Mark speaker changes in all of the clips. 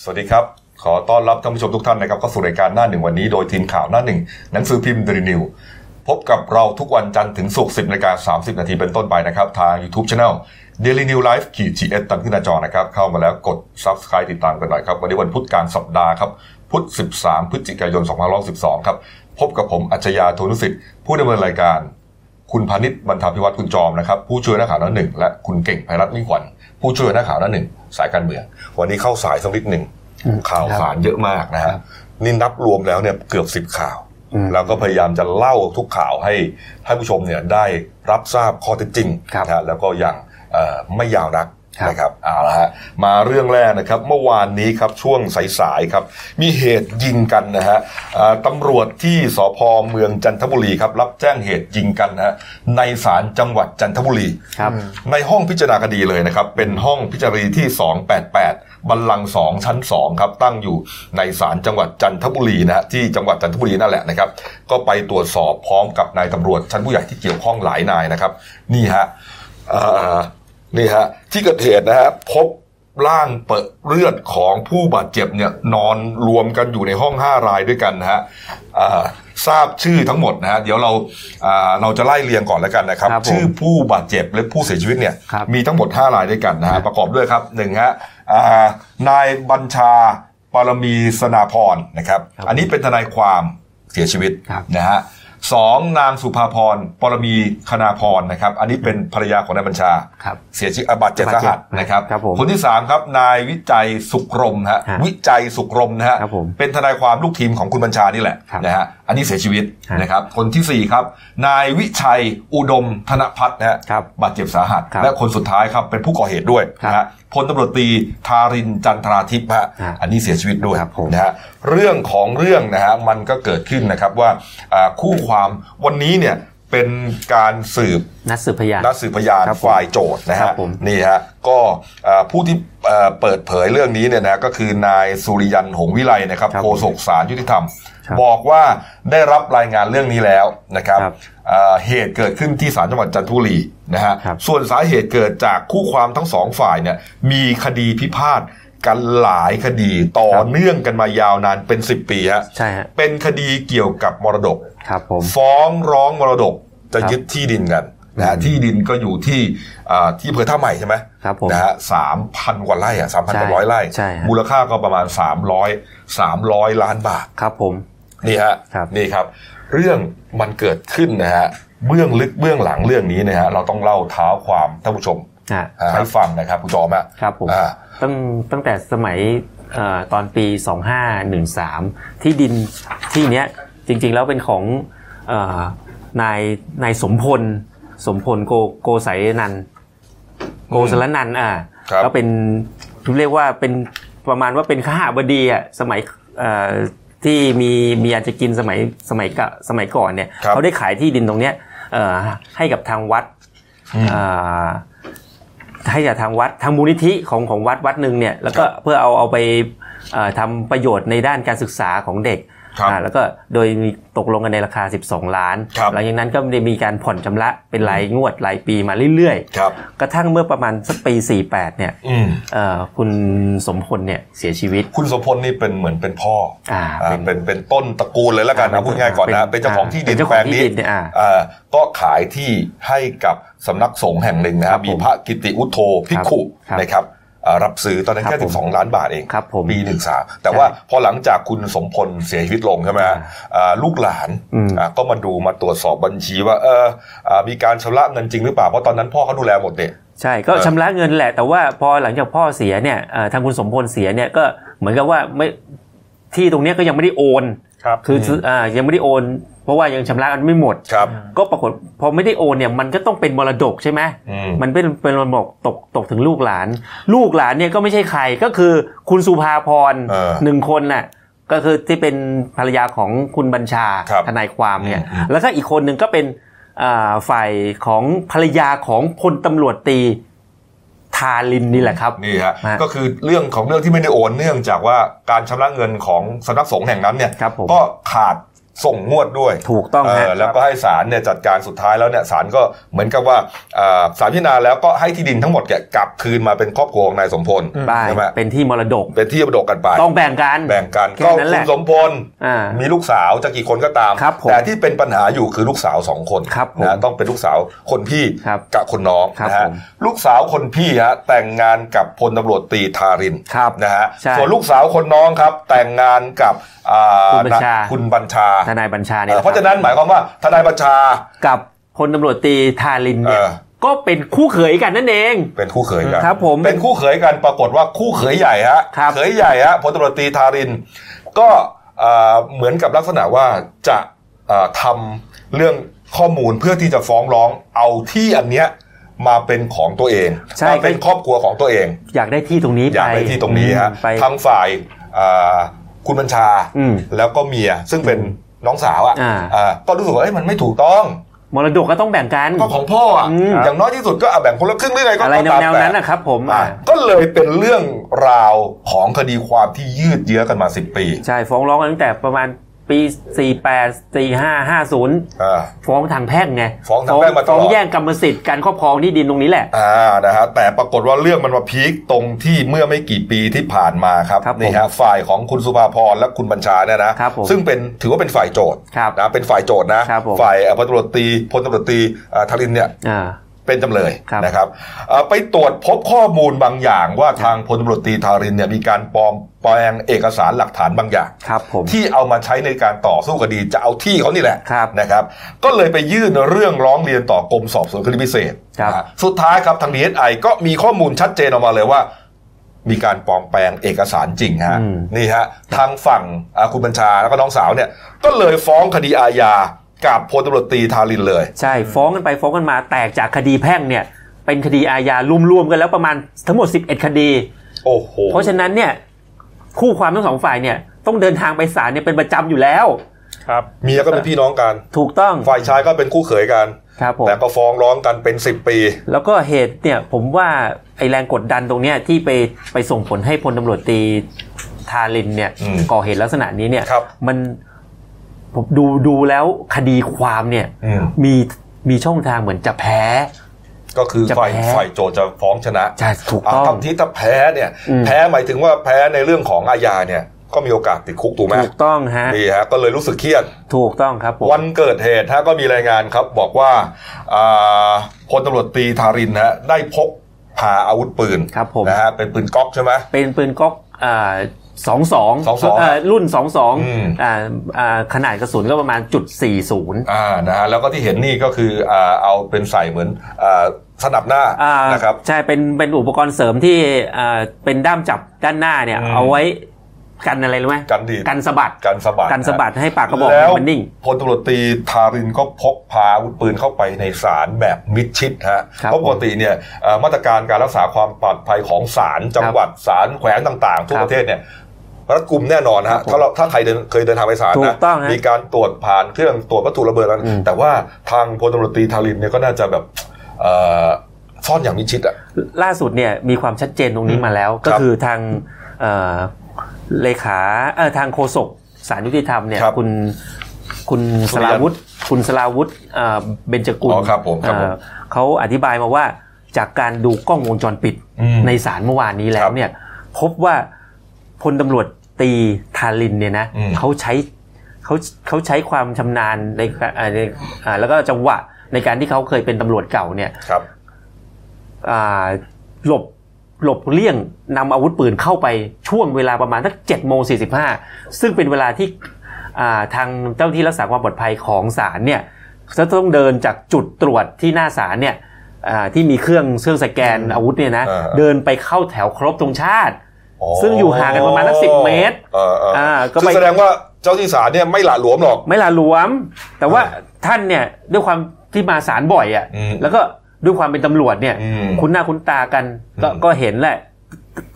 Speaker 1: สวัสดีครับ ขอต้อนรับท่านผู้ชมทุกท่านนะครับเข้าสู่รายการหน้าหนึ่งวันนี้โดยทีมข่าวหน้าหนึ่งหนังสือพิมพ์ด n นิวพบกับเราทุกวันจันทร์ถึงศุกร์10นาฬิกา30 นาทีเป็นต้นไปนะครับ ทาง YouTube Channel Daily New Life ขีดจีเอสตามที่หน้าจอนะครับ เข้ามาแล้วกด Subscribe ติดตามกันหน่อยครับ วันนี้วันพุธกลางสัปดาห์ครับ พุธ 13 พฤศจิกายน2512ครับพบกับผมอัจฉริยะโทนุสิทธิ์ผู้ดำเนินรายการ คุณพานิชบรรทาพิวัตรคุณจอมนะครับผู้ช่วยนักข่าวหน้าหนึ่งและคุณเก่งไพรัตน์มิ่งขวัญผู้ช่วยนักข่าวหน้าหนึ่งสายการเมืองวันนี้เข้าสายสักนิดหนึ่ง
Speaker 2: อืม
Speaker 1: ข่าวสารเยอะมากนะ
Speaker 2: ครั
Speaker 1: ฮะ
Speaker 2: บ
Speaker 1: นี่นับรวมแล้วเนี่ยเกือบสิบ10 ข่าว
Speaker 2: อืม
Speaker 1: แล้วก็พยายามจะเล่าทุกข่าวให้ท่านผู้ชมเนี่ยได้รับทราบข้อเท็จจริง
Speaker 2: ครับ
Speaker 1: นะฮะแล้วก็อย่างเอ่อไม่ยาวนัก
Speaker 2: ครับ
Speaker 1: นะครับเอาละฮะมาเรื่องแรกนะครับเมื่อวานนี้ครับช่วงสายๆครับมีเหตุยิงกันนะฮะอ่าตำรวจที่สพเมืองจันทบุรีครับรับแจ้งเหตุยิงกันนะฮะในศาลจังหวัดจันทบุรี
Speaker 2: ครับ
Speaker 1: ในห้องพิจารณาคดีเลยนะครับ เป็นห้องพิจารณาคดีที่ 288 บัลลังก์สองชั้น 2 ครับ ตั้งอยู่ในศาลจังหวัดจันทบุรีนะฮะที่จังหวัดจันทบุรีนั่นแหละนะครับ ก็ไปตรวจสอบพร้อมกับนายตำรวจชั้นผู้ใหญ่ที่เกี่ยวข้องหลายนายนะครับ นี่ฮะเอ่อนี่ฮะ ที่เกิดเหตุนะฮะพบร่างเปิดเลือดของผู้บาดเจ็บเนี่ยนอนรวมกันอยู่ในห้อง 5 รายด้วยกันนะฮะเอ่อทราบชื่อทั้งหมดนะฮะเดี๋ยวเราอ่าเราจะไล่เรียงก่อนแล้วกันนะครับ
Speaker 2: ครับผม
Speaker 1: ชื่อ ผู้บาดเจ็บและผู้เสียชีวิตเนี่ย
Speaker 2: ครับ
Speaker 1: มีทั้งหมด 5 รายด้วยกันนะฮะประกอบด้วยครับหนึ่งฮะอ่านายบัญชาปารมีสนาพรนะครับ
Speaker 2: ครับ
Speaker 1: อันนี้เป็นทนายความเสียชีวิต
Speaker 2: ครับ
Speaker 1: นะฮะสองนางสุภาพรปรมีคณาพรนะครับ อันนี้เป็นภรรยาของนายบัญชา
Speaker 2: ครับ
Speaker 1: เสียชีวิตอ่ะบาดเจ็บบ
Speaker 2: าด
Speaker 1: สา
Speaker 2: เจ็บ
Speaker 1: หัสนะครับ
Speaker 2: ครับผม
Speaker 1: นที่สามครับนายวิจัยสุขรมฮะ
Speaker 2: ฮะ
Speaker 1: วิจัยสุขรมนะฮะ
Speaker 2: ครับผม
Speaker 1: เป็นทนายความลูกทีมของคุณบัญชานี่แหละ
Speaker 2: ครับ
Speaker 1: นะฮะอันนี้เสียชีวิต
Speaker 2: ฮะ
Speaker 1: นะครับคนที่สี่ครับ นายวิชัยอุดมธนพัฒน์นะฮะ
Speaker 2: ครับ
Speaker 1: บาดเจ็บสาหัส
Speaker 2: ครับ
Speaker 1: และคนสุดท้ายครับเป็นผู้ก่อเหตุด้วย
Speaker 2: ครับ
Speaker 1: นะฮะพลตำรวจตรีทารินจันทราทิพย์ฮะ
Speaker 2: ครับ
Speaker 1: อันนี้เสียชีวิตด้วย
Speaker 2: ครับผม
Speaker 1: นะฮะเรื่องของเรื่องนะฮะมันก็เกิดขึ้นนะครับว่าอ่าคู่ความวันนี้เนี่ยเป็นการสืบ
Speaker 2: นัดสืบพยาน
Speaker 1: นัดสืบพยาน
Speaker 2: ครับผม
Speaker 1: ฝ่ายโจทย์นะ
Speaker 2: ครั
Speaker 1: ฮะ
Speaker 2: บผม
Speaker 1: นี่ฮะก็อ่าผู้ที่เอ่อเปิดเผยเรื่องนี้เนี่ยนะก็คือนายสุริยันหงส์วิไลนะครับ
Speaker 2: ครับ
Speaker 1: โฆษกศาลยุติธรรม
Speaker 2: ครับ
Speaker 1: บอกว่าได้รับรายงานเรื่องนี้แล้วนะครับ
Speaker 2: ครับ
Speaker 1: เอ่อเหตุเกิดขึ้นที่ศาลจังหวัดจันทบุรีนะฮะ
Speaker 2: ครับ
Speaker 1: ส่วนสาเหตุเกิดจากคู่ความทั้งสองฝ่ายเนี่ยมีคดีพิพาทกันหลายคดีต่อ
Speaker 2: ครับ
Speaker 1: เนื่องกันมายาวนานเป็น 10 ปีฮะ
Speaker 2: ใช่ฮะ
Speaker 1: เป็นคดีเกี่ยวกับมรดก
Speaker 2: ครับผม
Speaker 1: ฟ้องร้องมรดกจะ
Speaker 2: ครับ
Speaker 1: ยึดที่ดินกันนะฮะ
Speaker 2: อืม
Speaker 1: ที่ดินก็อยู่ที่อ่าที่อำเภอท่าใหม่ใช่ไหม
Speaker 2: ครับผม
Speaker 1: นะฮะสามพันกว่าไร่อ่ะสามพันกว่าร้อย
Speaker 2: ใช่
Speaker 1: ไร่
Speaker 2: ใช่ฮะ
Speaker 1: มูลค่าก็ประมาณ 300 300 ล้านบาท
Speaker 2: ครับผม
Speaker 1: นี่ฮะ
Speaker 2: ครับ
Speaker 1: นี่ครับ เรื่องมันเกิดขึ้นนะฮะเบื้องลึกเบื้องหลังเรื่องนี้นะฮะเราต้องเล่าเท้าความท่านผู้ชม
Speaker 2: ฮะ
Speaker 1: อ่า
Speaker 2: ครับ
Speaker 1: ให้ฟังนะครับคุณจอมฮะ
Speaker 2: ครับผม
Speaker 1: อ่า
Speaker 2: ตั้งตั้งแต่สมัยเอ่อตอนปี 2513 ที่ดินที่เนี้ยจริงๆแล้วเป็นของเอ่อนายนายสมพล สมพลโกโกไสยนันท์โกสลนันท์อ่า
Speaker 1: ครับ
Speaker 2: ก็เป็นเรียกว่าเป็นประมาณว่าเป็นข้าบดีอ่ะสมัยเอ่อที่มีมีอาจจะกินสมัยสมัยกะสมัยก่อนเนี่ย
Speaker 1: ครับ
Speaker 2: เขาได้ขายที่ดินตรงเนี้ยเอ่อให้กับทางวัด
Speaker 1: อืม
Speaker 2: อ่าให้จากทางวัดทางมูลนิธิของของวัดวัดหนึ่งเนี่ยแล้วก็เพื่อเอาเอาไปเอ่อทำประโยชน์ในด้านการศึกษาของเด็ก
Speaker 1: ครับ
Speaker 2: อ่าแล้วก็โดยมีตกลงกันในราคา 12 ล้าน
Speaker 1: ครับ
Speaker 2: หลังจากนั้นก็ได้มีการผ่อนชำระเป็นรายงวดรายปีมาเรื่อย
Speaker 1: ครับ
Speaker 2: ๆ กระทั่งเมื่อประมาณสักปี 48 เนี่ย
Speaker 1: อืม
Speaker 2: เอ่อคุณสมพลเนี่ยเสียชีวิต
Speaker 1: คุณสมพลนี่เป็นเหมือนเป็นพ่อ
Speaker 2: อ่า
Speaker 1: อ่าเป็นเป็นต้นตระกูลเลยแล้วกันนะพูดง่ายๆก่อนนะเป็นเจ้าของที่ดิน
Speaker 2: เป็เจ้าข
Speaker 1: แปล
Speaker 2: อง
Speaker 1: ง
Speaker 2: ที่
Speaker 1: นี้
Speaker 2: ดินเนี่ยอ่า
Speaker 1: อ่าก็ขายที่ให้กับสำนักสงฆ์แห่งหนึ่งนะ
Speaker 2: ครั
Speaker 1: ฮะ
Speaker 2: บผม
Speaker 1: มีพระกิติอุทโธภิกขุ
Speaker 2: ครับ
Speaker 1: นะครับอ่ารับซื้อตอนนั้น
Speaker 2: ครั
Speaker 1: แค่
Speaker 2: บผม
Speaker 1: 12ล้านบาทเอง
Speaker 2: ครับผม
Speaker 1: ปีหนึ่งสามแต่ว่า
Speaker 2: ใช่
Speaker 1: พอหลังจากคุณสมพลเสียชีวิตลงใช่ไหมฮะอ่าลูกหลาน
Speaker 2: อืม
Speaker 1: อ่าก็มาดูมาตรวจสอบบัญชีว่าเอออ่ามีการชำระเงินจริงหรือเปล่า เพราะตอนนั้นพ่อเขาดูแลหมดเนี่ย
Speaker 2: ใช่ก็
Speaker 1: เออ
Speaker 2: ชำระเงินแหละ แต่ว่าพอหลังจากพ่อเสียเนี่ยเอ่อทางคุณสมพลเสียเนี่ยก็เหมือนกับว่าไม่ที่ตรงเนี้ยก็ยังไม่ได้โอน
Speaker 3: ครับ
Speaker 2: คือ
Speaker 1: อืม
Speaker 2: อ่ายังไม่ได้โอน เพราะว่ายังชำระกันไม่หมด
Speaker 1: ครับ
Speaker 2: ก็ปรากฏพอไม่ได้โอนเนี่ยมันก็ต้องเป็นมรดกใช่ไหม
Speaker 1: อืม
Speaker 2: มันเป็นเป็นมรดกตกตกถึงลูกหลาน ลูกหลานเนี่ยก็ไม่ใช่ใครก็คือคุณสุภาพร
Speaker 1: เออ
Speaker 2: หนึ่งคนน่ะก็คือที่เป็นภรรยาของคุณบัญชา
Speaker 1: ครับ
Speaker 2: ทนายความเนี่ย
Speaker 1: อืม
Speaker 2: แล้วก็อีกคนหนึ่งก็เป็นอ่าฝ่ายของภรรยาของพลตำรวจตีทารินนี่แหละครับ
Speaker 1: นี่ฮะ
Speaker 2: ฮะ
Speaker 1: ก็คือเรื่องของเรื่องที่ไม่ได้โอนเนื่องจากว่าการชำระเงินของสำนักสงฆ์แห่งนั้นเนี่ย
Speaker 2: ครับผม
Speaker 1: ก็ขาด ส่งงวดด้วย
Speaker 2: ถูกต้อง
Speaker 1: เอ
Speaker 2: ฮะ
Speaker 1: อแล้วก็ให้ศาลเนี่ยจัดการสุดท้ายแล้วเนี่ยศาลก็เหมือนกับว่าอ่าศาลพิจารณาแล้วก็ให้ที่ดินทั้งหมดแกกลับคืนมาเป็นครอบครัวของนายสมพล
Speaker 2: ได้
Speaker 1: ใช่ไหม
Speaker 2: เป็นที่มรดก
Speaker 1: เป็นที่มรดกกันไป
Speaker 2: ต้องแบ่งกัน
Speaker 1: แบ่งกัน
Speaker 2: แค่
Speaker 1: ก็
Speaker 2: นั้น
Speaker 1: คุ
Speaker 2: แห
Speaker 1: ณ
Speaker 2: ละ
Speaker 1: สมพล
Speaker 2: อ่า
Speaker 1: มีลูกสาวจะกี่คนก็ตาม
Speaker 2: ครับผม
Speaker 1: แต่ที่เป็นปัญหาอยู่คือลูกสาวสองคน
Speaker 2: ครับผม
Speaker 1: นะต้องเป็นลูกสาวคนพี่
Speaker 2: ครับ
Speaker 1: กับคนน้อง
Speaker 2: ครับ
Speaker 1: นะฮะ
Speaker 2: ผม
Speaker 1: ลูกสาวคนพี่ฮะแต่งงานกับพลตำรวจตรีทาริน
Speaker 2: ครับ
Speaker 1: นะฮะ
Speaker 2: ใช่
Speaker 1: ส่วนลูกสาวคนน้องครับ แต่งงานกับอ่า
Speaker 2: คุณบัญชา
Speaker 1: คุณบัญชา
Speaker 2: ทนายบัญชาเนี่ย
Speaker 1: เอ่อ
Speaker 2: แหล
Speaker 1: เพราะ
Speaker 2: ค
Speaker 1: ฉะ
Speaker 2: รับ
Speaker 1: นั้นหมายความว่าทนายบัญชา
Speaker 2: กับพลตำรวจตรีทารินเนี่ย
Speaker 1: เออ
Speaker 2: ก็เป็นคู่เขยกันนั่นเอง
Speaker 1: เป็นคู่เขยกัน
Speaker 2: ครับผม
Speaker 1: เป็นคู่เขยกันปรากฏว่าคู่เขยใหญ่ฮะ
Speaker 2: ครับ
Speaker 1: เขยใหญ่ฮะพลตำรวจตรีทาริน ก็เอ่อเหมือนกับลักษณะว่าจะเอ่อทำเรื่องข้อมูลเพื่อที่จะฟ้องร้องเอาที่อันเนี้ยมาเป็นของตัวเอง
Speaker 2: ใช่
Speaker 1: มาเป็นครอบครัวของตัวเอง
Speaker 2: อยากได้ที่ตรงนี้
Speaker 1: อ
Speaker 2: ไป
Speaker 1: ยากได้ที่ตรงนี้ฮะ
Speaker 2: อืมไป
Speaker 1: ทางฝ่ายเอ่อคุณบัญชา
Speaker 2: อืม
Speaker 1: แล้วก็เมียซึ่งเป็นน้องสาวอ่ะ
Speaker 2: อ่า
Speaker 1: อ่าก็รู้สึกว่าเอ้ยมันไม่ถูกต้อง
Speaker 2: มรดกก็ต้องแบ่งกัน
Speaker 1: ก็ของพ่ออ่ะ
Speaker 2: อืม
Speaker 1: อย่างน้อยที่สุดก็เอาแบ่งคนละครึ่งหรือไงก็
Speaker 2: อะไร
Speaker 1: ก็ตาม
Speaker 2: แนว
Speaker 1: ต่
Speaker 2: ๆนั้นนะครับผม
Speaker 1: อ่ะ
Speaker 2: อ่า
Speaker 1: ก็เลยเป็นเรื่องราวของคดีความที่ยืดเยื้อกันมา 10 ปี
Speaker 2: ใช่ฟ้องร้องกันตั้งแต่ประมาณปี 48 45 50
Speaker 1: อ่า
Speaker 2: ฟ้องทางแพ่งไง
Speaker 1: ฟ้องทางแพ่งมาตลอด
Speaker 2: ฟ้องแย่งกรรมสิทธิ์การครอบครองที่ดินตรงนี้แหละ
Speaker 1: อ่านะฮะแต่ปรากฏว่าเรื่องมันมาพีคตรงที่เมื่อไม่กี่ปีที่ผ่านมาครับ
Speaker 2: ครับผม
Speaker 1: นี่ฮะฝ่ายของคุณสุภาพรและคุณบัญชาเนี่ยนะครับ
Speaker 2: ผม
Speaker 1: ซึ่งเป็นถือว่าเป็นฝ่ายโจทย์
Speaker 2: ครับ
Speaker 1: นะเป็นฝ่ายโจทย์นะครับ
Speaker 2: ผม
Speaker 1: ฝ่ายเอ่อพลตำรวจตรีพลตำรวจตรีเอ่อธารินเนี่ย
Speaker 2: อ่า
Speaker 1: เป็นจำเลย
Speaker 2: ครับ
Speaker 1: นะครับเอ่อไปตรวจพบข้อมูลบางอย่างว่าทางพลตำรวจตรีธารินเนี่ยมีการปลอมแปลงเอกสารหลักฐานบางอย่าง
Speaker 2: ครับผม
Speaker 1: ที่เอามาใช้ในการต่อสู้คดีจะเอาที่เขานี่แหละ
Speaker 2: ครับ
Speaker 1: นะครับ ก็เลยไปยื่นเรื่องร้องเรียนต่อกรมสอบสวนคดีพิเศษ
Speaker 2: ครับ
Speaker 1: นะฮะสุดท้ายครับทางดีเอสไอก็มีข้อมูลชัดเจนออกมาเลยว่า มีการปลอมแปลงเอกสารจริงฮะ
Speaker 2: อืม
Speaker 1: นี่ฮะทางฝั่งอ่าคุณบัญชาแล้วก็น้องสาวเนี่ยก็เลยฟ้องคดีอาญากับพลตำรวจตรีธารินเลย
Speaker 2: ใช่ฟ้องกันไปฟ้องกันมาแตกจากคดีแพ่งเนี่ย เป็นคดีอาญารวมๆกันแล้วประมาณทั้งหมด 11 คดี
Speaker 1: โอ้โห
Speaker 2: เพราะฉะนั้นเนี่ยคู่ความทั้งสองฝ่ายเนี่ยต้องเดินทางไปศาลเนี่ยเป็นประจำอยู่แล้ว
Speaker 3: ครับ
Speaker 1: เมียก็เป็นพี่น้องกัน
Speaker 2: ถูกต้อง
Speaker 1: ฝ่ายชายก็เป็นคู่เขยกัน
Speaker 2: ครับผม
Speaker 1: แต่ก็ฟ้องร้องกันเป็น 10 ปี
Speaker 2: แล้วก็เหตุเนี่ยผมว่าไอแรงกดดันตรงเนี้ยที่ไปไปส่งผลให้พลตำรวจตรีทารินเนี่ย
Speaker 1: อืม
Speaker 2: ก่อเหตุลักษณะนี้เนี่ย
Speaker 1: ครับ
Speaker 2: มันผมดูดูแล้วคดีความเนี่ยมีมีช่องทางเหมือนจะแพ้
Speaker 1: ก็คือ
Speaker 2: จะ
Speaker 1: ฝ่าย
Speaker 2: แพ้
Speaker 1: ฝ่ายโจทย์จะฟ้องชนะ
Speaker 2: ใช่ถูก
Speaker 1: อ่ะ
Speaker 2: ต้อง
Speaker 1: ทำที่ถ้าแพ้เนี่ย
Speaker 2: อืม
Speaker 1: แพ้หมายถึงว่าแพ้ในเรื่องของอาญาเนี่ย ก็มีโอกาสติดคุกถูกไหม
Speaker 2: ถูกต้องฮะ
Speaker 1: นี่ฮะก็เลยรู้สึกเครียด
Speaker 2: ถูกต้องครับผม
Speaker 1: วันเกิดเหตุฮะก็มีรายงานครับ บอกว่าอ่าพลตำรวจตรีธารินฮะได้พกพาอาวุธปืน
Speaker 2: ครับผม
Speaker 1: นะฮะเป็นปืนก๊อกใช่ไหม
Speaker 2: เป็นปืนก๊อกสองสอง
Speaker 1: 22
Speaker 2: รุ่นสองสอง
Speaker 1: อืม
Speaker 2: ขนาดกระสุนก็ประมาณจุดสี่ศูนย์
Speaker 1: อ่านะฮะแล้วก็ที่เห็นนี่ก็คืออ่าเอาเป็นใส่เหมือนอ่าสนับหน้านะครับ
Speaker 2: ใช่เป็นเป็นอุปกรณ์เสริมที่อ่าเป็นด้ามจับด้านหน้าเนี่ย
Speaker 1: อืม
Speaker 2: เอาไว้กันอะไรรู้ไหม
Speaker 1: กันดีด
Speaker 2: กันสะบัด
Speaker 1: กันสะบัด
Speaker 2: กันสะบัด
Speaker 1: นะ
Speaker 2: ให้ปากกระบอก
Speaker 1: แล้ว
Speaker 2: มันนิ่ง
Speaker 1: พลตำรวจตรีทารินก็พกพาอาวุธปืนเข้าไปในศาลแบบมิดชิดฮะ
Speaker 2: ครับ
Speaker 1: เพราะปกติเนี่ยเอ่อมาตรการการรักษาความปลอดภัยของศาลจังหวัดศาลแขวงต่างๆ ทั่ว
Speaker 2: ครับ
Speaker 1: ประเทศเนี่ยรัดกุมแน่นอนฮะถ้าเราถ้าใครเดินเคยเดินทางไปศาล
Speaker 2: ถู
Speaker 1: นะ
Speaker 2: กต้องฮะ
Speaker 1: มีการตรวจผ่านเครื่องตรวจวัตถุระเบิดแล้ว
Speaker 2: อืม
Speaker 1: แต่ว่าทางพลตำรวจตรีทารินเนี่ยก็น่าจะแบบเอ่อซ่อนอย่างมิดชิดอ่ะ
Speaker 2: ล่าสุดเนี่ยมีความชัดเจนตรงนี้มาแล้ว ก็
Speaker 1: ครับ
Speaker 2: คือทางเอ่อเลขาเอ่อทางโฆษกสารยุติธรรมเนี่ย
Speaker 1: ครับ
Speaker 2: คุณคุณ
Speaker 1: สุ
Speaker 2: ส
Speaker 1: ริยัน
Speaker 2: ลาวุธคุณสลาวุธเอ่อเบญจกุล
Speaker 1: อ๋อครับผมครับผม
Speaker 2: เอ่อเขาอธิบายมาว่าจากการดูกล้องวงจรปิด
Speaker 1: อืม
Speaker 2: ในศาลเมื่อวานนี้แล้
Speaker 1: ครั
Speaker 2: ว
Speaker 1: บ
Speaker 2: เนี่ยพบว่าพลตำรวจตีทารินเนี่ยนะ
Speaker 1: อืม
Speaker 2: เขาใช้เขาเขาใช้ความชำนาญในการอ่าในอ่าแล้วก็จังหวะในการที่เขาเคยเป็นตำรวจเก่าเนี่ย
Speaker 1: ครับ
Speaker 2: อ่าหลบหลบเลี่ยงนำอาวุธปืนเข้าไปช่วงเวลาประมาณสัก7จ็ดโมงสีซึ่งเป็นเวลาที่อ่าทางเจ้าที่รักษาความปลอดภัยของศาลเนี่ยจะต้องเดินจากจุดตรวจที่หน้าศาลเนี่ยอ่าที่มีเครื่องเครื่องสแกนอาวุธเนี่ยนะ
Speaker 1: อ่า
Speaker 2: เดินไปเข้าแถวครบธงชาติ ซึ่งอยู่ห่างกันประมาณสัก10เมตร
Speaker 1: เออเออ
Speaker 2: อ่าก็
Speaker 1: ซึ่ง
Speaker 2: ไป
Speaker 1: แสดงว่าเจ้าที่ศาลเนี่ยไม่หละหลวมหรอก
Speaker 2: ไม่ละหลวม แต่ว่า
Speaker 1: อ่า
Speaker 2: ท่านเนี่ยด้วยความที่มาศาลบ่อยอะ่ะ
Speaker 1: อืม
Speaker 2: แล้วก็ด้วยความเป็นตำรวจเนี่ย
Speaker 1: อืม
Speaker 2: คุ้นหน้าคุ้นตากันก็
Speaker 1: อืม
Speaker 2: ก็เห็นแหละ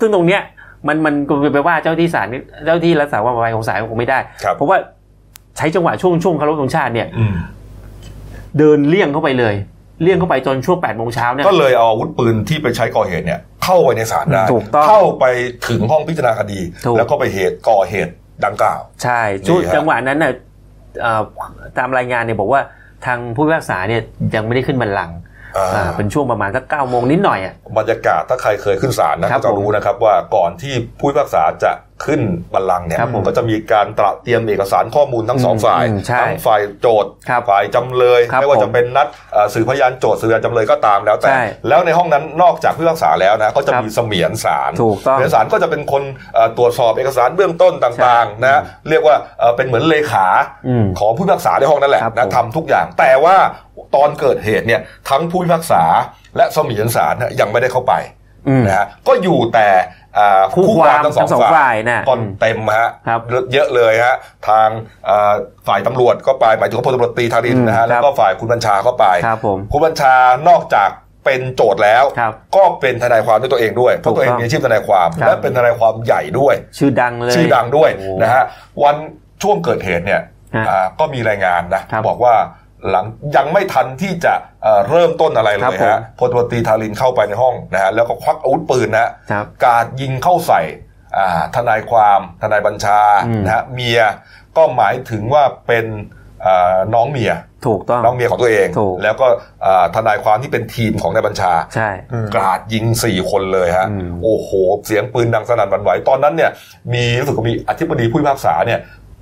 Speaker 2: ซึ่งตรงเนี้ยมันมันก็ไปว่าเจ้าที่ศาลเจ้าที่รักษาความปลอดภัยของศาลคงไม่ได้
Speaker 1: ครับ
Speaker 2: เพราะว่าใช้จังหวะช่วงช่วงเคารพธงชาติเนี่ย
Speaker 1: อืม
Speaker 2: เดินเลี่ยงเข้าไปเลย เลี่ยงเข้าไปจนช่วง8ปดโมงเช้าเนี่ย
Speaker 1: ก็เลยเอาอาวุธปืนที่ไปใช้ก่อเหตุเนี่ย เข้าไปในศาลได้
Speaker 2: ถูกต้อง
Speaker 1: เข้าไปถึงห้องพิจารณาคดี
Speaker 2: ถูก
Speaker 1: แล้วก็ไปเหตุก่อเหตุดังกล่าว
Speaker 2: ใช่ช่วง
Speaker 1: นี่ฮะ
Speaker 2: จังหวะนั้นน่ะ เอ่อตามรายงานเนี่ยบอกว่าทางผู้พิพากษาเนี่ยยังไม่ได้ขึ้นบัลลังก์
Speaker 1: อ่า
Speaker 2: อ่าเป็นช่วงประมาณสักเก้าโมงนิดหน่อยอ่ะ
Speaker 1: บรรยากาศถ้าใครเคยขึ้นศาลนะครับ ก็จะรู้นะครับว่าก่อนที่ผู้พิพากษาจะขึ้นบัลลังก์เนี่ย
Speaker 2: ครับผม
Speaker 1: ก็จะมีการตระเตรียมเอกสารข้อมูลทั้งสอง
Speaker 2: อืม
Speaker 1: ฝ่าย
Speaker 2: อืมใช่
Speaker 1: ทั้งฝ่ายโจทย์
Speaker 2: ครับ
Speaker 1: ฝ่ายจำเลย
Speaker 2: ครับ
Speaker 1: ไม่ว่าจะเป็นนัดเอ่อสื่อพยานโจทย์สื่อพยานจำเลยก็ตามแล้วแต่
Speaker 2: ใช่
Speaker 1: แล้วในห้องนั้นนอกจากผู้พิพากษาแล้วนะก็จะ
Speaker 2: ครับ
Speaker 1: มีเสมียนศาล
Speaker 2: ถูกต้อง
Speaker 1: เสมียนศาลก็จะเป็นคนเอ่อตรวจสอบเอกสารเบื้องต้นต่างๆนะเรียกว่าเอ่อเป็นเหมือนเลขา
Speaker 2: อืม
Speaker 1: ของผู้พิพากษาในห้องนั้นแหละ
Speaker 2: ครับ
Speaker 1: นะ
Speaker 2: ผม
Speaker 1: ทำทุกอย่าง แต่ว่าตอนเกิดเหตุเนี่ยทั้งผู้พิพากษาและเสมียนศาลเนี่ยยังไม่ได้เข้าไป
Speaker 2: อืม
Speaker 1: นะฮะก็อยู่แต่อ่า
Speaker 2: คู่ความทั้งสองฝ่ายน่ะ
Speaker 1: ก่อนเต็มฮะ
Speaker 2: ครับ
Speaker 1: เยอะเลยฮะทางอ่าฝ่ายตำรวจก็ไปหมายถึงพลตำรวจตรีธารินนะฮะ
Speaker 2: อืมครับ
Speaker 1: แล้วก็ฝ่ายคุณบัญชาก็ไป
Speaker 2: ครับผม
Speaker 1: คุณบัญชานอกจากเป็นโจทย์แล้ว
Speaker 2: ครับ
Speaker 1: ก็เป็นทนายความด้วยตัวเองด้วยเพ
Speaker 2: ถู
Speaker 1: ราะ
Speaker 2: ก
Speaker 1: ตัวเอง
Speaker 2: ต้อง
Speaker 1: มีอาชีพทนายความ
Speaker 2: ครับ
Speaker 1: และเป็นทนายความใหญ่ด้วย
Speaker 2: ชื่อดังเลย
Speaker 1: ชื่อดังด้วย
Speaker 2: โอ้
Speaker 1: นะฮะวันช่วงเกิดเหตุเนี่ย
Speaker 2: ฮะ
Speaker 1: อ่าก็มีรายงานนะครับ บอกว่าหลังยังไม่ทันที่จะเอ่อเริ่มต้นอะไรเล
Speaker 2: ครับ
Speaker 1: ย
Speaker 2: ผม
Speaker 1: ฮะพลตำรวจตรีธารินเข้าไปในห้องนะฮะแล้วก็ควักอาวุธปืนนะฮะ
Speaker 2: ครับ
Speaker 1: กราดยิงเข้าใส่อ่าทนายความทนายบัญชา
Speaker 2: อืม
Speaker 1: นะฮะเมียก็หมายถึงว่าเป็นอ่าน้องเมีย
Speaker 2: ถูกต้อง
Speaker 1: น้องเมียของตัวเอง
Speaker 2: ถูก
Speaker 1: แล้วก็อ่าทนายความที่เป็นทีมของนายบัญชา
Speaker 2: ใช่
Speaker 1: กราดยิงสี่คนเลยฮะ
Speaker 2: อืม
Speaker 1: โอ้โห เสียงปืนดังสนั่นหวั่นไหว ตอนนั้นเนี่ย มีรู้สึกว่ามีอธิบดีผู้พิพากษาเนี่ย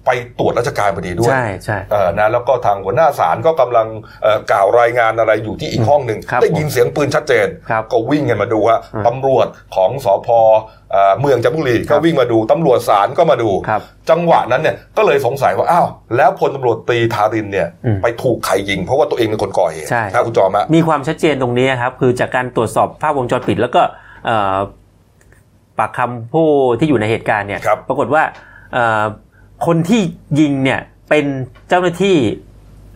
Speaker 1: ไปตรวจราชการพอดีด้วย
Speaker 2: ใช่ใช่
Speaker 1: เออนะแล้วก็ทางหัวหน้าศาลก็กำลังเอ่อกล่าวรายงานอะไรอยู่ที่อีกห้องหนึ่ง
Speaker 2: ครับ
Speaker 1: ได้ยินเสียงปืนชัดเจน
Speaker 2: ครับ
Speaker 1: ก็วิ่งกันมาดูฮะ
Speaker 2: อืม
Speaker 1: ตำรวจของสพเอ่อเมืองจันทบุรี
Speaker 2: ครั
Speaker 1: ก็
Speaker 2: บ
Speaker 1: วิ่งมาดูตำรวจศาลก็มาดู
Speaker 2: ครับ
Speaker 1: จังหวะนั้นเนี่ยก็เลยสงสัยว่าอ้าวแล้วพลตำรวจตรีทารินเนี่ย
Speaker 2: อืม
Speaker 1: ไปถูกใครยิง เพราะว่าตัวเองเป็นคนก่อเหตุ
Speaker 2: ใช่
Speaker 1: นะคุณจอมฮะ
Speaker 2: มีความชัดเจนตรงนี้ครับ คือจากการตรวจสอบภาพวงจรปิด แล้วก็เอ่อปากคำผู้ที่อยู่ในเหตุการณ์เนี่ย
Speaker 1: ครับ
Speaker 2: ปรากฏว่าเอ่อคนที่ยิงเนี่ยเป็นเจ้าหน้าที่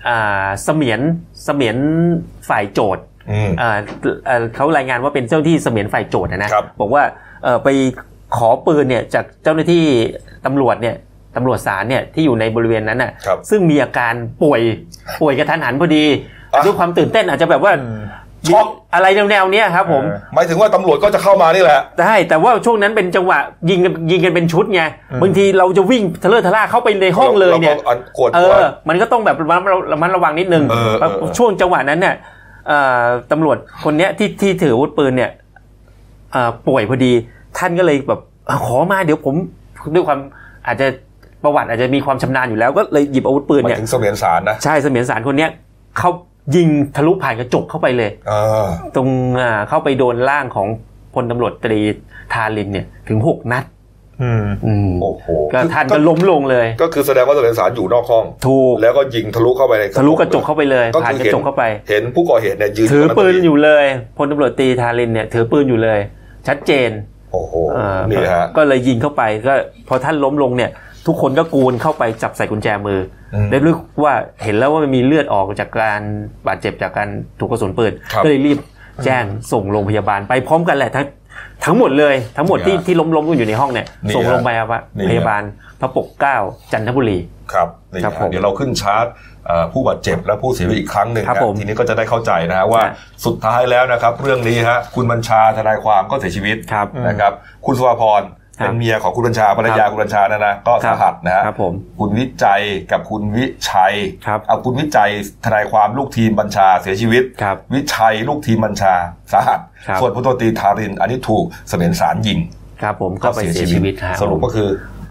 Speaker 2: อ่าเสมียนเสมียนฝ่ายโจทย์
Speaker 1: อืม
Speaker 2: เอ่อเอ่อเขารายงานว่าเป็นเจ้าหน้าที่เสมียนฝ่ายโจทย์นะนะครับ บอกว่าเอ่อไปขอปืนเนี่ยจากเจ้าหน้าที่ตำรวจเนี่ยตำรวจศาลเนี่ยที่อยู่ในบริเวณนั้นน่ะ
Speaker 1: ครับ
Speaker 2: ซึ่งมีอาการป่วยป่วยกระทันหันพอดี
Speaker 1: อ่ะ
Speaker 2: ด้วยความตื่นเต้นอาจจะแบบว่า
Speaker 1: ช็อก
Speaker 2: อะไรแนวๆเนี้ยครับผม
Speaker 1: หมายถึงว่าตำรวจก็จะเข้ามานี่แหละ
Speaker 2: ได้แต่ว่าช่วงนั้นเป็นจังหวะยิงกันยิงกันเป็นชุดไงบางทีเราจะวิ่งทะเลอะทะล่าเข้าไปในห้องเลยเนี่ย
Speaker 1: ราก็อักวด
Speaker 2: เอ
Speaker 1: ว่า
Speaker 2: อ มันก็ต้องแบบระมัดระมัดระวังนิดนึง
Speaker 1: เออเออ
Speaker 2: เพราะ
Speaker 1: เออ
Speaker 2: ช่วงจังหวะนั้นเนี่ยเอ่อตำรวจคนเนี้ยที่ที่ถืออาวุธปืนเนี่ยเอ่อป่วยพอดี ท่านก็เลยแบบเอ่อขอมาเดี๋ยวผมด้วยความอาจจะประวัติอาจจะมีความชำนาญอยู่แล้วก็เลยหยิบอาวุธปืน
Speaker 1: หมาย
Speaker 2: เนี่ย
Speaker 1: ถึงเสมียนสารนะ
Speaker 2: ใช่เสมียนสารคนเนี้ยเขายิงทะลุผ่านกระจกเข้าไปเลย
Speaker 1: เออ
Speaker 2: ตรงอ่าเข้าไปโดนร่างของพลตำรวจตรีทารินเนี่ยถึงหกนัดอืม
Speaker 1: โอ้โห
Speaker 2: ก็ท่านก็ล้มลงเลย
Speaker 1: ก็คือแสดงว่าเสมียนสารอยู่นอกห้อง
Speaker 2: ถูก
Speaker 1: แล้วก็ยิงทะลุเข้าไปใน
Speaker 2: ทะลุกระจกเข้าไปเลย
Speaker 1: ก็
Speaker 2: ผ่าน
Speaker 1: คือก
Speaker 2: ระ
Speaker 1: เห็น
Speaker 2: จกเข้าไป
Speaker 1: เห็นผู้ก่อเหตุเนี่ยยืน
Speaker 2: ถือปืน
Speaker 1: ตรง
Speaker 2: อยู่เลยพลตำรวจตรีธารินเนี่ยถือปืนอยู่เลย ชัดเจน
Speaker 1: โอ้โห
Speaker 2: เอ่อ
Speaker 1: นี่ฮะ
Speaker 2: ก็เลยยิงเข้าไปก็พอท่านล้มลงเนี่ย ทุกคนก็กูนเข้าไปจับใส่กุญแจมืออ
Speaker 1: ม
Speaker 2: ได้รู้ว่าเห็นแล้วว่ามันมีเลือดออกจากการบาดเจ็บจากการถูกกระสุนปืน
Speaker 1: ครับ
Speaker 2: ก็เลยรีบแจ้งส่งโรงพยาบาลไปพร้อมกันแหละทั้งทั้งหมดเลยทั้งหมดที่
Speaker 1: นี่ฮะ
Speaker 2: ที่ล้มล้มๆกันอยู่ในห้องเนี่ย
Speaker 1: นี่
Speaker 2: ส่ง
Speaker 1: ฮะ
Speaker 2: โรงพยาบาล
Speaker 1: นี่ฮะ
Speaker 2: พยาบาลพระปกเกล้าจันทบุรี
Speaker 1: ครับนี่
Speaker 2: ครับ
Speaker 1: ฮะ
Speaker 2: ผม
Speaker 1: เดี๋ยวเราขึ้นชาร์จเอ่อผู้บาดเจ็บและผู้เสียชีวิตอีกครั้งหนึ่ง
Speaker 2: ครับ
Speaker 1: นะ
Speaker 2: ผม
Speaker 1: ทีนี้ก็จะได้เข้าใจนะฮะว่า
Speaker 2: ครับ
Speaker 1: สุดท้ายแล้วนะครับ เรื่องนี้ฮะคุณบัญชาทนายความก็เสียชีวิต
Speaker 2: ครับ
Speaker 1: นะครับ คุณสุภาพร
Speaker 2: ครับ
Speaker 1: เป็นเมียของคุณบัญชาภรรยา
Speaker 2: ครับ
Speaker 1: คุณบัญชานะนะก็สาหัสนะฮะ
Speaker 2: ครับผม
Speaker 1: คุณวิจัยกับคุณวิชัย
Speaker 2: ครับ
Speaker 1: เอาคุณวิจัยทนายความลูกทีมบัญชาเสียชีวิต
Speaker 2: ครับ
Speaker 1: วิชัยลูกทีมบัญชาสาหัส
Speaker 2: ครับ
Speaker 1: ส่วนพลตำรวจตรีธารินอันนี้ถูกเสมียนสารยิง
Speaker 2: ครับผมก็ไปเสียชีวิตฮะ
Speaker 1: สรุปก็คือ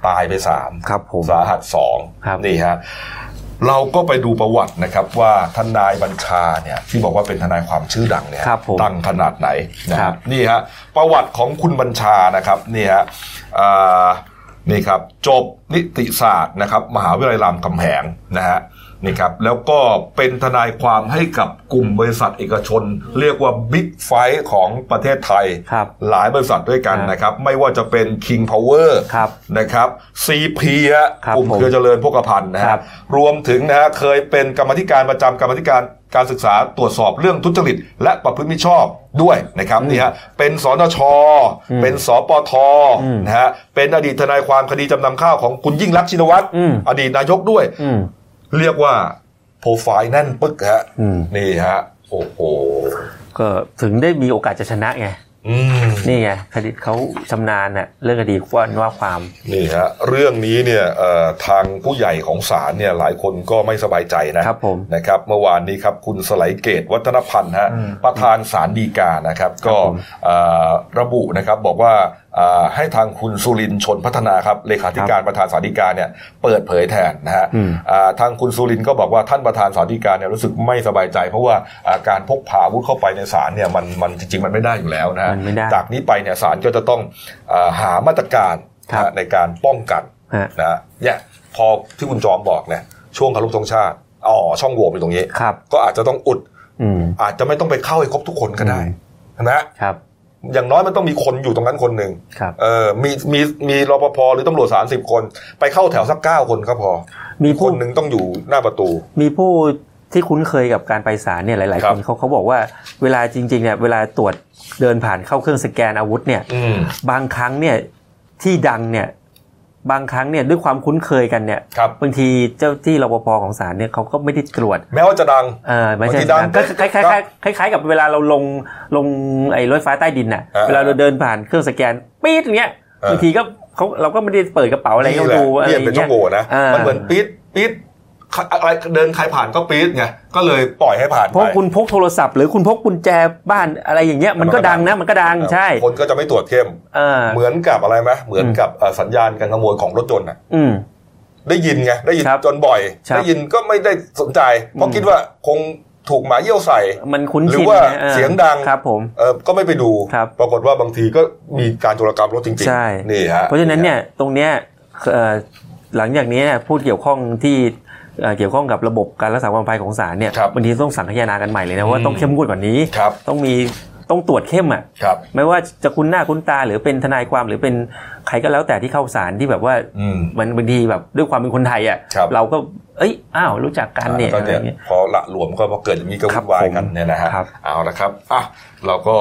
Speaker 1: ตายไปสาม
Speaker 2: ครับผม
Speaker 1: สาหัสสอง
Speaker 2: ครับ
Speaker 1: นี่ฮะเราก็ไปดูประวัตินะครับว่าทนายบัญชาเนี่ยที่บอกว่าเป็นทนายความชื่อดังเนี่ย
Speaker 2: ครับผม
Speaker 1: ดังขนาดไหนนะ
Speaker 2: ค
Speaker 1: ฮะ
Speaker 2: รับ
Speaker 1: นี่ฮะประวัติของคุณบัญชานะครับนี่ฮะอ่านี่ครับจบนิติศาสตร์นะครับมหาวิทยาลัยรามคำแหงนะฮะนี่ครับแล้วก็เป็นทนายความให้กับกลุ่มบริษัทเอกชน เรียกว่าบิ๊กไฟของประเทศไทย
Speaker 2: ครับ
Speaker 1: หลายบริษัทด้วยกัน
Speaker 2: ครับ
Speaker 1: นะครับ ไม่ว่าจะเป็น King Power
Speaker 2: ครับ
Speaker 1: นะครับ CP ฮะ
Speaker 2: ครับ
Speaker 1: กลุ่ม
Speaker 2: ผม
Speaker 1: เครือ เจริญพกพันธ์นะ
Speaker 2: ครั
Speaker 1: ฮะ
Speaker 2: บ
Speaker 1: รวมถึงนะฮะเคยเป็นกรรมาธิการประจำกรรมาธิการการศึกษาตรวจสอบเรื่องทุจริต และประพฤติมิชอบด้วยนะครับนี่ฮะเป็นสนช เป็นสปทนะฮะเป็นอดีตทนายความคดีจำนำข้าวของคุณยิ่งรักษณ์ชินวัตร
Speaker 2: อืม
Speaker 1: อดีตนายกด้วย
Speaker 2: อืม
Speaker 1: เรียกว่าโปรไฟล์แน่นปึกฮะ
Speaker 2: อืม
Speaker 1: นี่ฮะโอ้โห
Speaker 2: ก็ถึงได้มีโอกาสจะชนะไง
Speaker 1: อืม
Speaker 2: นี่ไงคดีเขาชำนาญน่ะเรื่องคดีว่าว่าความ
Speaker 1: นี่ฮะเรื่องนี้เนี่ยเอ่อทางผู้ใหญ่ของศาลเนี่ยหลายคนก็ไม่สบายใจนะครับ
Speaker 2: ผม
Speaker 1: นะครับเมื่อวานนี้ครับคุณสไลเกตวัฒนพันธ์ฮะ
Speaker 2: อืม
Speaker 1: ประธานศาลฎีกานะครับก็
Speaker 2: ครับผม
Speaker 1: เอ่อระบุนะครับบอกว่าเอ่อให้ทางคุณสุรินทร์ชนพัฒนาครับเลขาธิการประธานศาลฎีกาเนี่ยเปิดเผยแทนนะฮะ
Speaker 2: อืม
Speaker 1: อ่าทางคุณสุรินทร์ก็บอกว่าท่านประธานศาลฎีกาเนี่ยรู้สึกไม่สบายใจ เพราะว่าอ่าการพกพาอาวุธเข้าไปในศาลเนี่ยมันมันจริงๆมันไม่ได้อยู่แล้วนะฮะ
Speaker 2: มันไม่ได้
Speaker 1: จากนี้ไปเนี่ยศาลก็จะต้องเอ่อหามาตรการ
Speaker 2: ครับ
Speaker 1: นะในการป้องกัน
Speaker 2: ฮะ
Speaker 1: นะฮะเนี่ยพอที่คุณจอมบอกเนี่ยช่วงคารลุธงชาติอ๋อช่องโหว่อยู่ตรงนี้
Speaker 2: ครับ
Speaker 1: ก็อาจจะต้องอุด
Speaker 2: อืม
Speaker 1: อาจจะไม่ต้องไปเข้าให้ครบทุกคนก็ได้
Speaker 2: อืม
Speaker 1: เห็นะ
Speaker 2: ครับ
Speaker 1: อย่างน้อยมันต้องมีคนอยู่ตรงนั้นคนหนึ่ง
Speaker 2: ครับ
Speaker 1: เออมีมีมีรปภหรือตำรวจสามสิบคน ไปเข้าแถวสักเก้าคนก็พอ
Speaker 2: มี
Speaker 1: ค
Speaker 2: ผู้
Speaker 1: นหนึ่งต้องอยู่หน้าประตู
Speaker 2: มีผู้ที่คุ้นเคยกับการไปศาลเนี่ยหลาย
Speaker 1: ครั
Speaker 2: ๆ
Speaker 1: บ
Speaker 2: คนเขาเขาบอกว่าเวลาจริง ๆ เนี่ยเวลาตรวจเดินผ่านเข้าเครื่องสแกนอาวุธเนี่ย
Speaker 1: อืม
Speaker 2: บางครั้งเนี่ยที่ดังเนี่ยบางครั้งเนี่ยด้วยความคุ้นเคยกันเนี่ย
Speaker 1: ครับ
Speaker 2: บางทีเจ้าที่รปภของศาลเนี่ยเขาก็ไม่ได้ตรวจ
Speaker 1: แม้ว่าจะดัง
Speaker 2: เออไม่
Speaker 1: บา
Speaker 2: ใช่
Speaker 1: งทีดัง
Speaker 2: ก็คล้ายๆคล้ายๆคล้ายๆ กับเวลาเราลงลงไอ้รถไฟใต้ดินน่ะ
Speaker 1: เออ
Speaker 2: เวลาเราเดินผ่านเครื่องสแกนปี๊ดอย่างเงี้ย
Speaker 1: เออ
Speaker 2: บางทีก็เขาเราก็ไม่ได้เปิดกระเป๋าอะไรให้
Speaker 1: นี่แหละ
Speaker 2: เขาดูอะไรอ
Speaker 1: นี่
Speaker 2: ย่าง
Speaker 1: เป็นช่อ
Speaker 2: เงี้
Speaker 1: ง
Speaker 2: ย
Speaker 1: โหว่นะ
Speaker 2: อ่ามั
Speaker 1: มันเหมือนปี๊ดปี๊ดอะไรเดินใครผ่านก็ปี๊ดไงก็เลยปล่อยให้ผ่านไป
Speaker 2: เพราะคุณพกโทรศัพท์ หรือคุณพกกุญแจบ้านอะไรอย่างเงี้ยมันก็ดังนะมันก็ดังใช่
Speaker 1: คนก็จะไม่ตรวจเข้ม
Speaker 2: เออ
Speaker 1: เหมือนกับอะไรไหมเหมือนกับเอ่อสัญญาณการขโมยของรถยนต์น่ะ
Speaker 2: อืม
Speaker 1: ได้ยินไงได้ยิน
Speaker 2: ครับ
Speaker 1: จนบ่อย
Speaker 2: ครับ
Speaker 1: ได้ยินก็ไม่ได้สนใจ เพราะ
Speaker 2: อืม
Speaker 1: คิดว่าคงถูกหมาเยี่ยวใส่
Speaker 2: มันคุ้น
Speaker 1: หรื
Speaker 2: ชิน
Speaker 1: อว่า
Speaker 2: นะออ
Speaker 1: เสียงดัง
Speaker 2: ครับผม
Speaker 1: เออก็ไม่ไปดู
Speaker 2: ครับ
Speaker 1: ปรากฏว่าบางทีก็มีการโจรกรรมรถจริง
Speaker 2: ใช่
Speaker 1: ๆนี่ฮะ
Speaker 2: เพราะฉะนั้นเนี่ยตรงเนี้ยเอ่อหลังจากนี้เนี่ยผู้เกี่ยวข้องที่เอ่อเกี่ยวข้องกับระบบการรักษาความปลอดภัยของศาลเนี่ย
Speaker 1: ครับ
Speaker 2: บางทีต้องสั่งขยานากันใหม่เลยนะ
Speaker 1: อื
Speaker 2: ว่าม ต้องเข้มงวดกว่านี้
Speaker 1: ครับ
Speaker 2: ต้องมีต้องตรวจเข้มอ่ะ
Speaker 1: ครับ
Speaker 2: ไม่ว่าจะคุ้นหน้าคุ้นตาหรือเป็นทนายความหรือเป็นใครก็แล้วแต่ที่เข้าศาลที่แบบว่า
Speaker 1: อืม
Speaker 2: มันบางทีแบบด้วยความเป็นคนไทยอ่ะ
Speaker 1: ครับ
Speaker 2: เราก็เอ้ยอ้าวรู้จักกันเนี่ย
Speaker 1: ก็
Speaker 2: อะไร
Speaker 1: เนี่ย
Speaker 2: เงี้ย
Speaker 1: พอละหลวมก็พอเกิดอย่างนี้ก็
Speaker 2: ครั
Speaker 1: วุ่
Speaker 2: บ
Speaker 1: นวาย
Speaker 2: ผม
Speaker 1: กันเนี่ยนะฮะ
Speaker 2: ครับ
Speaker 1: เอาละครับอ่ะเราก็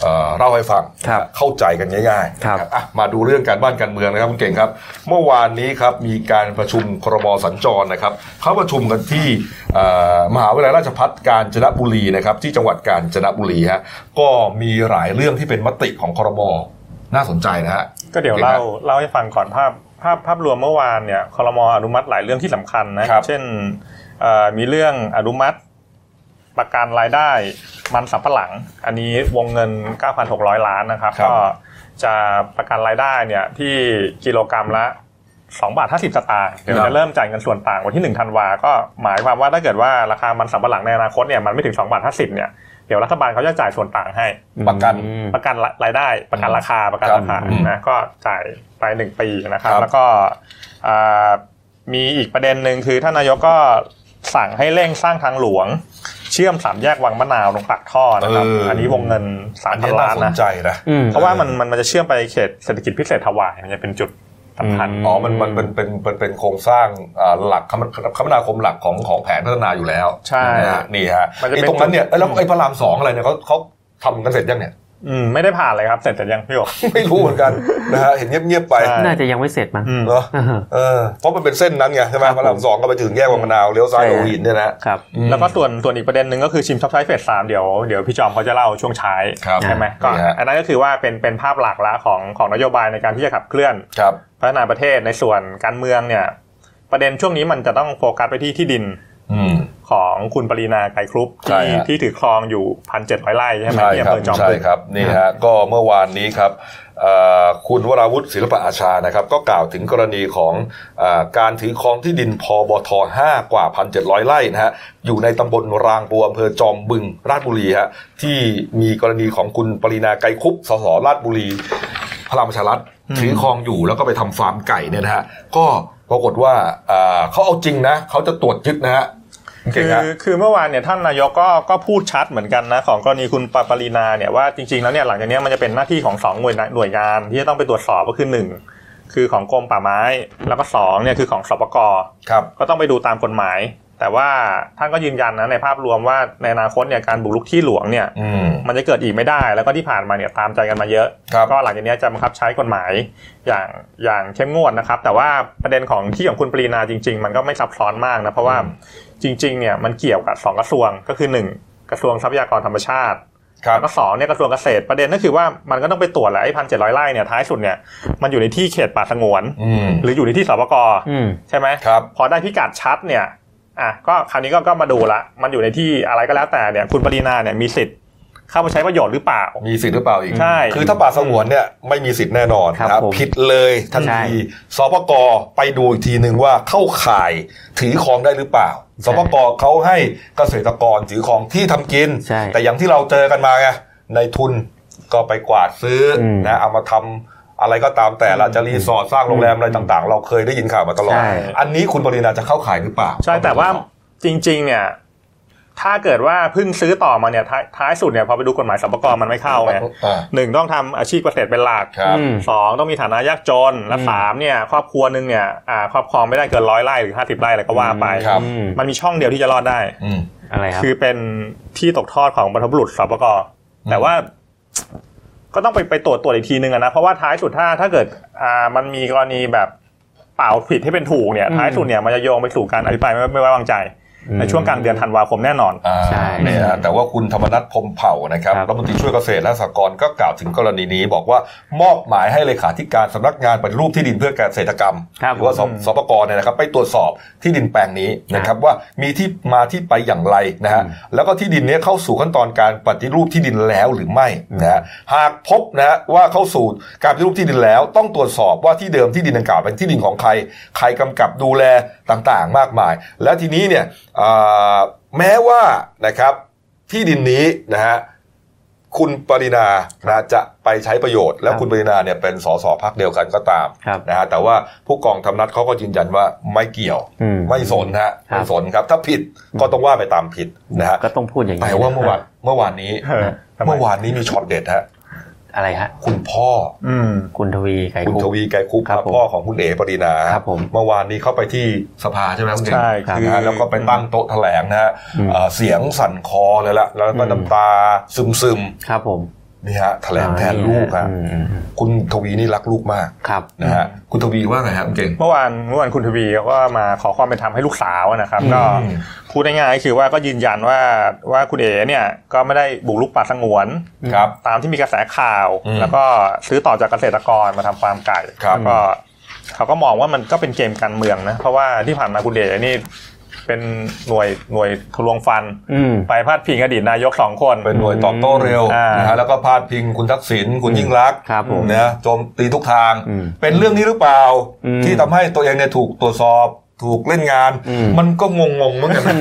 Speaker 1: เอ่อเล่าให้ฟัง
Speaker 2: ครับ
Speaker 1: เข้าใจกันง่ายๆ
Speaker 2: ครับ
Speaker 1: นะอ่ะมาดูเรื่องการบ้านการเมืองนะครับคุณเก่งครับ เมื่อวานนี้ครับมีการประชุมครมสัญจรนะครับเขาประชุมกันที่เอ่อมหาวิทยาลัยราชภัฏกาญจนบุรีนะครับที่จังหวัดกาญจนบุรีฮะก็มีหลายเรื่องที่เป็นมติของครมน่าสนใจนะฮะ
Speaker 3: ก็เดี๋ยวเล่าเล่าให้ฟังก่อนภาพภาพภาพรวมเมื่อวานเนี่ยคอรมออนุมัติหลายเรื่องที่สำคัญนะครับ เช่นเอ่อมีเรื่องอนุมัติประกันรายได้มันสับปะหลัง อันนี้วงเงิน 9,600 ล้านนะครับก็จะประกันรายได้เนี่ยที่กิโลกรรัมละ2บาท50สตางค์เดี๋ยวจะเริ่มจ่ายเงินส่วนต่างวันที่1ธันวาก็หมายความว่าถ้าเกิดว่าราคามันสับปะหลังในอนาคตเนี่ยมันไม่ถึง2บาท50เนี่ยเดี๋ยวรัฐบาลเขาจะจ่ายส่วนต่างให้
Speaker 1: ประกัน
Speaker 3: ประกันรายได้ประกันราคาประกันราคา
Speaker 1: อืม
Speaker 3: นะก็จ่ายไปหนึ่งปีนะครับ
Speaker 1: ครับ
Speaker 3: แล้วก็อ่ามีอีกประเด็นหนึ่งคือท่านนายกก็สั่งให้เร่งสร้างทางหลวง เชื่อมสามแยกวังมะนาวตรงปากท่อนะครับ
Speaker 1: เอออั
Speaker 3: อันนี้วงเงินสาม
Speaker 1: อัน
Speaker 3: พัน
Speaker 1: นี้น่า
Speaker 3: ล้าน
Speaker 1: สน
Speaker 3: นะ
Speaker 1: ใจนะ
Speaker 2: อืม
Speaker 3: เพราะว่ามันมันมันจะเชื่อมไปเขตเศรษฐกิจพิเศษถวายมันจะเป็นจุดสำคัญ
Speaker 2: อื
Speaker 1: อ๋อมันมันเป็นเป็นเป็นเป็นโครงสร้างอ่าหลักคมคมนาคมหลักของของแผนพัฒนาอยู่แล้ว
Speaker 3: ใช่
Speaker 1: นะฮะนี่ฮะ
Speaker 3: มันจะเป็น
Speaker 1: ไอ้ตรงนั้นเนี่ยเอ้ยแล้วไอ้พระรามสองอะไรเนี่ยเขาเขาทำกันเสร็จยังเนี่ย
Speaker 3: อืมไม่ได้ผ่านเลยครับเสร็จแต่ยังพี่หยก
Speaker 1: ไม่รู้เหมือนกันนะฮะเห็นเงียบๆไป
Speaker 3: ใช่
Speaker 2: น่าจะยังไม่เสร็จมั้ง
Speaker 3: อืม
Speaker 1: เนาะ
Speaker 2: เออ
Speaker 1: เออเพราะมันเป็นเส้นนั้นไงใช่ไหม
Speaker 2: ครับ
Speaker 1: พระรามสองก็ไปถึงแยกวังมะนาวเลี้ยวซ้าย
Speaker 2: ใช่
Speaker 1: โอหินเนี่ยนะครับ อืม
Speaker 3: แล้วก็ส่วนส่วนอีกประเด็นหนึ่งก็คือชิมช็อปใช้เฟสสามเดี๋ยวเดี๋ยวพี่จอมเขาจะเล่าช่วงท้าย
Speaker 1: ครับ
Speaker 3: ใช่ไหมก็
Speaker 1: นี่ฮะ
Speaker 3: อันนั้นก็คือว่าเป็นเป็นภาพหลักละของของนโยบายในการที่จะขับเคลื่อน
Speaker 1: ครับ
Speaker 3: พัฒนาประเทศในส่วนการเมืองเนี่ยประเด็นช่วงนี้มันจะต้องโฟกัสไปที่ที่ดิน
Speaker 1: อืม
Speaker 3: ของคุณปรีนาไกรครุป
Speaker 1: ใช่
Speaker 3: ที่
Speaker 1: ฮะ
Speaker 3: ที่ถือครองอยู่พันเจ็ดร้อยไร่ใช่ไหม
Speaker 1: ใช่
Speaker 3: ที่
Speaker 1: ค
Speaker 3: อำ
Speaker 1: รับ
Speaker 3: เภอจอม
Speaker 1: ใช่
Speaker 3: บึง
Speaker 1: ครับนี่ฮะก็เมื่อวานนี้ครับเอ่อคุณวราวุฒิศิลปะอาชานะครับ ก็กล่าวถึงกรณีของเออการถือครองที่ดินพบท5กว่า 1,700 ไร่นะฮะอยู่ในตำบลรางบัวอำเภอจอมบึงราชบุรีฮะที่มีกรณีของคุณปรินาไกรคุปสสราชบุรีพลังประชารัฐ
Speaker 3: อืม
Speaker 1: ถือครองอยู่แล้วก็ไปทำฟาร์มไก่เนี่ยนะฮะก็ปรากฏว่าเอ่อเขาเอาจริงนะเขาจะตรวจยึดนะฮะเก่
Speaker 3: คื
Speaker 1: ง
Speaker 3: อ
Speaker 1: ฮะ
Speaker 3: คือเมื่อวานเนี่ยท่านนายกก็ก็พูดชัดเหมือนกันนะของกรณีคุณปาปารีนาเนี่ยว่าจริงๆแล้วเนี่ยหลังจากเนี้ยมันจะเป็นหน้าที่ของสองหน่วยหน่วยงานที่จะต้องไปตรวจสอบก็คือหนึ่งคือของกรมป่าไม้แล้วก็สองเนี่ยคือของสปก
Speaker 1: ครับ
Speaker 3: ก็ต้องไปดูตามกฎหมาย แต่ว่าท่านก็ยืนยันนะในภาพรวมว่าในอนาคตเนี่ยการบุกรุกที่หลวงเนี่ย
Speaker 1: อืม
Speaker 3: มันจะเกิดอีกไม่ได้แล้วก็ที่ผ่านมาเนี่ยตามใจกันมาเยอะ
Speaker 1: ครับ
Speaker 3: ก็หลังจากเนี้ยจะบังคับใช้กฎหมายอย่างอย่างเข้มงวดนะครับ แต่ว่าประเด็นของที่ของคุณปรีนาจริง ๆ มันก็ไม่ซับซ้อนมากนะเพราะว่า
Speaker 1: อืม
Speaker 3: จริงๆเนี่ยมันเกี่ยวกับสองกระทรวงก็คือหนึ่งกระทรวงทรัพยากรธรรมชาติ
Speaker 1: ครับ
Speaker 3: แล้วก็สองเนี่ยกระทรวงเกษตรประเด็นก็คือว่ามันก็ต้องไปตรวจแหละไอ้พันเจ็ดร้อยไร่เนี่ยท้ายสุดเนี่ยมันอยู่ในที่เขตป่าสงวน
Speaker 1: อืม
Speaker 3: หรืออยู่ในที่สปก
Speaker 2: อืม
Speaker 3: ใช่ไหม
Speaker 1: ครับ
Speaker 3: พอได้พิกัดชัดเนี่ย อ่ะ ก็คราวนี้ก็ก็มาดูละ มันอยู่ในที่อะไรก็แล้วแต่เนี่ย คุณปรีนาเนี่ยมีสิทธิ์เข้ามาใช้ประโยชน์หรือเปล่า
Speaker 1: มีสิทธิ์หรือเปล่าอีก
Speaker 3: ใช่
Speaker 1: คือถ้าป่าสงวนเนี่ยไม่มีสิทธิ์แน่นอน
Speaker 2: ครับ
Speaker 1: นะ
Speaker 2: ผม
Speaker 1: ผิดเลยทัน
Speaker 2: ใช่
Speaker 1: ทีสปกไปดูอีกทีหนึ่งว่าเข้าข่ายถือครองได้หรือเปล่า สปกเขาให้เกษตรกรถือครองที่ทำกิน
Speaker 2: ใช่
Speaker 1: แต่อย่างที่เราเจอกันมาไงในทุนก็ไปกวาดซื้ออ
Speaker 2: ม
Speaker 1: นะเอามาทำอะไรก็ตามแต่ละจะรีสอร์ทสร้างโรงแรมอะไรต่างๆ เราเคยได้ยินข่าวมาตลอด
Speaker 2: ใช่
Speaker 1: อันนี้คุณปรินาจะเข้าข่ายหรือเปล่า
Speaker 3: ใช่แต่ว่าจริง ๆ เนี่ย ถ้าเกิดว่าเพิ่งซื้อต่อมาเนี่ยท้ายท้ายสุดเนี่ยพอไปดูกฎหมายสรรพากรมันไม่เข้าไง
Speaker 1: อ่า
Speaker 3: หนึ่งต้องทำอาชีพเกษตรเป็นหลัก
Speaker 1: ครับ
Speaker 2: อืม
Speaker 3: สองต้องมีฐานะยากจน และ
Speaker 2: อืม
Speaker 3: สามเนี่ย ครอบครัวหนึ่งเนี่ยอ่าครอบครองไม่ได้เกินร้อยไร่หรือห้าสิบไร่อะไรก็ว่าไป
Speaker 1: ครับ
Speaker 2: อืม
Speaker 3: มันมีช่องเดียวที่จะรอดได้
Speaker 1: อืม
Speaker 2: อะไรครับ
Speaker 3: คือเป็นที่ตกทอดของบรรพบุรุษสปก
Speaker 1: ม
Speaker 3: แต่ว่าก็ต้องไปไปตรวจตรวจอีกทีนึงอะนะ เพราะว่าท้ายสุดถ้าถ้าเกิดอ่ามันมีกรณีแบบเปล่าผิดให้เป็นถูกเนี่ย
Speaker 2: อืม
Speaker 3: ท้ายสุดเนี่ยมันจะโยงไปสู่การอภิปรายไม่ไม่ไว้วางใจ
Speaker 2: อืม
Speaker 3: ในช่วงกลางเดือนธันวาคมแน่นอน
Speaker 1: อ่า
Speaker 2: ใช่
Speaker 1: เนี่ยฮะแต่ว่าคุณธรรมนัฐพรหมเผ่านะครับ
Speaker 2: ครับ
Speaker 1: รัฐมนตรีช่วยเกษตรและสหกรณ์ก็กล่าวถึงกรณีนี้ บอกว่ามอบหมายให้เลขาธิการสำนักงานปฏิรูปที่ดินเพื่อเกษตรกรรม
Speaker 2: ครับ
Speaker 1: หรือว่าส
Speaker 3: อืม
Speaker 1: สปกเนี่ยนะครับไปตรวจสอบที่ดินแปลงนี้นะค
Speaker 2: ครั
Speaker 1: รับบ ว่ามีที่มาที่ไปอย่างไรนะฮะ
Speaker 2: อืม
Speaker 1: แล้วก็ที่ดินเนี้เข้าสู่ขั้นตอนการปฏิรูปที่ดินแล้วหรือไม่
Speaker 2: อืม
Speaker 1: นะฮะหากพบนะฮะว่าเข้าสู่การปฏิรูปที่ดินแล้ว ต้องตรวจสอบว่าที่เดิมที่ดินดังกล่าวเป็นที่ดินของใคร ใครกำกับดูแลต่างๆ มากมาย และทีนี้เนี่ยอ่าแม้ว่านะครับ ที่ดินนี้นะฮะคุณปรินานะจะไปใช้ประโยชน์ และ
Speaker 2: ครับ
Speaker 1: คุณปรินาเนี่ยเป็นสสพักเดียวกันก็ตาม
Speaker 2: ครับ
Speaker 1: นะฮะแต่ว่าผู้กองธรรมนัฐเขาก็ยืนยันว่าไม่เกี่ยว
Speaker 2: อืม
Speaker 1: ไม่สนนะฮะ
Speaker 2: ครับ
Speaker 1: ไม่สนครับ ถ้าผิดก็ต้องว่าไปตามผิดนะฮะ
Speaker 2: ก็ต้องพูดอย่างนี้
Speaker 1: แต่ว่าเมื่อวานเมื่อวานนี้
Speaker 3: เออทำไม
Speaker 1: เมื่อวานนี้มีช็อตเด็ดฮะ
Speaker 2: อะไรฮะ
Speaker 1: คุณพ่อ
Speaker 3: อืม
Speaker 2: คุณทวีไก่
Speaker 1: คุณ
Speaker 2: คุ
Speaker 1: ท
Speaker 2: ก
Speaker 1: วีไกรคุป
Speaker 2: ครับผม
Speaker 1: พ่อของคุณเอ๋ปรีนา
Speaker 2: ครับผม
Speaker 1: เมื่อวานนี้เข้าไปที่สภาใช่ไหมคุณเอ๋
Speaker 3: ใช่ครับ
Speaker 1: นะฮะแล้วก็ไปตั้งโต๊ะแถลงนะฮะ
Speaker 2: อืม
Speaker 1: เอ่อเสียงสั่นคอเลยละแล้วก็
Speaker 2: อืม
Speaker 1: น้ำตาซึมซึม
Speaker 2: ครับผม
Speaker 1: ๆนี่ฮะแถลงแทนลูก
Speaker 2: อ่า
Speaker 1: ฮะ
Speaker 2: อืมอืมอืม
Speaker 1: คุณทวีนี่รักลูกมาก
Speaker 2: ครับ
Speaker 1: นะฮะคุณทวีว่าไงฮะคุณเก่ง
Speaker 3: เมื่อวานเมื่อวานคุณทวีเขาก็มาขอความเป็นธรรมให้ลูกสาวนะครับ ก็
Speaker 1: อืม
Speaker 3: พูดง่ายๆคือว่าก็ยืนยันว่าว่าคุณเอ๋เนี่ย ก็ไม่ได้บุกลุกป่าสงวน
Speaker 1: ครับ
Speaker 3: ตามที่มีกระแสข่าว
Speaker 1: อืม
Speaker 3: แล้วก็ซื้อต่อจากเกษตรกรมาทำฟาร์มไก่
Speaker 1: ครับ
Speaker 3: แล้วก็เขาก็มองว่ามันก็เป็นเกมการเมืองนะ เพราะว่าที่ผ่านมาคุณเดชนี่เป็นหน่วยหน่วยทะลวงฟัน
Speaker 2: อืม
Speaker 3: ไปพาดพิงอดีตนายกสองคน
Speaker 1: เป็นหน่วยตอบโต้เร็ว
Speaker 3: อ่าน
Speaker 1: นะฮะแล้วก็พาดพิงคุณทักษิณคุณยิ่งรักษณ์
Speaker 2: ครับผม
Speaker 1: นะโจมตีทุกทาง
Speaker 2: อืม
Speaker 1: เป็นเรื่องนี้หรือเปล่า
Speaker 2: อืม
Speaker 1: ที่ทำให้ตัวเองเนี่ยถูกตรวจสอบ ถูกเล่นงาน
Speaker 2: อืม
Speaker 1: มันก็งงงๆเหมือนกันนะ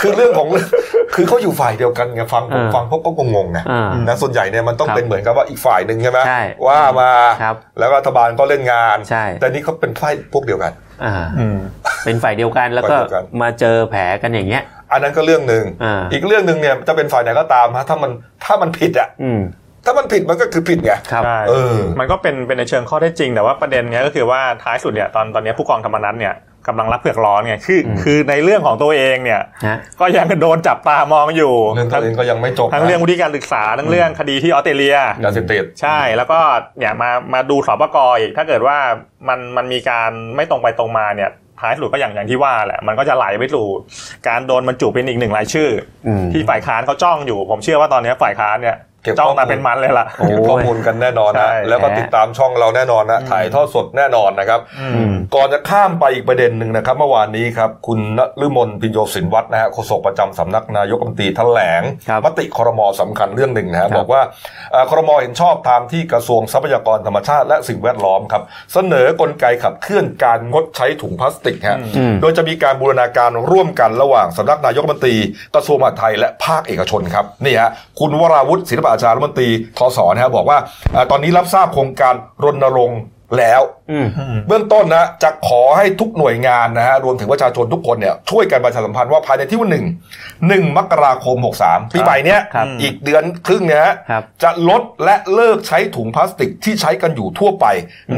Speaker 1: คือเรื่องของเรื่องคือเขาอยู่ฝ่ายเดียวกันไงฟังผม
Speaker 2: อ่า
Speaker 1: ฟังเขาก็งงๆนะ
Speaker 2: อ่า
Speaker 1: นะส่วนใหญ่เนี่ยมันต้อง
Speaker 2: ครับ
Speaker 1: เป็นเหมือนกับว่าอีกฝ่ายหนึ่งใช่ไหม
Speaker 2: ใช่
Speaker 1: ว่ามา
Speaker 2: ครับ
Speaker 1: แล้วรัฐบาลก็เล่นงาน
Speaker 2: ใช่
Speaker 1: แต่นี่เขาเป็นฝ่ายพวกเดียวกัน
Speaker 2: อ่า
Speaker 3: อืม
Speaker 2: เป็นฝ่ายเดียวกันแล้วก็
Speaker 1: ฝ่ายเดียวกัน
Speaker 2: มาเจอแผลกันอย่างเงี้ย
Speaker 1: อันนั้นก็เรื่องหนึ่ง
Speaker 2: อ่า
Speaker 1: อีกเรื่องหนึ่งเนี่ยจะเป็นฝ่ายไหนก็ตามฮะถ้ามันถ้ามันผิดอะ
Speaker 2: อืม
Speaker 1: ถ้ามันผิดมันก็คือผิดไง
Speaker 2: ครับ
Speaker 3: ใช่
Speaker 1: เออ
Speaker 3: มันก็เป็นเป็นในเชิงข้อเท็จจริง แต่ว่าประเด็นเนี้ยก็คือว่าท้ายสุดเนี่ยตอนตอนเนี้ยผู้กองธรรมนัฐเนี่ยกำลังรับเผือกร้อนไงคืออ
Speaker 2: ม
Speaker 3: คือในเรื่องของตัวเองเนี่ย
Speaker 2: ฮะ
Speaker 3: ก็ยังโดนจับตามองอยู่
Speaker 1: เรื่องตัว
Speaker 3: ทั้ง
Speaker 1: เองก็ยังไม่จบ
Speaker 3: ทั้งเรื่องวุฒิการศึกษาทั้งเรื่องคดีที่ออสเตรเลีย
Speaker 1: ยาเสพติด
Speaker 3: ใช่แล้วก็เนี่ยมามาดูสปกอีกถ้าเกิดว่ามันมันมีการไม่ตรงไปตรงมาเนี่ยท้ายสุดก็อย่างอย่างที่ว่าแหละมันก็จะไหลไปสู่การโดนบรรจุเป็นอีกหนึ่งรายชื่ออ
Speaker 2: ม
Speaker 3: ที่ฝ่ายค้านเขาจ้องอยู่ ผมเชื่อว่าตอนเนี้ยฝ่ายค้านเนี่ย
Speaker 1: เก็บข้
Speaker 3: จ้
Speaker 1: อ
Speaker 3: อ
Speaker 1: มูล
Speaker 3: งมาเป็นมันเลยล่ะ
Speaker 2: โอ้ย
Speaker 1: เก็บข้อมูลกันแน่นอนนะ
Speaker 3: ใช่
Speaker 1: แล้วก็ติดตามช่องเราแน่นอนนะถ่ายทอดสดแน่นอนนะครับ
Speaker 2: อืม
Speaker 1: ก่อนจะข้ามไปอีกประเด็นหนึ่งนะครับ เมื่อวานนี้ครับ คุณณฤมลพิญโยศินวัฒน์นะฮะโฆษกประจำสำนักนายกรัฐมนตรีแถลง
Speaker 2: ครับ
Speaker 1: มติครมสำคัญเรื่องหนึ่งนะฮะ
Speaker 2: ครับ
Speaker 1: บอกว่าเอ่อครมเห็นชอบตามที่กระทรวงทรัพยากรธรรมชาติและสิ่งแวดล้อมครับ เสนอกลไกขับเคลื่อนการงดใช้ถุงพลาสติกฮะ
Speaker 2: อืม
Speaker 1: โดยจะมีการบูรณาการร่วมกันระหว่างสำนักนายกรัฐมนตรีกระทรวงมหาดไทยและภาคเอกชนครับนี่ฮะคุณวราวุฒิศิลปอาชารัฐมนตรีทศนะฮะบอกว่าเอ่อตอนนี้รับทราบโครงการรณรงค์แล้ว
Speaker 2: อืม
Speaker 1: เบื้องต้นนะจะขอให้ทุกหน่วยงานนะฮะรวมถึงประชาชนทุกคนเนี่ยช่วยกันประชาสัมพันธ์ว่าภายในที่วันหนึ่งหนึ่งมกราคม 63 ปีใหม่เนี้ย
Speaker 2: ครับ
Speaker 1: อีกเดือนครึ่งเนี่ยฮะ
Speaker 2: ครับ
Speaker 1: จะลดและเลิกใช้ถุงพลาสติกที่ใช้กันอยู่ทั่วไป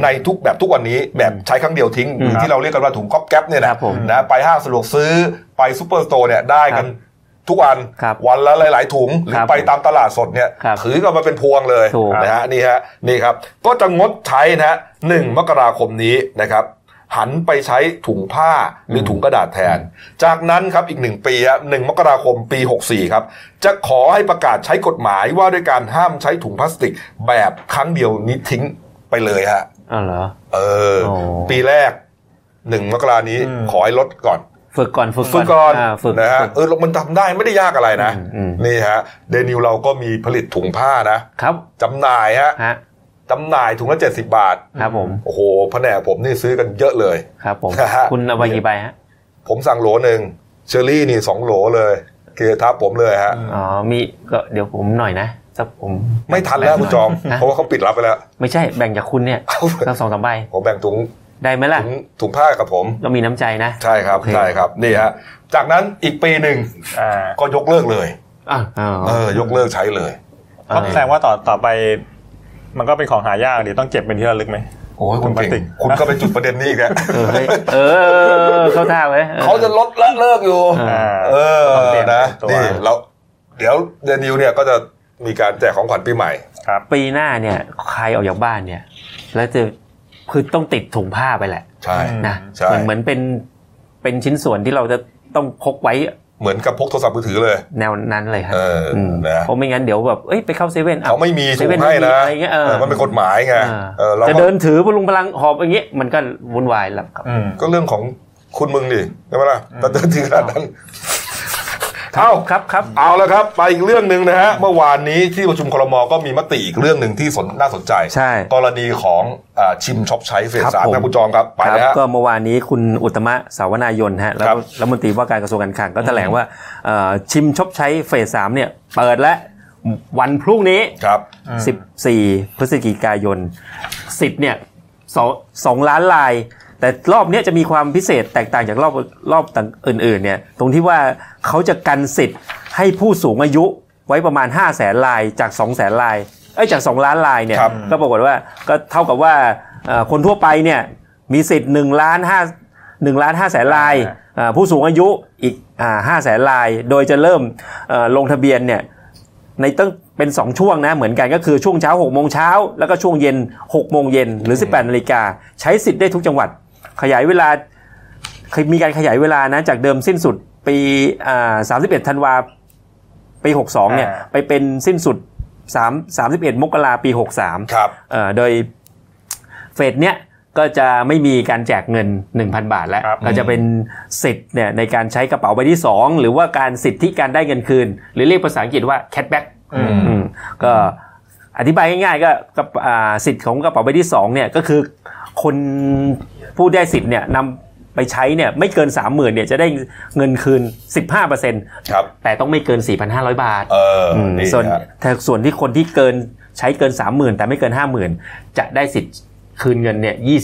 Speaker 1: ในทุกแบบทุกวันนี้แบบใช้ครั้งเดียวทิ้งหรือที่เราเรียกกันว่าถุงก๊อบแก๊ปเนี่ย
Speaker 2: ค
Speaker 1: นะ
Speaker 2: รับผม
Speaker 1: นะไปห้างสะดวกซื้อไปซูเปอร์สโตร์เนี่ยได้กันทุกวัน
Speaker 2: ครับ
Speaker 1: วันละหลาย ๆ ถุงหรือ
Speaker 2: ครับ
Speaker 1: ไปตามตลาดสดเนี่ย
Speaker 2: ครับ
Speaker 1: ถือกันมาเป็นพวงเลย
Speaker 2: ถูก
Speaker 1: นะฮะ นะฮะนี่ฮะนี่ครับก็จะงดใช้นะฮะหนึ่งมกราคมนี้นะครับ หันไปใช้ถุงผ้าหรือถุงกระดาษแทน จากนั้นครับอีกหนึ่งปีฮะหนึ่งมกราคมปี 64 ครับ จะขอให้ประกาศใช้กฎหมายว่าด้วยการห้ามใช้ถุงพลาสติกแบบครั้งเดียวนี้ทิ้งไปเลยฮะ
Speaker 2: อ๋อเหรอ
Speaker 1: เออ
Speaker 2: โอ้
Speaker 1: ปีแรกหนึ่งมกรานี้
Speaker 3: อืม
Speaker 1: ขอให้ลดก่อน
Speaker 2: ฝึกก่อนฝึก
Speaker 1: ฝึกก่อน
Speaker 2: อ่าฝึก
Speaker 1: นะฮะ
Speaker 2: ฝึก
Speaker 1: เออแล้วมันทำได้ไม่ได้ยากอะไรนะ
Speaker 2: อืมอืม
Speaker 1: นี่ฮะเดนิวเราก็มีผลิตถุงผ้านะครับ จำหน่ายฮะ
Speaker 2: ฮะ
Speaker 1: จำหน่ายถุงละ70 บาท
Speaker 2: ครับผม
Speaker 1: โอ้โหแผนกผมนี่ซื้อกันเยอะเลย
Speaker 2: ครับผม
Speaker 1: นะฮะ
Speaker 2: คุณเอาไปกี่ใบฮะ
Speaker 1: ผมสั่งโหลหนึ่งเชอรี่นี่สองโหลเลยเกลือทับผมเลยฮะ
Speaker 2: อ๋อมีก็เดี๋ยวผมหน่อยนะสักผม
Speaker 1: ไม่ทันแล้วคุณจอม
Speaker 2: ฮะ
Speaker 1: เพราะว่าเขาปิดรับไปแล้ว
Speaker 2: ไม่ใช่แบ่งจากคุณเนี่ยสักสองสามใบ
Speaker 1: ผมแบ่งถุง
Speaker 2: ได้ไหมล่ะ
Speaker 1: ถุงถุงผ้ากับผม
Speaker 2: เรามีน้ำใจนะ
Speaker 1: ใช่ครับ
Speaker 2: โอเค
Speaker 1: ใช่ครับนี่ฮะจากนั้นอีกปีหนึ่ง
Speaker 3: อ่า
Speaker 1: ก็ยกเลิกเลย
Speaker 2: อ่ะอ๋อ
Speaker 1: เออยกเลิกใช้เลย
Speaker 3: เพราะแสดงว่าต่อต่อไป มันก็เป็นของหายากดิต้องเก็บเป็นที่ระลึกไหม
Speaker 1: โอ้ยคุณเก่ง
Speaker 3: ปกติ
Speaker 1: คุณก็ไปจุด ประเด็นนี้อีกแล้ว
Speaker 2: เออเฮ้ยเออเข้าท่าไว้ออ
Speaker 1: เขาจะลดละเลิกอยู่
Speaker 2: อ่า
Speaker 1: เออ
Speaker 3: ต้องเตรียม
Speaker 1: นะ
Speaker 3: ตัว
Speaker 1: นี่เราเดี๋ยวเดนิวเนี่ยก็จะมีการแจกของขวัญปีใหม่
Speaker 3: ครับ
Speaker 2: ปีหน้าเนี่ยใครออกจากบ้านเนี่ย แล้วจะคือต้องติดถุงผ้าไปแหละ
Speaker 1: ใช่
Speaker 2: นะ
Speaker 1: ใช่
Speaker 2: มันเหมือนเป็นเป็นชิ้นส่วนที่เราจะต้องพกไว้
Speaker 1: เหมือนกับพกโทรศัพท์มือถือเลย
Speaker 2: แนวนั้นเลยครับ
Speaker 1: เออ
Speaker 2: ม
Speaker 1: นะ
Speaker 2: เพราะไม่งั้นเดี๋ยวแบบเอ้ยไปเข้าเซเว่นอ่ะ
Speaker 1: เขาไม่มีถุ
Speaker 2: เซเว่
Speaker 1: ง
Speaker 2: น
Speaker 1: ให้นะ
Speaker 2: ไม่มีอะไรเงี้ยเออ
Speaker 1: เออมันเป็นกฎหมายไง
Speaker 2: อ่า
Speaker 1: เออเรา
Speaker 2: จะ
Speaker 1: ก็
Speaker 2: เดินถือพลุงพลังหอบอย่างเงี้ยมันก็วุ่นวายแล้วครับ
Speaker 3: อืม
Speaker 1: ก็เรื่องของคุณมึงดิใช่ไหมล่ะแต่เดินถึงขนาดนั้นเอ้า
Speaker 2: ครับครับ
Speaker 1: เอาแล้วครับ ไปอีกเรื่องหนึ่งนะฮะ เมื่อวานนี้ที่ประชุมครมก็มีมติอีกเรื่องหนึ่งที่สนน่าสนใจ
Speaker 2: ใช่
Speaker 1: กรณีของอ่าชิมช็อปใช้เฟส
Speaker 2: ครับ
Speaker 1: สาม
Speaker 2: ผม
Speaker 1: นะคุณจอมครับไป
Speaker 2: ครับ
Speaker 1: นะฮะ
Speaker 2: ก็เมื่อวานนี้คุณอุตตมะสาวนายนฮะแล้ว
Speaker 1: ครับ
Speaker 2: รัฐมนตรีว่าการกระทรวงการคลังก็แถลงว่าเอ่อชิมชอบใช้เฟสสามเนี่ยเปิดแล้ววันพรุ่งนี้
Speaker 1: ครับ
Speaker 2: 14 พฤศจิกายน 10 เนี่ยสองสองล้านลาย แต่รอบเนี้ยจะมีความพิเศษแตกต่างจากรอบรอบต่างอื่นๆ เนี่ย ตรงที่ว่าเขาจะกันสิทธิ์ให้ผู้สูงอายุไว้ประมาณ 5 0 0แสนลายจาก 2 0 0แสนลาย เอ้ย จาก 2 ล้านลายเนี่ย
Speaker 1: ครับ
Speaker 2: ก็ปรากฏว่าก็เท่ากับว่าเอ่อคนทั่วไปเนี่ยมีสิทธิ์1ล้าน5 1ล้าน5แสนลาย
Speaker 3: อ่า
Speaker 2: อ่าผู้สูงอายุอีก5แสนลาย โดยจะเริ่มเอ่อลงทะเบียนเนี่ย ในตั้งเป็น 2 ช่วงนะเหมือนกันก็คือช่วงเช้า6โมงเช้าแล้วก็ช่วงเย็น6โมงเย็นหรือ 18นาฬิกาใช้สิทธิ์ได้ทุกจังหวัด ขยายเวลาเคยมีการขยายเวลานะจากเดิมสิ้นสุดปีอ่า31ธันวาปี 62เนี่ย
Speaker 3: อ่า
Speaker 2: ไปเป็นสิ้นสุด3 31 มกราปี 63
Speaker 1: ครับ
Speaker 2: เอ่อโดยเฟดเนี้ยก็จะไม่มีการแจกเงิน 1,000 บาทแล้ว
Speaker 3: ครับ
Speaker 2: ก็จะเป็นสิทธิ์เนี่ยในการใช้กระเป๋าใบที่ 2 หรือว่าการสิทธิการได้เงินคืน หรือเรียกภาษาอังกฤษว่า cashback
Speaker 3: อืม
Speaker 2: อืมก็อธิบายง่ายๆก็กระเป๋าอ่าสิทธิ์ของกระเป๋าใบที่สองเนี่ยก็คือคนผู้ได้สิทธิ์เนี่ยนำไปใช้เนี่ยไม่เกิน 30,000เนี่ยจะได้เงินคืน 15%
Speaker 1: ครับ
Speaker 2: แต่ต้องไม่เกิน 4,500 บาท
Speaker 1: เออ
Speaker 2: อืม
Speaker 1: นี่
Speaker 2: ส่วน
Speaker 1: ฮะ
Speaker 2: แต่ส่วนที่คนที่เกินใช้เกิน 3 0,000 แต่ไม่เกิน 5 0,000 จะได้สิทธิ์คืนเงินเนี่ยยี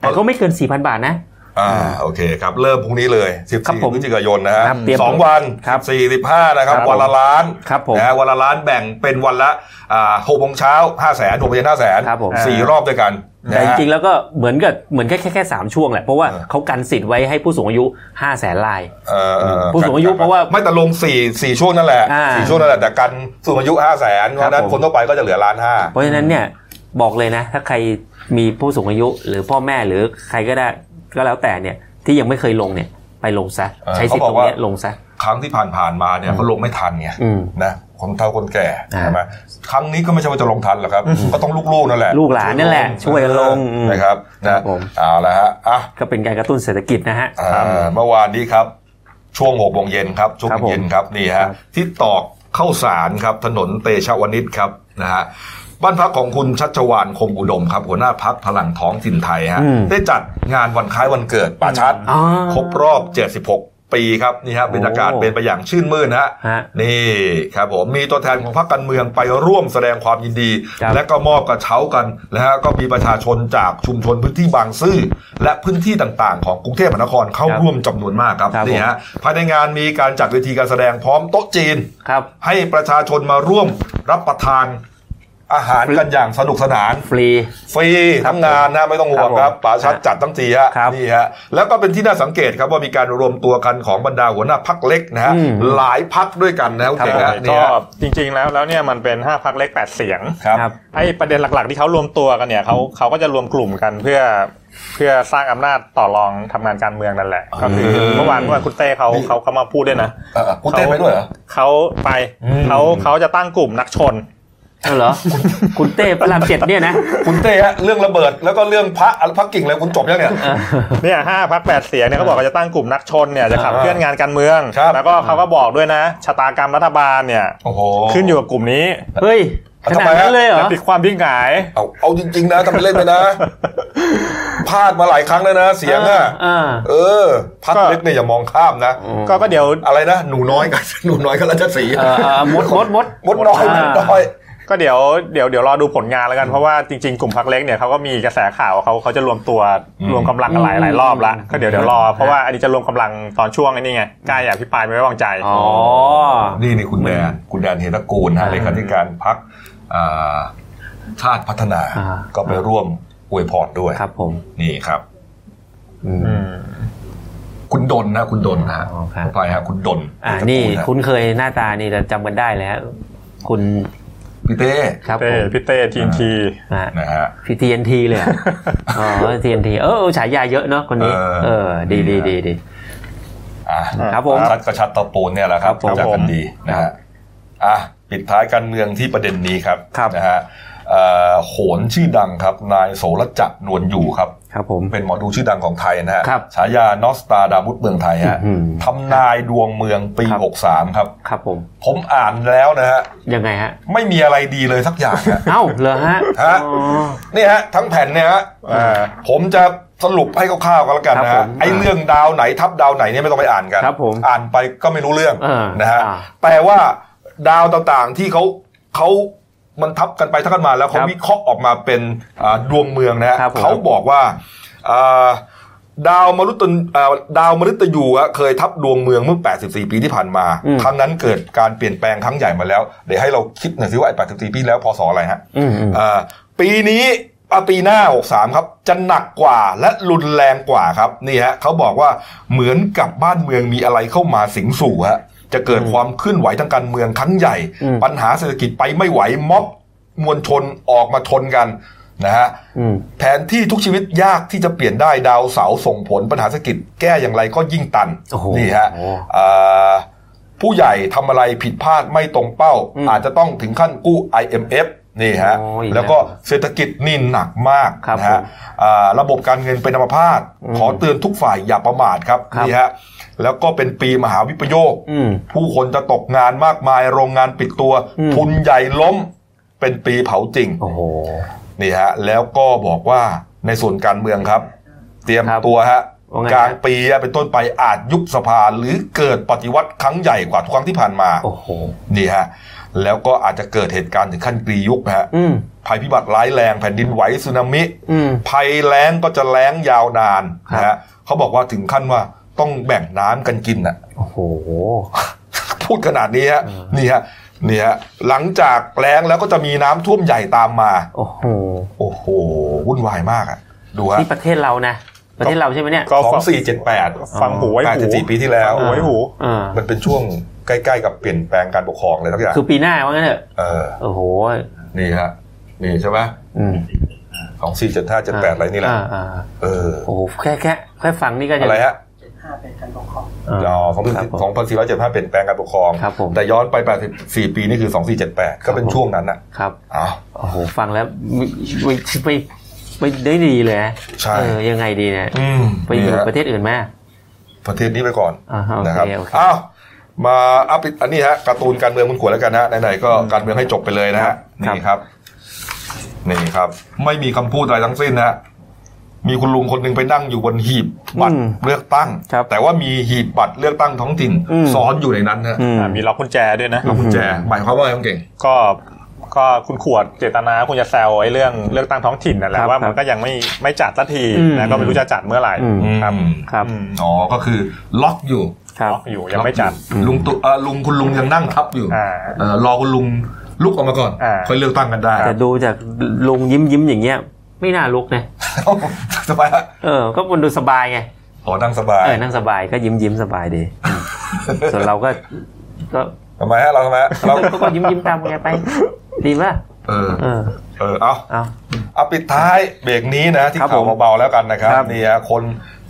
Speaker 2: แต่ก็ไม่เกิน 4,000 บาทนะ
Speaker 1: อ่าโอเคครับเริ่มพรุ่งนี้เลย
Speaker 2: ครับ
Speaker 1: 14
Speaker 2: ผม
Speaker 1: พฤศจิกายนนะฮะ
Speaker 2: ครับเตรียม
Speaker 1: สองวัน
Speaker 2: ครับ
Speaker 1: 45นะครับ
Speaker 2: ครับ
Speaker 1: วันละล้าน
Speaker 2: ครับผม
Speaker 1: นะฮะวันละล้านแบ่งเป็นวันละอ่าหกโมงเช้าห้าแสนหกโมงเย็นห้าแสน
Speaker 2: ครับผม
Speaker 1: สี่รอบด้วยกันนะ
Speaker 2: แต่จ
Speaker 1: ฮะ
Speaker 2: ริงๆแล้วก็เหมือนกับเหมือนแค่แค่แค่สามช่วงแหละ เพราะว่า
Speaker 1: เออ
Speaker 2: เขากันสิทธิ์ไว้ให้ผู้สูงอายุ 5 0 0แสนราย
Speaker 1: เอ่อเอ่อ
Speaker 2: ผู้สูงอายุเพราะว่า
Speaker 1: ไม่แต่ลงสี่สี่ช่วงนั่นแหละ
Speaker 2: อ่า
Speaker 1: สี่ช่วงนั่นแหละแต่กันสูงอายุห้าแสนเพราะฉะนั้น
Speaker 2: ผม
Speaker 1: คนทั่วไปก็จะเหลือล้านห้า
Speaker 2: เพราะฉะนั้นเนี่ยบอกเลยนะ ถ้าใครมีผู้สูงอายุหรือพ่อแม่หรือใครก็ได้ก็แล้วแต่เนี่ยที่ยังไม่เคยลงเนี่ยไปลงซะ
Speaker 1: เออ
Speaker 2: ใช้สิทธิ์ตรงเนี้ย
Speaker 1: เขาบอกว่า
Speaker 2: ลงซะ
Speaker 1: ครั้งที่ผ่านๆมาเนี่ยเขาลงไม่ทันไง
Speaker 2: อืม
Speaker 1: นะคนเฒ่าคนแก่
Speaker 2: อ่า
Speaker 1: ใช่ไหมครั้งนี้ก็ไม่ใช่ว่าจะลงทันหรอกครับก็ต้องลูกๆนั่นแหละ
Speaker 2: ลูกหลานนั่นแหละช่วยกันลงอืม
Speaker 1: นะครับ
Speaker 2: ครั
Speaker 1: นะ
Speaker 2: บผม
Speaker 1: เอาละฮะอ่ะ
Speaker 2: ก็เป็นการกระตุ้นเศรษฐกิจนะฮะ
Speaker 1: อ่าเมื่อวานนี้ครับ ช่วงหกโมงเย็นครับ ช่วง
Speaker 2: ครับผม
Speaker 1: เย็นครับนี่
Speaker 2: ครั
Speaker 1: ฮะ
Speaker 2: บ
Speaker 1: ที่ตอกเข้าสารครับ ถนนเตชะวณิชครับนะฮะบ้านพักของคุณชัชวานคมอุดมครับ หัวหน้าพักพลังท้องถิ่นไทยฮะได้จัดงานวันคล้ายวันเกิดป่าชัด
Speaker 2: อ๋อ
Speaker 1: ครบรอบ 76 ปีครับนี่ฮะบรรยากาศ
Speaker 2: โอ้
Speaker 1: เป็นไปอย่างชื่นมื่นนะฮะ
Speaker 2: ฮะ
Speaker 1: นี่ครับผมมีตัวแทนของพรรคการเมืองไปร่วมแสดงความยินดี
Speaker 2: ครับ
Speaker 1: และก็มอบกระเช้ากันนะฮะก็มีประชาชนจากชุมชนพื้นที่บางซื่อและพื้นที่ต่างๆ ของกรุงเทพมหานครเข้า
Speaker 2: ครับ
Speaker 1: ร่วมจำนวนมากครับ
Speaker 2: ครับ
Speaker 1: นี่ฮะภายในงานมีการจัดเวทีการแสดงพร้อมโต๊ะจีน
Speaker 2: ครับ
Speaker 1: ให้ประชาชนมาร่วมรับประทานอาหารกันอย่างสนุกสนาน
Speaker 2: ฟรี
Speaker 1: ฟรีทั้งงานนะไม่ต้องห่วงค
Speaker 2: ครั
Speaker 1: รับบ ป๋าชัดจัดทั้งทีฮะ
Speaker 2: ครับ
Speaker 1: นี่ฮะแล้วก็เป็นที่น่าสังเกตครับว่ามีการรวมตัวกันของบรรดาหัวหน้าพักเล็กนะฮะ
Speaker 2: อืม
Speaker 1: หลายพักด้วยกันนะคุณ
Speaker 2: ครับ
Speaker 1: เจ๋งฮะนี่
Speaker 3: ก็
Speaker 1: ฮะ
Speaker 3: จริงๆแล้วแล้วเนี่ยมันเป็นห้าพักเล็กแปดเสียง
Speaker 1: ครับ
Speaker 3: ไอ้ประเด็นหลักๆที่เขารวมตัวกันเนี่ยเขาเขาก็จะรวมกลุ่มกันเพื่อ เพื่อสร้างอำนาจต่อรองทำงานการเมืองนั่นแหละ ก็คือ
Speaker 1: เออ
Speaker 3: เมื่อวานเมื่อวานคุณเต้เขา
Speaker 1: นี่
Speaker 3: เขาเขามาพูดด้วยนะ
Speaker 1: อ่ะอ่ะคุณเต้ไปด้วยเหรอ
Speaker 3: เขาไป
Speaker 1: อืม
Speaker 3: เขาเขาจะตั้งกลุ่มนักชน
Speaker 2: เออเหรอ คุณเต้พระรามเจ็ดเนี่ยนะ
Speaker 1: คุณเต้ฮะเรื่องระเบิดแล้วก็เรื่องพระอะไรพระกิ่งเลยคุณจบยังเนี่ย
Speaker 2: เออ
Speaker 3: เนี่ยห้าพักแปดเสียงเนี่ยเขาบอกว่าจะตั้งกลุ่มนักชนเนี่ยจะขับเคลื่อนงานการเมือง
Speaker 1: ครับ
Speaker 3: แล้วก็เขาก็บอกด้วยนะ ชะตากรรมรัฐบาลเนี่ย
Speaker 1: โอ้โห
Speaker 3: ขึ้นอยู่กับกลุ่มนี้
Speaker 2: เฮ้ย
Speaker 1: แล้ว
Speaker 2: ข
Speaker 1: ทำ
Speaker 2: นา
Speaker 1: ไม
Speaker 2: ด
Speaker 1: ฮะ
Speaker 2: นั้นเลยเหรอ
Speaker 3: และผิดความพิงหาย
Speaker 1: เอาเอาจริง ๆ นะทำเป็นเล่นไปนะพลาดมาหลายครั้งแล้วนะ เสียงอ่ะ
Speaker 2: เออ
Speaker 1: เออพัก
Speaker 3: ก็
Speaker 1: เล็กเนี่ยอย่ามองข้ามนะ
Speaker 3: ก็ก็เดี๋ยว
Speaker 1: อะไรนะ หนูน้อยกับ หนูน้อยกับราชสีห์
Speaker 2: เออเออมดมดมด
Speaker 1: มดน้อยม
Speaker 2: อ่า
Speaker 1: ดน้อย
Speaker 3: ก็เดี๋ยวเดี๋ยวเดี๋ยวรอดูผลงานแล้วกันเพราะว่าจริงๆกลุ่มพักเล็กเนี่ยเขาก็มีกระแสข่าวเขาเขาจะรวมตัว
Speaker 1: อืม
Speaker 3: รวมกำลังกันหลายหลายรอบละ
Speaker 2: อืม
Speaker 3: ก็เดี๋ยวเดี๋ยวรอเพราะว่าอันนี้จะรวมกำลังตอนช่วงไอ้นี่ไงใกล้อยากพิปรายไม่ไว้วางใจ
Speaker 2: อ๋อ
Speaker 1: นี่นี่คุณแดนคุณแดนเฮตกูลนะฮะ
Speaker 2: อ่า
Speaker 1: เลขาธิการพักชาติพัฒนา
Speaker 2: อ่า
Speaker 1: ก็ไปร่วมอวยพรด้วย
Speaker 2: ครับผม
Speaker 1: นี่ครับ
Speaker 2: อืม
Speaker 3: อืม
Speaker 1: คุณดนนะ คุณดนนะฮะ
Speaker 2: อ๋อครับ
Speaker 1: ขอไปฮะคุณดน
Speaker 2: อ่า
Speaker 1: เฮตกูล
Speaker 2: นี่
Speaker 1: ฮะ
Speaker 2: คุ้นเคยหน้าตานี่จะจำกันได้แล้ว คุณ
Speaker 1: พี่เต้
Speaker 2: ครับผ
Speaker 3: เต้
Speaker 2: ม
Speaker 3: พี่เต้ทีนที
Speaker 2: อ่า
Speaker 1: นะฮะ
Speaker 2: พีทีเอ็นทีเลยอะ อ๋อทีเอ็นทีเออเออฉายาเยอะเนาะคนนี้
Speaker 1: เออ
Speaker 2: เออ ดีดีดีดี
Speaker 1: อ่ะ
Speaker 2: ครับผม
Speaker 1: ชัดกระชัดเตะปูนเนี่ยแหละครับ
Speaker 2: ครับผม
Speaker 1: จากกันดีนะฮะอ่ะปิดท้ายการเมืองที่ประเด็นนี้ครับ
Speaker 2: ครับ
Speaker 1: นะฮะเอ่อโหนชื่อดังครับ นายโสรจักรนวลอยู่ครับ
Speaker 2: ครับผม
Speaker 1: เป็นหมอดูชื่อดังของไทยนะฮะ
Speaker 2: ครับ
Speaker 1: ฉายานอสตาดามุสเมืองไทยฮะ
Speaker 2: อื้อหือ
Speaker 1: ทำนายดวงเมืองปี
Speaker 2: ครับ
Speaker 1: 63 ครับ
Speaker 2: ครับผม
Speaker 1: ผมอ่านแล้วนะฮะ
Speaker 2: ยังไงฮะ
Speaker 1: ไม่มีอะไรดีเลยสักอย่างฮะ
Speaker 2: เอ้าเหรอฮะ
Speaker 1: ฮะ
Speaker 2: อ๋อ
Speaker 1: นี่ฮะ ทั้งแผ่นเนี่ยฮะ
Speaker 3: อ่า
Speaker 1: ผมจะสรุปให้คร่าวๆกันแล้วกันนะ
Speaker 2: ครั
Speaker 1: ฮะ
Speaker 2: บผม
Speaker 1: ไอ้เรื่องดาวไหนทับดาวไหนเนี่ยไม่ต้องไปอ่านกัน
Speaker 2: ครับผม
Speaker 1: อ่านไปก็ไม่รู้เรื่อง
Speaker 2: เออ
Speaker 1: นะฮะ
Speaker 2: อ่า
Speaker 1: แปลว่าดาวต่างๆที่เขาเขามันทับกันไปทับกันมาแล้วเขา
Speaker 2: ครับ
Speaker 1: วิเคราะห์ออกมาเป็นอ่าดวงเมืองนะฮะ
Speaker 2: ครับผม
Speaker 1: เขาบอกว่าอ่าดาวมฤตนอ่าดาวมฤตยูอะเคยทับดวงเมืองเมื่อ 84 ปีที่ผ่านมา ครั้งนั้นเกิดการเปลี่ยนแปลงครั้งใหญ่มาแล้วเดี๋ยวให้เราคิดหน่อยสิว่าไอ้84ปีที่แล้วพศอะไรฮะ
Speaker 2: อืมอืม
Speaker 1: อ่าปีนี้อ่ะปีหน้า 63 ครับ จะหนักกว่าและรุนแรงกว่าครับนี่ฮะเขาบอกว่าเหมือนกับบ้านเมืองมีอะไรเข้ามาสิงสู่ฮะจะเกิดความเคลื่อนไหวทางการเมืองครั้งใหญ่
Speaker 2: อืม
Speaker 1: ปัญหาเศรษฐกิจไปไม่ไหวม็อบมวลชนออกมาชนกันนะฮะ
Speaker 2: อืม
Speaker 1: แผนที่ทุกชีวิตยากที่จะเปลี่ยนได้ดาวเสาร์ส่งผลปัญหาเศรษฐกิจแก้อย่างไรก็ยิ่งตัน
Speaker 2: โอ้โห
Speaker 1: นี่ฮะ
Speaker 2: โอ้
Speaker 1: เอ่อผู้ใหญ่ทำอะไรผิดพลาดไม่ตรงเป้า
Speaker 2: อืม
Speaker 1: อาจจะต้องถึงขั้นกู้ IMF นี่ฮะ
Speaker 2: โอ้ย
Speaker 1: แล้วก็เศรษฐกิจนี่หนักมาก
Speaker 2: ครับ
Speaker 1: นะฮะ
Speaker 2: ผม
Speaker 1: เอ่อระบบการเงินเป็นอัมพาต
Speaker 2: อืม
Speaker 1: ขอเตือนทุกฝ่ายอย่าประมาทครับ
Speaker 2: ครับ
Speaker 1: นี่ฮะแล้วก็เป็นปีมหาวิปโยค
Speaker 2: อืม
Speaker 1: ผู้คนจะตกงานมากมายโรงงานปิดตัว
Speaker 2: อืม
Speaker 1: ทุนใหญ่ล้มเป็นปีเผาจริง
Speaker 2: โอ้โห
Speaker 1: นี่ฮะแล้วก็บอกว่าในส่วนการเมืองครับ เตรียม
Speaker 2: ครับ
Speaker 1: ตัวฮะ
Speaker 2: ว่าไงฮะ
Speaker 1: กลางปีเป็นต้นไปอาจยุบสภาหรือเกิดปฏิวัติครั้งใหญ่กว่าทุกครั้งที่ผ่านมา
Speaker 2: โอ้โห
Speaker 1: นี่ฮะแล้วก็อาจจะเกิดเหตุการณ์ถึงขั้นกรียุคฮะ
Speaker 2: อืม
Speaker 1: ภัยพิบัติร้ายแรงแผ่นดินไหวสึนามิ
Speaker 2: อืม
Speaker 1: ภัยแล้งก็จะแล้งยาวนาน
Speaker 2: ครับ
Speaker 1: นะฮะเขาบอกว่าถึงขั้นว่าต้องแบ่งน้ำกันกินน่ะ
Speaker 2: โอ้โห
Speaker 1: พูดขนาดนี้ฮะนี่ฮะนี่ฮะหลังจากแล้งแล้วก็จะมีน้ำท่วมใหญ่ตามมา
Speaker 2: โอ้โห
Speaker 1: โอ้โหวุ่นวายมากอะดูฮะ
Speaker 2: นี่ประเทศเรานะ ประเทศเราใช่ไหมเนี่ย
Speaker 3: ก็
Speaker 1: สอง
Speaker 3: ฟัง
Speaker 1: สี่เจ็ดแปด
Speaker 3: ฟังหูไว้
Speaker 1: แปด
Speaker 3: หู
Speaker 1: สิบสี่ปีที่แล้ว
Speaker 3: ฟังหูไว้หู
Speaker 2: เออ
Speaker 1: มันเป็นช่วงใกล้ๆกับเปลี่ยนแปลงการปกครองเลยทักอย่าง
Speaker 2: คือปีหน้าว่างั้นเถอะ
Speaker 1: เออ
Speaker 2: โอ้โห
Speaker 1: นี่ฮะ นี่ใช่ไหม
Speaker 2: อืม
Speaker 1: สองสี่เจ็ดห้าเจ็ดแปดอะไรนี่แหละ
Speaker 2: อ่าอ่า
Speaker 1: เออ
Speaker 2: โอ้โหแค่แค่แค่ฟังนี่ก็จะ
Speaker 1: อะไรฮะ
Speaker 2: อ่า
Speaker 1: อ๋อสองพัน
Speaker 2: ครับผม
Speaker 1: สองพันสี่ร้อยเจ็ดห้าเปลี่ยนแปลงการปกครอง
Speaker 2: ครับผม
Speaker 1: แต่ย้อนไปแปดสิบสี่ปีนี่คือสองสี่เจ็ดแปดก็เป็น
Speaker 2: ครับผม
Speaker 1: ช่วงนั้นอ่ะ
Speaker 2: ครับ
Speaker 1: อ้าว
Speaker 2: โอ้โหฟังแล้วไม่ไม่ไม่ไม่ได้ดีเลยนะ
Speaker 1: ใช่
Speaker 2: เออยังไงดีเนี่ย
Speaker 1: อืม
Speaker 2: ไปอยู่
Speaker 1: นี่ฮะ
Speaker 2: ประเทศอื่นไหม
Speaker 1: ประเทศนี้ไปก่อน
Speaker 2: อ่าฮะโอ
Speaker 1: นะครับ
Speaker 2: เคโอเค
Speaker 1: อ้าวมาอัพอีกอันนี้ฮะการ์ตูนการเมืองคุณขวดแล้วกันฮะไหนๆก็การเมืองให้จบไปเลยนะฮะ
Speaker 2: ครับ
Speaker 1: นี่ครับ นี่ครับ ไม่มีคำพูดอะไรทั้งสิ้นนะฮะมีคุณลุงคนหนึ่งไปนั่งอยู่บนหีบบัตรเลือกตั้ง
Speaker 2: ครับ
Speaker 1: แต่ว่ามีหีบบัตรเลือกตั้งท้องถิ่น
Speaker 2: อืม
Speaker 1: ซ้อนอยู่ในนั้นฮะ
Speaker 2: อืม
Speaker 3: อ่ะมีล็อกกุญแจด้วยนะ
Speaker 1: กุญแจหมายความว่าอะไรครับเก่ง
Speaker 3: ก็ก็คุณขวดเจตนาคุณจะแซวไอ้เรื่องเลือกตั้งท้องถิ่นนั่นแห
Speaker 2: ค
Speaker 3: ละ
Speaker 2: รับ
Speaker 3: ว่ามันก็ยังไม่ไม่จัดสักที
Speaker 2: อืม
Speaker 3: แล้วก็ไม่รู้จะจัดเมื่อไหร่
Speaker 2: อืม
Speaker 1: ครับ
Speaker 2: ครับ
Speaker 3: อืม
Speaker 1: อ๋อก็คือ ล็อกอยู่
Speaker 2: ครับ
Speaker 3: ล็อกอยู่ยังไม่จัด
Speaker 1: ล็อกอยู่ลุงตุเอ่อลุงคุณลุงยังนั่งทับอยู่
Speaker 3: อ่า
Speaker 1: เอ่อรอคุณลุงลุกออกมาก่อน
Speaker 3: อ่า
Speaker 1: ค่อยเลือกตั้งกันได้
Speaker 2: แต่ดูจากลุงยิ้มยิ้มอย่างเงี้ย ไม่น่าลุกนะ
Speaker 1: เอ้าสบาย ฮะ
Speaker 2: เออ ก็มันดูสบายไง
Speaker 1: อ๋อนั่งสบาย
Speaker 2: เออนั่งสบายก็ยิ้มยิ้มสบายดีส่วนเราก็ ก็
Speaker 1: ทำไมฮะเราทำไมฮะเรา
Speaker 2: ก็ก็ยิ้มยิ้มตามแกไป ดีป่ะ
Speaker 1: เออ
Speaker 2: เออ
Speaker 1: เออ เอา
Speaker 2: เอา
Speaker 1: เอาปิดท้ายเบรกนี้นะ ที่
Speaker 2: ครับ
Speaker 1: ข่าว
Speaker 2: ผม
Speaker 1: เบาๆแล้วกันนะครับ
Speaker 2: ครับ
Speaker 1: นี่ฮะคน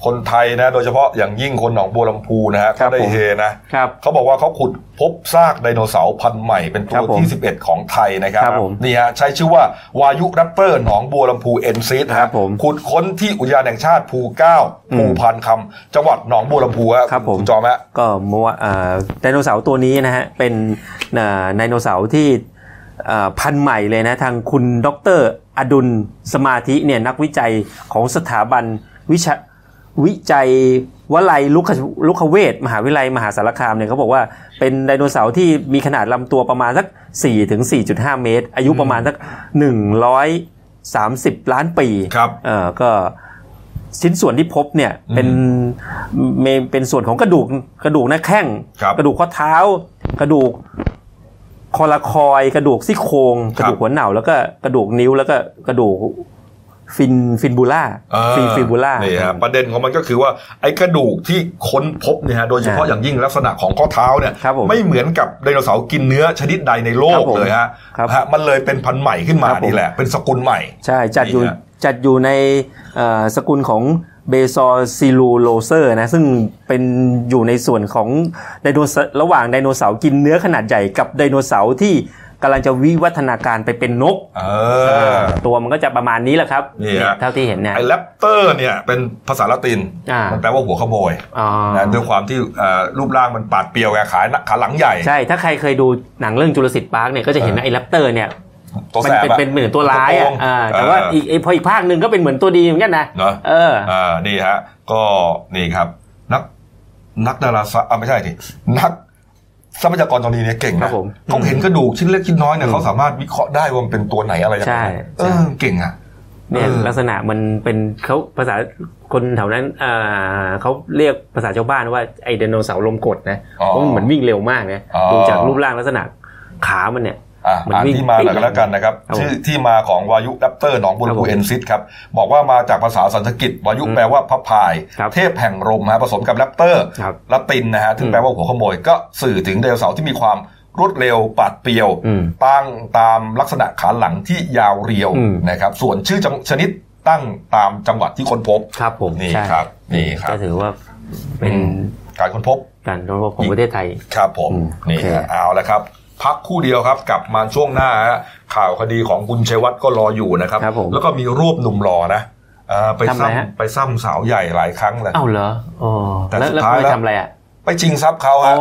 Speaker 1: คนไทยนะ โดยเฉพาะอย่างยิ่งคนหนองบัวลำพูนะฮะ
Speaker 2: ครั
Speaker 1: เขา
Speaker 2: บ
Speaker 1: ได้
Speaker 2: ผม
Speaker 1: เฮนะ
Speaker 2: ครับ
Speaker 1: เขาบอกว่าเขาขุดพบซากไดโนเสาร์พันธุ์ใหม่เป็นตั
Speaker 2: ครั
Speaker 1: ว
Speaker 2: บผม
Speaker 1: ที่ 11 ของไทยนะครับ
Speaker 2: ครับผม
Speaker 1: นี่ฮะใช้ชื่อว่าวายุแรปเปอร์หนองบัวลำพูเอ็นซีด
Speaker 2: ครับผม
Speaker 1: ขุดค้นที่อุทยานแห่งชาติภูเก้า
Speaker 2: อืม
Speaker 1: ภูพานคำจังหวัดหนองบัวลำพูฮะ
Speaker 2: ครับผม
Speaker 1: ณจอมฮะ
Speaker 2: ก็เมื่อวานเอ่อไดโนเสาร์ตัวนี้นะฮะเป็นเอ่อไดโนเสาร์ที่เอ่อพันธุ์ใหม่เลยนะทางคุณดรอดุลสมาธิเนี่ยนักวิจัยของสถาบันวิชาวิจัยวลัยลุคลุคเวทมหาวิทยาลัยมหาสารคามเนี่ยเขาบอกว่าเป็นไดโนเสาร์ที่มีขนาดลำตัวประมาณสัก 4-4.5 เมตร อายุประมาณสัก 130 ล้านปี
Speaker 1: ครับ
Speaker 2: เออก็ชิ้นส่วนที่พบเนี่ยเป็นเมเป็นส่วนของกระดูกกระดูกหน้าแข้ง
Speaker 1: ครับ
Speaker 2: กระดูกข้อเท้า กระดูกคอละคอย กระดูกซี่โครง
Speaker 1: ค
Speaker 2: ก
Speaker 1: รับ
Speaker 2: ระดูกหัวเหน่าแล้วก็กระดูกนิ้วแล้วก็กระดูกฟินฟินบูล่า
Speaker 1: เออ
Speaker 2: ฟินฟินบูล่า
Speaker 1: นี่ฮะประเด็นของมันก็คือว่าไอ้กระดูกที่ค้นพบเนี่ยฮะโดยเฉพาะ
Speaker 2: อ่า
Speaker 1: อย่างยิ่งลักษณะของข้อเท้าเนี่ย
Speaker 2: ครับผม
Speaker 1: ไม่เหมือนกับไดโนเสาร์กินเนื้อชนิดใดในโล
Speaker 2: ครั
Speaker 1: ก
Speaker 2: บผม
Speaker 1: เลยฮะ
Speaker 2: ครับ
Speaker 1: ฮะมันเลยเป็นพันธุ์ใหม่ขึ้นมา
Speaker 2: ครับผม
Speaker 1: นี่แหละ เป็นสกุลใหม่
Speaker 2: ใช่จัดอยู่
Speaker 1: นี่ฮะ
Speaker 2: จัดอยู่ในเอ่อสกุลของเบซอซิลูโลเซอร์นะซึ่งเป็นอยู่ในส่วนของไดโนเสาร์ระหว่างไดโนเสาร์กินเนื้อขนาดใหญ่กับไดโนเสาร์ที่กำลังจะวิวัฒนาการไปเป็นนก
Speaker 1: เออ
Speaker 2: ตัวมันก็จะประมาณนี้แหละครับ
Speaker 1: นี่ฮะ
Speaker 2: เท่าที่เห็นเนี่ย
Speaker 1: ไอ้แรปเตอร์เนี่ยเป็นภาษาละติน
Speaker 2: อ่ามั
Speaker 1: มันแปลว่าหัวขโมย
Speaker 2: อ๋อ
Speaker 1: นะด้วยความที่เอ่อรูปร่างมันปาดเปรียวไงขาหน้าขาหลังใหญ่
Speaker 2: ใช่ถ้าใครเคยดูหนังเรื่องจุลศิษย์ปาร์คเนี่ยก็จะเห็น
Speaker 1: เออ
Speaker 2: ไอ้แรปเตอร์เนี่ย
Speaker 1: ตัว
Speaker 2: มั
Speaker 1: แสบ
Speaker 2: เป็น
Speaker 1: อะ
Speaker 2: เป็นเหมือนตัวร้าย
Speaker 1: ตัโก
Speaker 2: อ่ะ
Speaker 1: ง
Speaker 2: อ่าแต่ว่าอีกไอ้พออีกภาคหนึ่งก็เป็นเหมือนตัวดีเหมือนกันนะ
Speaker 1: เนอะ
Speaker 2: เออ
Speaker 1: อ่านี่ฮะ ก็นี่ครับ นักนักดาราศาสตร์อ่ะไม่ใช่สินักทรัพยากรธรณีเนี่ยเก่ง
Speaker 2: ครั
Speaker 1: นะ
Speaker 2: บผม
Speaker 1: เขาเห็นกระดูกชิ้นเล็กชิ้นน้อยเนี่ยเขาสามารถวิเคราะห์ได้ว่ามันเป็นตัวไหนอะไรยัง
Speaker 2: ใช่
Speaker 1: ไงเอ
Speaker 2: ใช่
Speaker 1: อเก่งอ่ะ
Speaker 2: เนี่ย
Speaker 1: เออ
Speaker 2: ลักษณะมันเป็นเขาภาษาคนแถวนั้นอ่าเขาเรียกภาษาชาวบ้านว่าไอไดโนเสาร์ลมกดนะ
Speaker 1: อ๋อ
Speaker 2: เพราะมันเหมือนวิ่งเร็วมากนะ
Speaker 1: อ๋อ
Speaker 2: ดูจากรูปร่างลักษณะขามันเนี่ย
Speaker 1: อ่ะ
Speaker 2: มัน
Speaker 1: อ่าน
Speaker 2: วิ่ง
Speaker 1: ที่มาหน่อยก็แล้วกันนะครับ
Speaker 2: ครับผม
Speaker 1: ชื่อที่มาของวายุแรปเตอร์หนองบุร
Speaker 2: ครับ
Speaker 1: พู
Speaker 2: ผม
Speaker 1: เอนซิสครับบอกว่ามาจากภาษาสันสกฤตวายุ
Speaker 2: อืม
Speaker 1: แปลว่าพระพาย
Speaker 2: ครับ
Speaker 1: เทพแห่งรมฮะผสมกับแรปเตอร์
Speaker 2: ครับ
Speaker 1: ละตินนะฮะถึง
Speaker 2: อืม
Speaker 1: แปลว่าหัวขโมยก็สื่อถึงไดโนเสาร์ที่มีความรวดเร็วปาดเปรียว
Speaker 2: อืม
Speaker 1: ตั้งตามลักษณะขาหลังที่ยาวเรียว
Speaker 2: อืม
Speaker 1: นะครับส่วนชื่อจังชนิดตั้งตามจังหวัดที่ค้นพบ
Speaker 2: ครับผม
Speaker 1: นี่
Speaker 2: ใช่
Speaker 1: ครับนี่ครั
Speaker 2: ก็
Speaker 1: บ
Speaker 2: ถือว่าเป็น
Speaker 1: อืมการค้นพบ
Speaker 2: การรบของประเทศไทย
Speaker 1: ครับผม
Speaker 2: อืม
Speaker 1: นี่
Speaker 2: โอเค
Speaker 1: ฮะเอาละครับ พักครู่เดียวครับกลับมาช่วงหน้าฮะข่าวคดีของคุณชัยวัฒน์ก็รออยู่นะครับ
Speaker 2: ครับผม
Speaker 1: แล้วก็มีรูปหนุ่มหล่อนะเอ่อไป
Speaker 2: ทำอะไรฮะ
Speaker 1: ซ้ำไปซ้ำสาวใหญ่หลายครั้งเลย
Speaker 2: เอ้าเหรออ๋อ
Speaker 1: แต่
Speaker 2: แล้ว
Speaker 1: สุด
Speaker 2: แล้ว
Speaker 1: ท้ายแล้ว
Speaker 2: ทำอะไรอ่ะ
Speaker 1: ไปชิงทรัพย์เขา
Speaker 2: อ๋อ
Speaker 1: ฮะ
Speaker 2: เ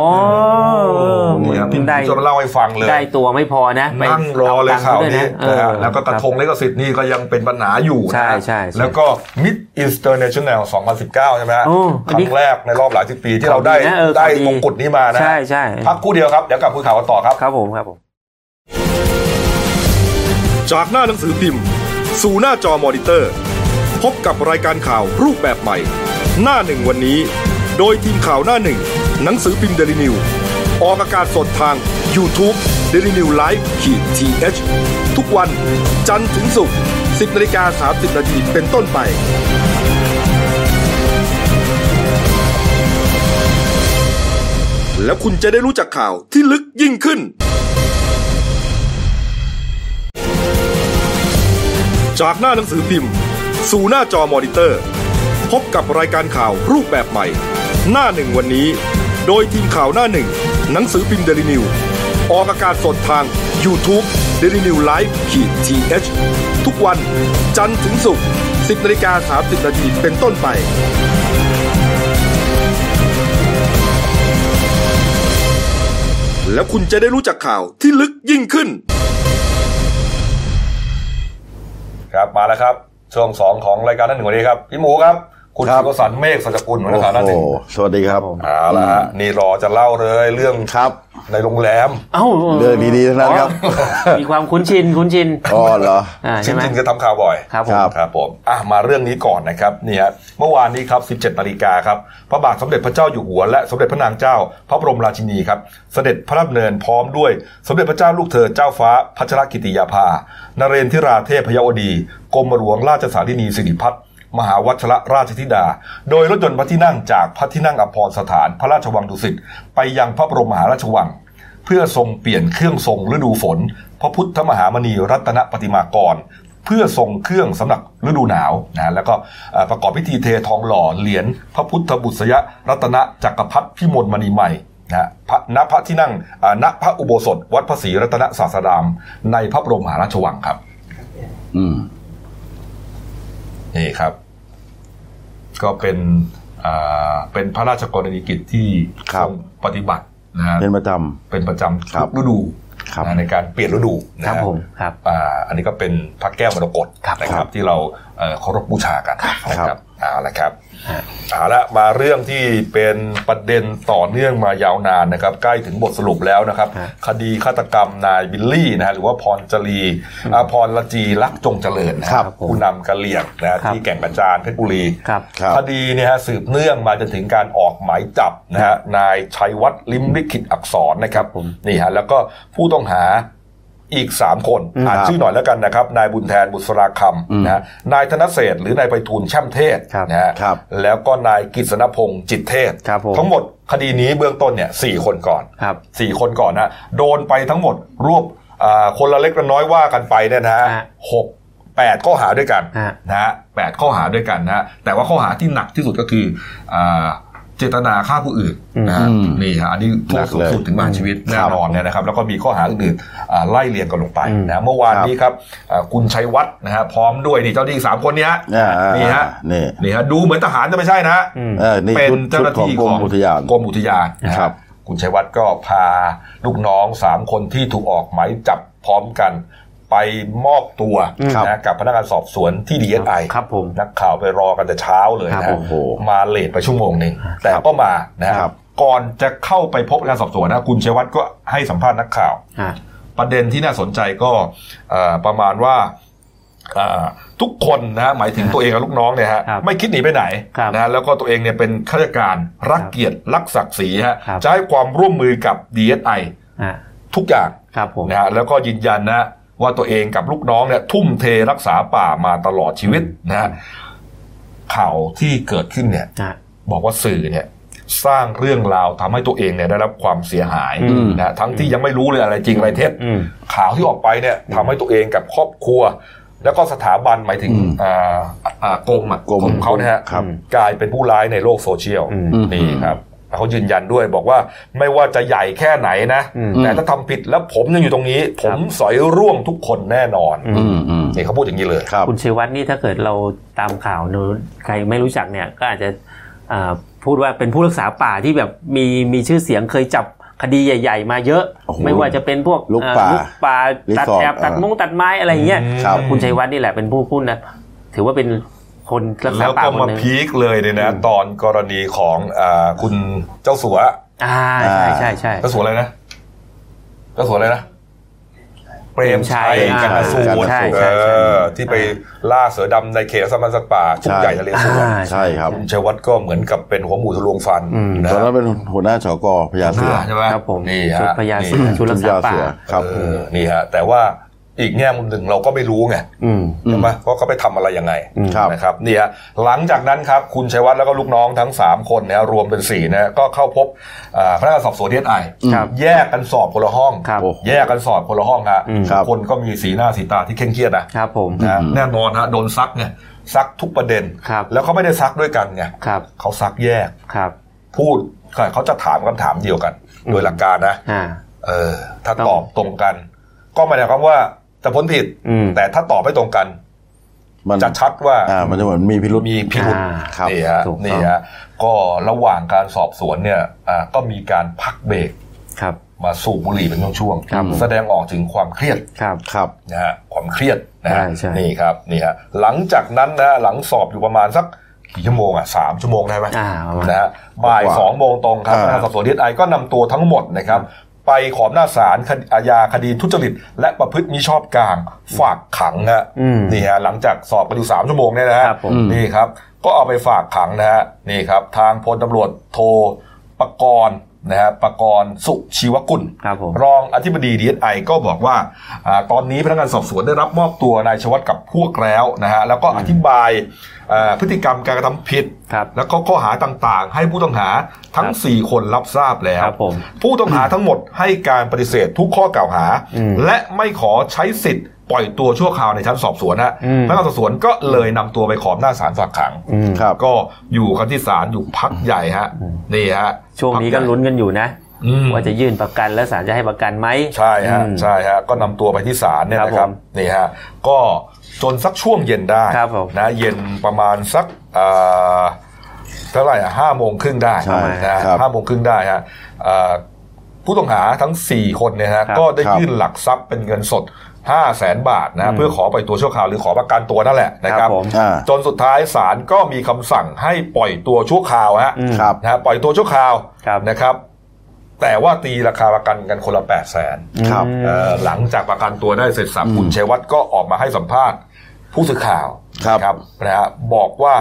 Speaker 2: ออ
Speaker 1: นี่ครับพี่
Speaker 2: ได้
Speaker 1: จะมาเล่าให้ฟังเลย
Speaker 2: ได้ตัวไม่พอนะไป
Speaker 1: นั่งรอเลย
Speaker 2: ตังค์
Speaker 1: ข่าว
Speaker 2: ด้
Speaker 1: นี้
Speaker 2: เออ
Speaker 1: นะฮะแล้วก็กระทง
Speaker 2: คบ
Speaker 1: เลขสิทธิ์นี่ก็ยังเป็นปัญหาอยู่นะ
Speaker 2: ใช่
Speaker 1: ฮะ
Speaker 2: ใช่ใช่
Speaker 1: แล้วก็มิดอินสเตอร์เนชั่นแนล2019 ใช่ไหมฮะ
Speaker 2: โอ้
Speaker 1: ค
Speaker 2: อัน
Speaker 1: รั้
Speaker 2: นี้
Speaker 1: งแรกในรอบหลายสิบปีที่เราได้
Speaker 2: ข่าวดีนะเออ
Speaker 1: ได้
Speaker 2: ข่าวดี
Speaker 1: มงกุฎนี้มานะฮะ
Speaker 2: ใช่ใช่
Speaker 1: พักครู่เดียวครับเดี๋ยวกลับคุยข่าวกันต่อครับ
Speaker 2: ครับผมครับผม
Speaker 4: จากหน้าหนังสือพิมพ์ สู่หน้าจอมอนิเตอร์ พบกับรายการข่าวรูปแบบใหม่ หน้าหนึ่งวันนี้ โดยทีมข่าวหน้าหนึ่ง หนังสือพิมพ์เดลิวิวออกอากาศสดทาง YouTube d e l i n e w l i v e ขีดทีทุกวันจันทร์ถึงศุกร์10นาฬิกา30นาทีเป็นต้นไป แล้วคุณจะได้รู้จักข่าวที่ลึกยิ่งขึ้น จากหน้าหนังสือพิมพ์ สู่หน้าจอมอนิเตอร์ พบกับรายการข่าวรูปแบบใหม่ หน้าหนึ่งวันนี้ โดยทีมข่าวหน้าหนึ่ง หนังสือพิมพ์เดลิวิวออกอากาศสดทาง YouTube d e l i n e w l i v e ขีดทีทุกวันจันทร์ถึงศุกร์10นาฬิกา30นาทีเป็นต้นไป แล้วคุณจะได้รู้จักข่าวที่ลึกยิ่งขึ้น
Speaker 1: ครับมาแล้วครับช่วงสองของรายการนั่นหนึ่งวันนี้ครับพี่หมูครับ คุณ
Speaker 5: ครับ
Speaker 1: สุกสันต์เมฆสัจกุลหัวหน้าข่าวหนั่นหนึ่ง
Speaker 5: โอ้โหสวัสดีครับ
Speaker 1: เอาละฮะนี่รอจะเล่าเลยเรื่อง
Speaker 5: ครับ
Speaker 1: ในโรงแรม
Speaker 2: เอ้า
Speaker 5: เรื่องดีๆทั้งนั้นครับ
Speaker 2: อ๋อมีความคุ้นชินคุ้นชิน
Speaker 5: อ๋อเหรอ
Speaker 2: อ่า
Speaker 1: ชิ
Speaker 2: ใช่
Speaker 1: น
Speaker 2: ไหม
Speaker 1: จินก็ทำข่าวบ่อย
Speaker 2: ครับผม
Speaker 5: ครับ
Speaker 1: ครับผมอ่ะมาเรื่องนี้ก่อนนะครับนี่ฮะเมื่อวานนี้ครับ 17นาฬิกาครับพระบาทสมเด็จพระเจ้าอยู่หัวและสมเด็จพระนางเจ้า พระบรมราชินีครับ เสด็จพระราชดำเนินพร้อมด้วย สมเด็จพระเจ้าลูกเธอเจ้าฟ้าพัชรกิติยาภานเรนทิราเทพยวดีกรมหลวงราชสารินีสิริพัฒน์ มหาวัชระราชธิดา โดยรถยนต์พระที่นั่งจากพระที่นั่งอัมพรสถานพระราชวังดุสิตไปยังพระบรมมหาราชวัง
Speaker 3: เพื่อทรงเปลี่ยนเครื่องทรงฤดูฝน พระพุทธมหามณีรัตนปฏิมากร เพื่อทรงเครื่องสำหรับฤดูหนาวนะแล้วก็เอ่อประกอบพิธีเททองหล่อเหรียญพระพุทธบุษยรัตนจักรพรรดิพิมลมณีใหม่นะพระณพระที่นั่งอ่าณพระอุโบสถ วัดพระศรีรัตนศาสดาม ในพระบรมมหาราชวังครับ
Speaker 5: อืม
Speaker 3: นี่ครับ ก็เป็นอ่าเป็นพระราชกรณียกิจที่
Speaker 5: ครับ
Speaker 3: ทรงปฏิบัตินะฮะ
Speaker 5: เป็นประจ
Speaker 3: เป็นประจำ
Speaker 5: ครั
Speaker 3: ทุ
Speaker 5: บ
Speaker 3: กฤดู
Speaker 5: ครับ
Speaker 3: นะในการเปลี่ยนฤดูนะ
Speaker 2: ค
Speaker 3: ฮะ
Speaker 2: รับผมครับ
Speaker 3: อ่าอันนี้ก็เป็นพระแก้วมรกต
Speaker 2: ครับ
Speaker 3: นะค
Speaker 5: ครั
Speaker 3: รับบ ที่เราเอ่อเคารพบูชากันนะค
Speaker 5: ครั
Speaker 3: รับบ เอาละครับเอาละมาเรื่องที่เป็นประเด็นต่อเนื่องมายาวนานนะครับ ใกล้ถึงบทสรุปแล้วนะครับ
Speaker 2: ฮะ
Speaker 3: คดีฆาตกรรมนายบิลลี่นะฮะหรือว่าพรจรีอาพรละจีรักจงเจริญนะฮะ
Speaker 5: ครับ
Speaker 3: ผู้นำกะเหลี่ยงนะฮะ
Speaker 2: ครับ
Speaker 3: ที่แก่งกระจานเพชรบุรี
Speaker 2: ครับ
Speaker 5: ำครับ
Speaker 3: คดีเนี่ยฮะสืบเนื่องมาจนถึงการออกหมายจับนะฮะนายชัยวัฒน์ลิมลิขิตอักษรนะครับ
Speaker 2: ผม
Speaker 3: นี่ฮะแล้วก็ผู้ต้องหาอีก 3 คน
Speaker 2: อืม
Speaker 3: อ่าน
Speaker 5: ครับ
Speaker 3: ชื่อหน่อยแล้วกันนะครับ นายบุญแทนบุษราค
Speaker 5: อืม
Speaker 3: ำนะฮะนายธนเศรษฐ์หรือนายไปทูลแช่มเทศนะฮะ
Speaker 5: ครับ
Speaker 3: แล้วก็นายกิษณพงศ์จิตเทศ
Speaker 2: ครับผม
Speaker 3: ทั้งหมดคดีนี้เบื้องต้นเนี่ยสี่คนก่อน
Speaker 2: ครับ
Speaker 3: สี่คนก่อนนะโดนไปทั้งหมดรวบอ่าคนละเล็กละน้อยว่ากันไปเนี่ยนะฮะ
Speaker 2: ฮะ
Speaker 3: หกแปดข้อหาด้วยกัน
Speaker 2: ฮะ
Speaker 3: นะฮะแปดข้อหาด้วยกันนะฮะแต่ว่าข้อหาที่หนักที่สุดก็คืออ่าเจตนาฆ่าผู้อื่นนะฮะ
Speaker 5: อืม
Speaker 3: นี่ฮะอันนี้โท
Speaker 5: หนั
Speaker 3: ษ
Speaker 5: ก
Speaker 3: สูง
Speaker 5: เลย
Speaker 3: สุดถึงประหารชีวิตแน่
Speaker 5: ครับ
Speaker 3: นอนเนี่ยนะครับ แล้วก็มีข้อหาอื่นๆอ่าไล่เรียงกันลงไป
Speaker 2: อืม
Speaker 3: นะเมื่อวาน
Speaker 5: ครับ
Speaker 3: นี้ครับอ่าคุณชัยวัฒน์นะฮะพร้อมด้วยนี่เจ้าหน้าที่สามคนเนี้ฮะ
Speaker 5: อ่าอ่า
Speaker 3: นี่ฮะ
Speaker 5: นี่
Speaker 3: นี่ฮะดูเหมือนทหารแต่ไม่ใช่นะฮะ
Speaker 2: อืม
Speaker 5: เออนี่
Speaker 3: เป็น
Speaker 5: ชุด
Speaker 3: เจ้าหน้า
Speaker 5: ชุดของ
Speaker 3: ที่
Speaker 5: กรมอุทยาน
Speaker 3: กรมอุทยานนะครับ คุณชัยวัฒน์ก็พาลูกน้องสามคนที่ถูกออกหมายจับพร้อมกัน ไปมอบตัว
Speaker 2: ครับ
Speaker 3: นะกับพนักงานสอบสวนที่ดีเอสไอ
Speaker 2: ครับผม
Speaker 3: นักข่าวไปรอกันแต่เช้าเลย
Speaker 2: ครับ
Speaker 3: นะ
Speaker 2: โอ้
Speaker 5: โอ้โห
Speaker 3: มาเลทไปชั่วโมงหนึ่งแต่ก็มานะฮะ
Speaker 5: ครับ
Speaker 3: ก่อนจะเข้าไปพบพนักงานสอบสวนนะคุณชัยวัฒน์ก็ให้สัมภาษณ์นักข่าว
Speaker 2: อ่า
Speaker 3: ประเด็นที่น่าสนใจก็เอ่อประมาณว่าเอ่อทุกคนนะหมายถึงตัวเองกับลูกน้องเนี่ยฮะ
Speaker 2: ครับ
Speaker 3: ไม่คิดหนีไปไหน
Speaker 2: ครับ
Speaker 3: นะแล้วก็ตัวเองเนี่ยเป็นข้าราชการรักเกียรติรักศักดิ์ศรีฮะ
Speaker 2: ครับ
Speaker 3: จะให้ความร่วมมือกับ DSI
Speaker 2: อ่า
Speaker 3: ทุกอย่าง
Speaker 2: ครับผม
Speaker 3: นะฮะแล้วก็ยืนยันนะว่าตัวเองกับลูกน้องเนี่ยทุ่มเทรักษาป่ามาตลอดชีวิตนะฮะข่าวที่เกิดขึ้นเนี่ย
Speaker 2: อ่า
Speaker 3: บอกว่าสื่อเนี่ยสร้างเรื่องราวทำให้ตัวเองเนี่ยได้รับความเสียหาย
Speaker 2: อืม
Speaker 3: นะทั้งที่ยังไม่รู้เลยอะไรจริงอะไรเท็จ
Speaker 2: อืม
Speaker 3: ข่าวที่ออกไปเนี่ยทำให้ตัวเองกับครอบครัว แล้วก็สถาบันหมายถึง
Speaker 5: อืม
Speaker 3: อ่าอ่ากรมอะ
Speaker 5: กรม
Speaker 3: เขาเนี่ยฮะ
Speaker 5: ครับ
Speaker 3: กลายเป็นผู้ร้ายในโลกโซเชียล
Speaker 2: อืม
Speaker 3: นี่ครับเขายืนยันด้วยบอกว่าไม่ว่าจะใหญ่แค่ไหนนะ
Speaker 2: อืม
Speaker 3: แต่ถ้าทำผิดแล้วผมยังอยู่ตรงนี้ ผมสอยร่วงทุกคนแน่นอน
Speaker 5: อืมอืม
Speaker 3: นี่เขาพูดอย่างนี้เลย
Speaker 5: ครับ
Speaker 2: คุณชัยวัฒน์นี่ถ้าเกิดเราตามข่าวนู้นใครไม่รู้จักเนี่ยก็อาจจะอ่าพูดว่าเป็นผู้รักษาป่าที่แบบมีมีชื่อเสียงเคยจับคดีใหญ่ ๆ มาเยอะ
Speaker 5: โอ้โห
Speaker 2: ไม่ว่าจะเป็นพวก
Speaker 5: ลุก
Speaker 2: เอ่อ
Speaker 5: ป่า
Speaker 2: ลุกป่า
Speaker 5: รี
Speaker 2: ตัด
Speaker 5: สอร์ท
Speaker 2: แถบตัด
Speaker 5: อ่า
Speaker 2: มุ้งตัดไม้อะไรเงี้ย
Speaker 5: ครับ
Speaker 2: คุณชัยวัฒน์นี่แหละเป็นผู้พูดนะถือว่าเป็นคนรักษา
Speaker 3: แล้ว
Speaker 2: ป่า
Speaker 3: ก็
Speaker 2: คน
Speaker 3: มา
Speaker 2: หนึ่ง
Speaker 3: พีคเลยเนี่ยนะตอนกรณีของอาคุณเจ้าสัว
Speaker 2: อ่าใช่ใช่ใช่
Speaker 3: เจ้าสัวอะไรนะเจ้าสัวอะไรนะเปรมชัย
Speaker 2: เปรมชัย
Speaker 3: กันนสูตร
Speaker 2: ใช่ใช่
Speaker 3: เอ
Speaker 2: ใช่
Speaker 3: อที่ไปล่าเสือดำในเขตสมันสัตว์ป่าทุ่งใหญ่ทะเลสวน
Speaker 2: อ่า
Speaker 5: ใช่ครับ
Speaker 3: คุณชัยวัฒน์ก็เหมือนกับเป็นหัวหมูทะลวงฟัน
Speaker 2: อืม
Speaker 3: นะ
Speaker 5: ตอนนั้นเป็นหัวหน้าชกพญาเสือ
Speaker 3: ใช่ไหม
Speaker 2: ครับผม
Speaker 3: นี่
Speaker 2: ชุด
Speaker 3: ฮะ
Speaker 2: พญาเสื
Speaker 3: นี่
Speaker 2: อชุดรักษา
Speaker 5: ชุดพญาเสื
Speaker 2: ป่า
Speaker 5: อ ครับ
Speaker 3: เออนี่ฮะแต่ว่าอีกแง่มุมหนึ่งเราก็ไม่รู้ไง
Speaker 2: อืม
Speaker 3: ใช่ไหมว่าเขาไปทำอะไรยังไง
Speaker 5: ครับ
Speaker 3: นะครับนี่ฮะหลังจากนั้นครับคุณชัยวัฒน์แล้วก็ลูกน้องทั้ง 3 คนนะฮะรวมเป็น4นะฮะก็เข้าพบอ่าพนักงานสอบสวนเดไอ
Speaker 2: ครับ
Speaker 3: แยกกันสอบคนละห้อง
Speaker 2: ครับ
Speaker 5: โอ้โห
Speaker 3: แยกกันสอบคนละห้องฮะ
Speaker 2: อืม
Speaker 5: ครับ
Speaker 3: คนก็มีสีหน้าสีตาที่เคร่งเครียดนะครับ
Speaker 2: ผม
Speaker 3: นะฮะแน่นอนฮะโดนซักไงซักทุกประเด็น
Speaker 2: ครับ
Speaker 3: แล้วเขาไม่ได้ซักด้วยกันไง
Speaker 2: ครับ
Speaker 3: เขาซักแยก
Speaker 2: ครับ
Speaker 3: พูดเขาจะถามคำถามเดียวกัน
Speaker 2: อืม
Speaker 3: โดยหลักการนะ
Speaker 2: อ่า
Speaker 3: เออถ้า
Speaker 2: ต้อง
Speaker 3: ตอบตรงกัน ก็หมายความว่าจะพ้นผิด
Speaker 2: อืม
Speaker 3: แต่ถ้าตอบไม่ตรงกัน
Speaker 5: มัน
Speaker 3: จะชัดว่า
Speaker 5: อ่ามันจะเหมือนมีพิรุษ
Speaker 3: มีพิรุธ
Speaker 2: อ่า
Speaker 5: ครับ
Speaker 3: นี่ฮะ
Speaker 2: ถูกต้อง
Speaker 3: นี่ฮะก็ระหว่างการสอบสวนเนี่ยอ่าก็มีการพักเบรก
Speaker 2: ครับ
Speaker 3: มาสูบบุหรี่เป็นช่วง
Speaker 5: ครับ
Speaker 3: ๆแสดงออกถึงความเครียด
Speaker 2: ครับ
Speaker 5: ครับ
Speaker 3: นะฮะความเครียดนะฮะ
Speaker 2: ใช่ใช่
Speaker 3: นี่ครับนี่ฮะหลังจากนั้นนะฮะหลังสอบอยู่ประมาณสักกี่ชั่วโมงอ่ะสามชั่วโมงได้ไหม
Speaker 2: อ่าประมาณ
Speaker 3: นะฮะบ่าย
Speaker 5: กว่า
Speaker 3: สองโมงตรงครับพนั
Speaker 5: อ่า
Speaker 3: กงานสอบสวนดีไอก็นำตัวทั้งหมดนะครับ ไปขอมหน้าจศาลคดีอาญาคดีทุจริต และประพฤติมิชอบกลางฝากขังฮะ
Speaker 2: อืม
Speaker 3: นี่ฮะหลังจากสอบกันอยู่สามชั่วโมงเนี่ยนะฮะ
Speaker 2: ครับผม
Speaker 5: อืม
Speaker 3: นี่ครับ ก็เอาไปฝากขังนะฮะ นี่ครับ ทางพลตำรวจโทรประกรณ์ นะฮะประกรณ์สุชีวกุล
Speaker 2: ครับผม
Speaker 3: รองอธิบดีดีเอสไอก็บอกว่าอาตอนนี้พนักงานสอบสวนได้รับมอบตัวนายชวัตกับพวกแล้วนะฮะแล้วก็อธิบายเอ่อพฤติกรรมการกระทำผิด
Speaker 2: ครับ
Speaker 3: แล้วก็ข้อหาต่างๆ ให้ผู้ต้องหาทั้ง
Speaker 2: ครับ
Speaker 3: 4 คนรับทราบแล้ว
Speaker 2: ครับผม
Speaker 3: ผู้ต้องหาทั้งหมดให้การปฏิเสธทุกข้อกล่าวหา
Speaker 2: อืม
Speaker 3: และไม่ขอใช้สิทธิ์ปล่อยตัวชั่วคราวในชั้นสอบสวนฮะ
Speaker 2: อืม
Speaker 3: พนักงานสอบสวนก็เลยนำตัวไปขอหน้าจศาลฝากขัง
Speaker 2: อืม
Speaker 5: ครับ
Speaker 3: ก็อยู่กันที่ศาลอยู่พักใหญ่ฮะนี่ฮะ
Speaker 2: ช่วงนี้ก็ลุ้นกันอยู่นะ
Speaker 3: อืม
Speaker 2: ว่าจะยื่นประกันและศาลจะให้ประกันไหม
Speaker 3: ใช่ฮะ
Speaker 2: อืม
Speaker 3: ใช่ฮะก็นำตัวไปที่ศาลเนี่ยนะครั
Speaker 2: ครับ บผม
Speaker 3: นี่ฮะก็จนสักช่วงเย็นได้
Speaker 2: ครับผม
Speaker 3: นะเย็นประมาณสักเอ่อเท่าไหร่อะห้าโมงครึ่งได้
Speaker 5: ใช่
Speaker 3: นะครับห้าโมงครึ่งได้ฮะเอ่อผู้ต้องหาทั้ง 4 คนเนี่ย
Speaker 2: ครั
Speaker 3: ฮะ
Speaker 2: บ
Speaker 3: ก็ได้
Speaker 5: ครับ
Speaker 3: ยื่นหลักทรัพย์เป็นเงินสด 5 0 0แสนบาทนะฮะ
Speaker 2: อืม
Speaker 3: เพื่อขอปล่อยตัวชั่วคราวหรือขอประกันตัวนั่นแหละนะค
Speaker 2: ครั
Speaker 3: รับบ
Speaker 2: ผม
Speaker 5: อ่า
Speaker 3: จนสุดท้ายศาลก็มีคำสั่งให้ปล่อยตัวชั่วคราวฮะ
Speaker 2: อืม
Speaker 5: ครับ
Speaker 3: นะฮะปล่อยตัวชั่วคราว
Speaker 2: ครับ
Speaker 3: นะครับ แต่ว่าตีราคาประกันกันคนละ8 0 0แสน
Speaker 5: ครับ
Speaker 3: หลังจากประกันตัวได้เสร็จสับ
Speaker 5: อืม
Speaker 3: คุณชัยวัฒน์ก็ออกมาให้สัมภาษณ์ ผู้สื่อข่าว
Speaker 5: ครับ
Speaker 3: นะนะฮะบอกว่า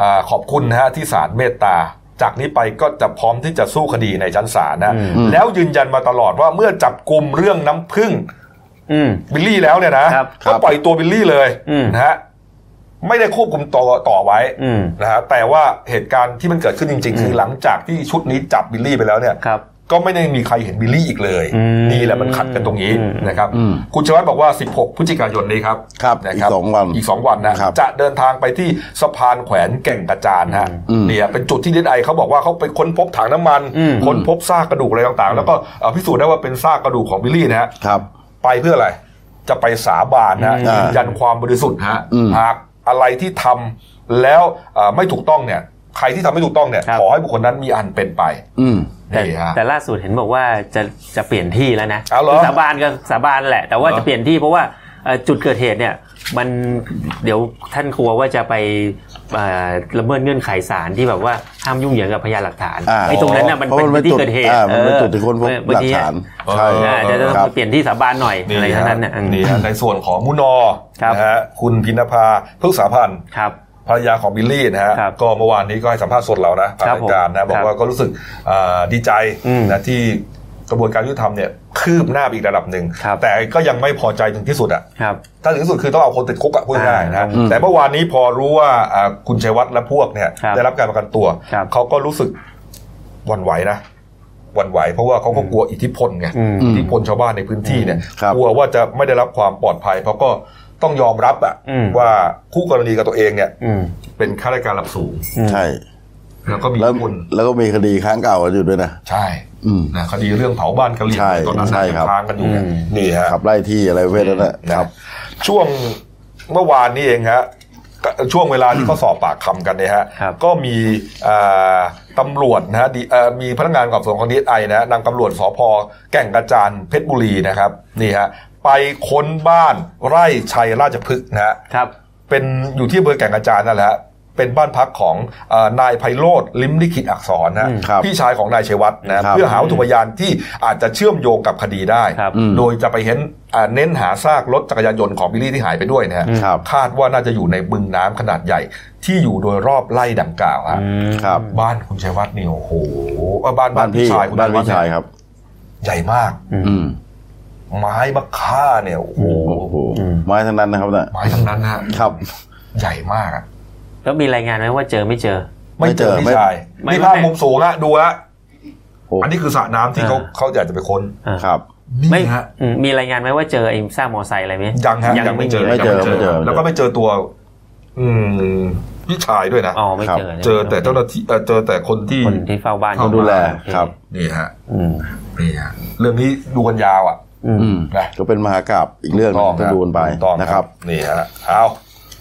Speaker 3: อาขอบคุณนะฮะที่ศาลเมตตา จากนี้ไปก็จะพร้อมที่จะสู้คดีในชั้นศาลนะแล้วยืนยันมาตลอดว่าเมื่อจับกลุ่มเรื่องน้ำพึ่ง
Speaker 2: อืม
Speaker 3: บิลลี่แล้วเนี่ยนะครับ ก็ปล่อยตัวบิลลี่เลย
Speaker 2: อืม
Speaker 3: นะฮะไม่ได้ควบคุมต่อต่อไว้
Speaker 2: อืม
Speaker 3: นะฮะแต่ว่าเหตุการณ์ที่มันเกิดขึ้นจริง ๆ คือหลังจากที่ชุดนี้จับบิลลี่ไปแล้วเนี่ย
Speaker 2: ครับ
Speaker 3: ก็ไม่ได้มีใครเห็นบิลลี่อีกเลย
Speaker 2: อืม
Speaker 3: นี่แหละมันขัดกันตรงนี้
Speaker 2: อืม
Speaker 3: นะครับ
Speaker 5: อืม
Speaker 3: คุณชวัตบอกว่า 16 พฤศจิกายนนี้ครับ
Speaker 5: ครับ
Speaker 3: นะ
Speaker 5: อีกสองวัน
Speaker 3: อีก 2 วันนะครับจะเดินทางไปที่สะพานแขวนแก่งกระจานฮะ
Speaker 5: อืม
Speaker 3: เนี่ยเป็นจุดที่ดีไอเขาบอกว่าเขาไปค้นพบถังน้ำมัน
Speaker 2: อืม
Speaker 3: ค้นพบซากกระดูกอะไรต่างๆ แล้วก็เอ่อพิสูจน์ได้ว่าเป็นซากกระดูกของบิลลี่นะฮะ
Speaker 5: ครับ
Speaker 3: ไปเพื่ออะไร จะไปสาบานนะ
Speaker 5: อืม
Speaker 3: ยืนยันความบริสุทธิ์ฮะ
Speaker 5: อืม
Speaker 3: หากอะไรที่ทำแล้วเอ่อไม่ถูกต้องเนี่ย ใครที่ทำไม่ถูกต้องเนี่ย
Speaker 2: ครับ
Speaker 3: ขอให้บุคคลนั้นมีอันเป็นไป
Speaker 5: อืม
Speaker 2: แต่
Speaker 3: นี่ฮะ
Speaker 2: แต่ล่าสุดเห็นบอกว่าจะจะเปลี่ยนที่แล้วนะ
Speaker 3: เอาเหรอ
Speaker 2: คือสาบานก็สาบานแหละ แต่ว่า
Speaker 3: เหรอ
Speaker 2: จะเปลี่ยนที่เพราะว่าเอ่อจุดเกิดเหตุเนี่ย มันเดี๋ยวท่านกลัวว่าจะไปเอ่อละเมิดเงื่อนไขศาลที่แบบว่าห้ามยุ่งเหยิงกับพยานหลักฐาน
Speaker 5: อ่า
Speaker 2: ไอ้ตรงนั้นน่ะมัน
Speaker 5: เพราะ
Speaker 2: เป็น
Speaker 5: มัน
Speaker 2: พื้นที่
Speaker 5: เป็นจุด
Speaker 2: เกิดเหตุ
Speaker 5: อ่ามันเป็น
Speaker 2: ออ
Speaker 5: จุดที่คนพบ
Speaker 2: เมื่อ
Speaker 5: หลัก
Speaker 2: กี้
Speaker 5: ฐาน
Speaker 3: เออ
Speaker 5: ใช่
Speaker 2: อ่าจะต้อง
Speaker 5: ครับ
Speaker 2: เปลี่ยนที่สาบานหน่อยอะไรทั้งนั้นน่ะอืม
Speaker 3: นี่ฮะในส่วนของมุนอ
Speaker 2: ครับ
Speaker 3: นะฮะคุณพินภาพฤกษาพันธ์
Speaker 2: ครับ
Speaker 3: ภรรยาของบิลลี่นะฮะ
Speaker 2: ครับ
Speaker 3: ก็เมื่อวานนี้ก็ให้สัมภาษณ์สดเรานะผ่าน
Speaker 2: ครับ
Speaker 3: รายการนะ
Speaker 2: ผม
Speaker 3: บอกว่าก็รู้สึกอ่าดีใจ
Speaker 2: อืม
Speaker 3: นะที่กระบวนการยุติธรรมเนี่ยคืบหน้าไปอีกระดับหนึ่ง
Speaker 2: ครับ
Speaker 3: แต่ก็ยังไม่พอใจถึงที่สุดอะ
Speaker 2: ครับ
Speaker 3: ถ้าถึงที่สุดคือต้องเอาคนติดคุกอะพูดง่ายๆนะ
Speaker 5: อืม
Speaker 3: แต่เมื่อวานนี้พอรู้ว่าอ่าคุณชัยวัฒน์และพวกเนี่ย
Speaker 2: ครับ
Speaker 3: ได้รับการประกันตัว
Speaker 2: ครับ
Speaker 3: เขาก็รู้สึกหวั่นไหวนะหวั่นไหว เพราะว่าเขาก็กลัวอิทธิพลไง
Speaker 2: อืม
Speaker 3: อิทธิพลชาวบ้านในพื้นที่เนี่ย
Speaker 5: ครับ
Speaker 3: กลัวว่าจะไม่ได้รับความปลอดภัย เพราะก็ต้องยอมรับอะ
Speaker 2: อืม
Speaker 3: ว่าคู่กรณีกับตัวเองเนี่ย
Speaker 2: อืม
Speaker 3: เป็นข้าราชการระดับสูง
Speaker 5: ใช่
Speaker 3: แล้วก็มี
Speaker 5: แล้ว
Speaker 3: อิทธิพล
Speaker 5: แล้วก็มีคดีค้างเก่ากันอยู่ด้วยนะ
Speaker 3: ใช่
Speaker 5: อืม
Speaker 3: นะคดีเรื่องเผาบ้านกะเหรี่ยง
Speaker 5: ใช่
Speaker 3: ตอนนั้น
Speaker 5: ใช่
Speaker 3: นะ
Speaker 5: ครับ
Speaker 3: ค้างกันอยู่เนี่ย
Speaker 2: อืม
Speaker 3: นี่ฮะ
Speaker 5: ขับไล่ที่อะไรประเภทนั้นนะ
Speaker 3: นะ
Speaker 5: ค
Speaker 3: ค
Speaker 5: รั
Speaker 3: รับ บช่วงเมื่อวานนี้เองฮะก็ช่วงเวลาที่เขาสอบปากคำกันเนี่ยฮะ
Speaker 2: ครับ
Speaker 3: ก็มีอ่าตำรวจนะฮะดีเอ่อมีพนักงานสอบสวนของดีไอนะฮะนำตำรวจสพแก่งกระจานเพชรบุรีนะครับนี่ฮะไปค้นบ้านไร่ชัยราชพฤกษ์นะฮะ
Speaker 2: ครับ
Speaker 3: เป็นอยู่ที่อำเภอแก่งกระจานนั่นแหละฮะเป็นบ้านพักของเอ่อนายไพโรธลิมลิขิตอักษรนะฮะ
Speaker 5: อืมครับ
Speaker 3: พี่ชายของนายชัยวัฒน์นะฮะ
Speaker 5: ครับ
Speaker 3: เพื่อหาวัตถุพยานที่อาจจะเชื่อมโยงกับคดีได้
Speaker 2: ครับ
Speaker 5: อืม
Speaker 3: โดยจะไปเห็นอ่าเน้นหาซากรถจักรยานยนต์ของบิลลี่ที่หายไปด้วยนะฮะ
Speaker 5: ครับ
Speaker 3: คาดว่าน่าจะอยู่ในบึงน้ำขนาดใหญ่ ที่อยู่โดยรอบไร่ดังกล่าวฮะ
Speaker 2: อืม
Speaker 5: ครับ
Speaker 3: บ้านคุณชัยวัฒน์นี่โอ้โหเอ่อบ้าน
Speaker 5: บ้านพี่
Speaker 3: ชายคุณ
Speaker 5: บ้าน
Speaker 3: ชัยวัฒ
Speaker 5: พี่
Speaker 3: น์
Speaker 5: ชาย
Speaker 3: เนี่ย
Speaker 5: ครับ
Speaker 3: ใหญ่มาก
Speaker 5: อืม
Speaker 3: ไม้มะค่าเนี่ยโอ้โห
Speaker 5: โอ้โหไม้ทั้งนั้นนะครับน่ะ
Speaker 3: ไม้ทั้งนั้นนะฮะ
Speaker 5: ครับ
Speaker 3: ใหญ่มากอะ
Speaker 2: แล้วมีรายงานไหมว่าเจอไม่เจอ
Speaker 3: ไม่เจอ
Speaker 5: ไม่
Speaker 3: พี่
Speaker 5: เจอ
Speaker 3: ชาย
Speaker 2: ไม่
Speaker 3: นี่
Speaker 2: ไม่
Speaker 3: ภาพมุมสูงอะดูฮะ
Speaker 5: โอ้
Speaker 3: อันนี้คือสระน้ำที่
Speaker 2: อ่า
Speaker 3: เขาเขาอยากจะไปค้น
Speaker 2: อ่า
Speaker 5: ครับ
Speaker 2: ไม่
Speaker 3: นี่ฮะ
Speaker 2: อืมมีรายงานไหมว่าเจอไอ้ซากมอไซค์อะไรไหม
Speaker 3: ยังฮะยังไม่เจอ
Speaker 5: ไม่เจอ
Speaker 3: ยัง
Speaker 5: ไม่เจอ
Speaker 3: แล้วก็ไม่เจอตัว อืมพี่ชายด้วยนะ
Speaker 2: อ๋อไม่เจอ
Speaker 3: เจอแต่เจ้าหน้าที่เอ่อเจอแต่คนที่
Speaker 2: คนที่เฝ้าบ้าน
Speaker 5: คนดูแลครับ
Speaker 3: นี่ฮะ
Speaker 2: อืม
Speaker 3: นี่ฮะ เรื่องนี้ดูกันยาวอ่ะ
Speaker 2: อืม
Speaker 5: อืม
Speaker 3: นะ
Speaker 5: ก็เป็นมหากราบอีกเรื่องหนึ
Speaker 3: ค
Speaker 5: งจะ
Speaker 3: รับ
Speaker 5: ดูกันไป
Speaker 3: ถูกต้อง
Speaker 5: นะครับ
Speaker 3: นี่ฮะ เอา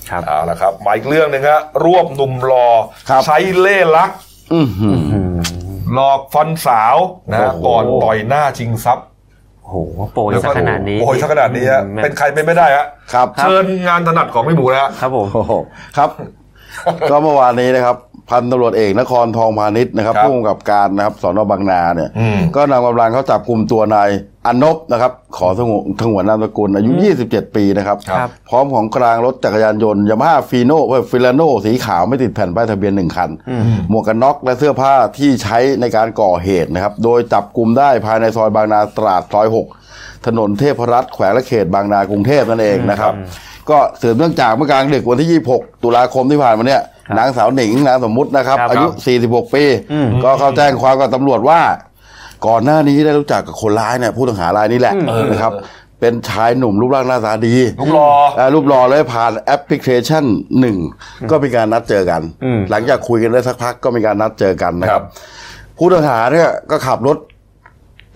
Speaker 2: ครับ
Speaker 3: เอาละครับ มาอีกเรื่องหนึ่งฮะ รวบหนุ่มรอ
Speaker 5: ครับ
Speaker 3: ใช้เล่ห์ลัก
Speaker 5: อือหือ
Speaker 2: อืม
Speaker 3: หลอกฟันสาวนะฮะ
Speaker 5: โอ้โห
Speaker 3: ก่อนต่อยหน้าชิงทรัพย์
Speaker 2: โอ้โหโปรยซะขนาดนี้
Speaker 3: โอ้ยสักขนาดนี้ฮะ
Speaker 2: อืม
Speaker 3: เป็นใครเป็นไม่ได้ฮะ
Speaker 5: ครับ
Speaker 3: เชิญงานถนัดของพี่หมูนะฮะ
Speaker 2: ครับผม
Speaker 5: โอ้โหครับ ก็เมื่อวานนี้นะครับ พันตำรวจเอกนครทองพาณิชย์นะครับ
Speaker 3: ครับ
Speaker 5: ผู้กำกับการนะครับสอนอบางนาเนี่ย
Speaker 3: อืม
Speaker 5: ก็นำกำลังเข้าจับกลุ่มตัวนายอนบนะครับ ขอสงวนสงวนนามสกุลอายุ 27 ปีนะครับ
Speaker 3: ครับ
Speaker 5: พร้อมของกลางรถจักรยานยนต์ยามาฮ่าฟีโน่ฟิลาโนสีขาวไม่ติดแผ่นป้ายทะเบียนหนึ่งคัน หมวกกันน็อกและเสื้อผ้าที่ใช้ในการก่อเหตุนะครับ โดยจับกลุ่มได้ภายในซอยบางนาตราดซอย 6 ถนนเทพรัตน์แขวงและเขตบางนากรุงเทพนั่นเองนะครับ ก็สืบเนื่องจากเมื่อกลางดึกวันที่ 26 ตุลาคมที่ผ่านมาเนี่ยนางสาวหนิงนางสมมุตินะครับ
Speaker 2: ครับ
Speaker 5: อายุ 46 ปี ก็เข้าแจ้งความกับตำรวจว่า ก่อนหน้านี้ได้รู้จักกับคนร้ายเนี่ยผู้ต้องหารายนี้แหละ
Speaker 2: อืม
Speaker 5: นะครับ เป็นชายหนุ่มรูปร่างหน้าตาดี
Speaker 3: ลูกรอ
Speaker 5: เอ่อรูปรอเลยผ่านแอปพลิเคชันหนึ่งก็มีการนัดเจอกัน
Speaker 2: อืม
Speaker 5: หลังจากคุยกันได้สักพักก็มีการนัดเจอกันนะค
Speaker 3: ค
Speaker 5: รั
Speaker 3: รับ บ
Speaker 5: ผู้ต้องหาเนี่ยก็ขับรถ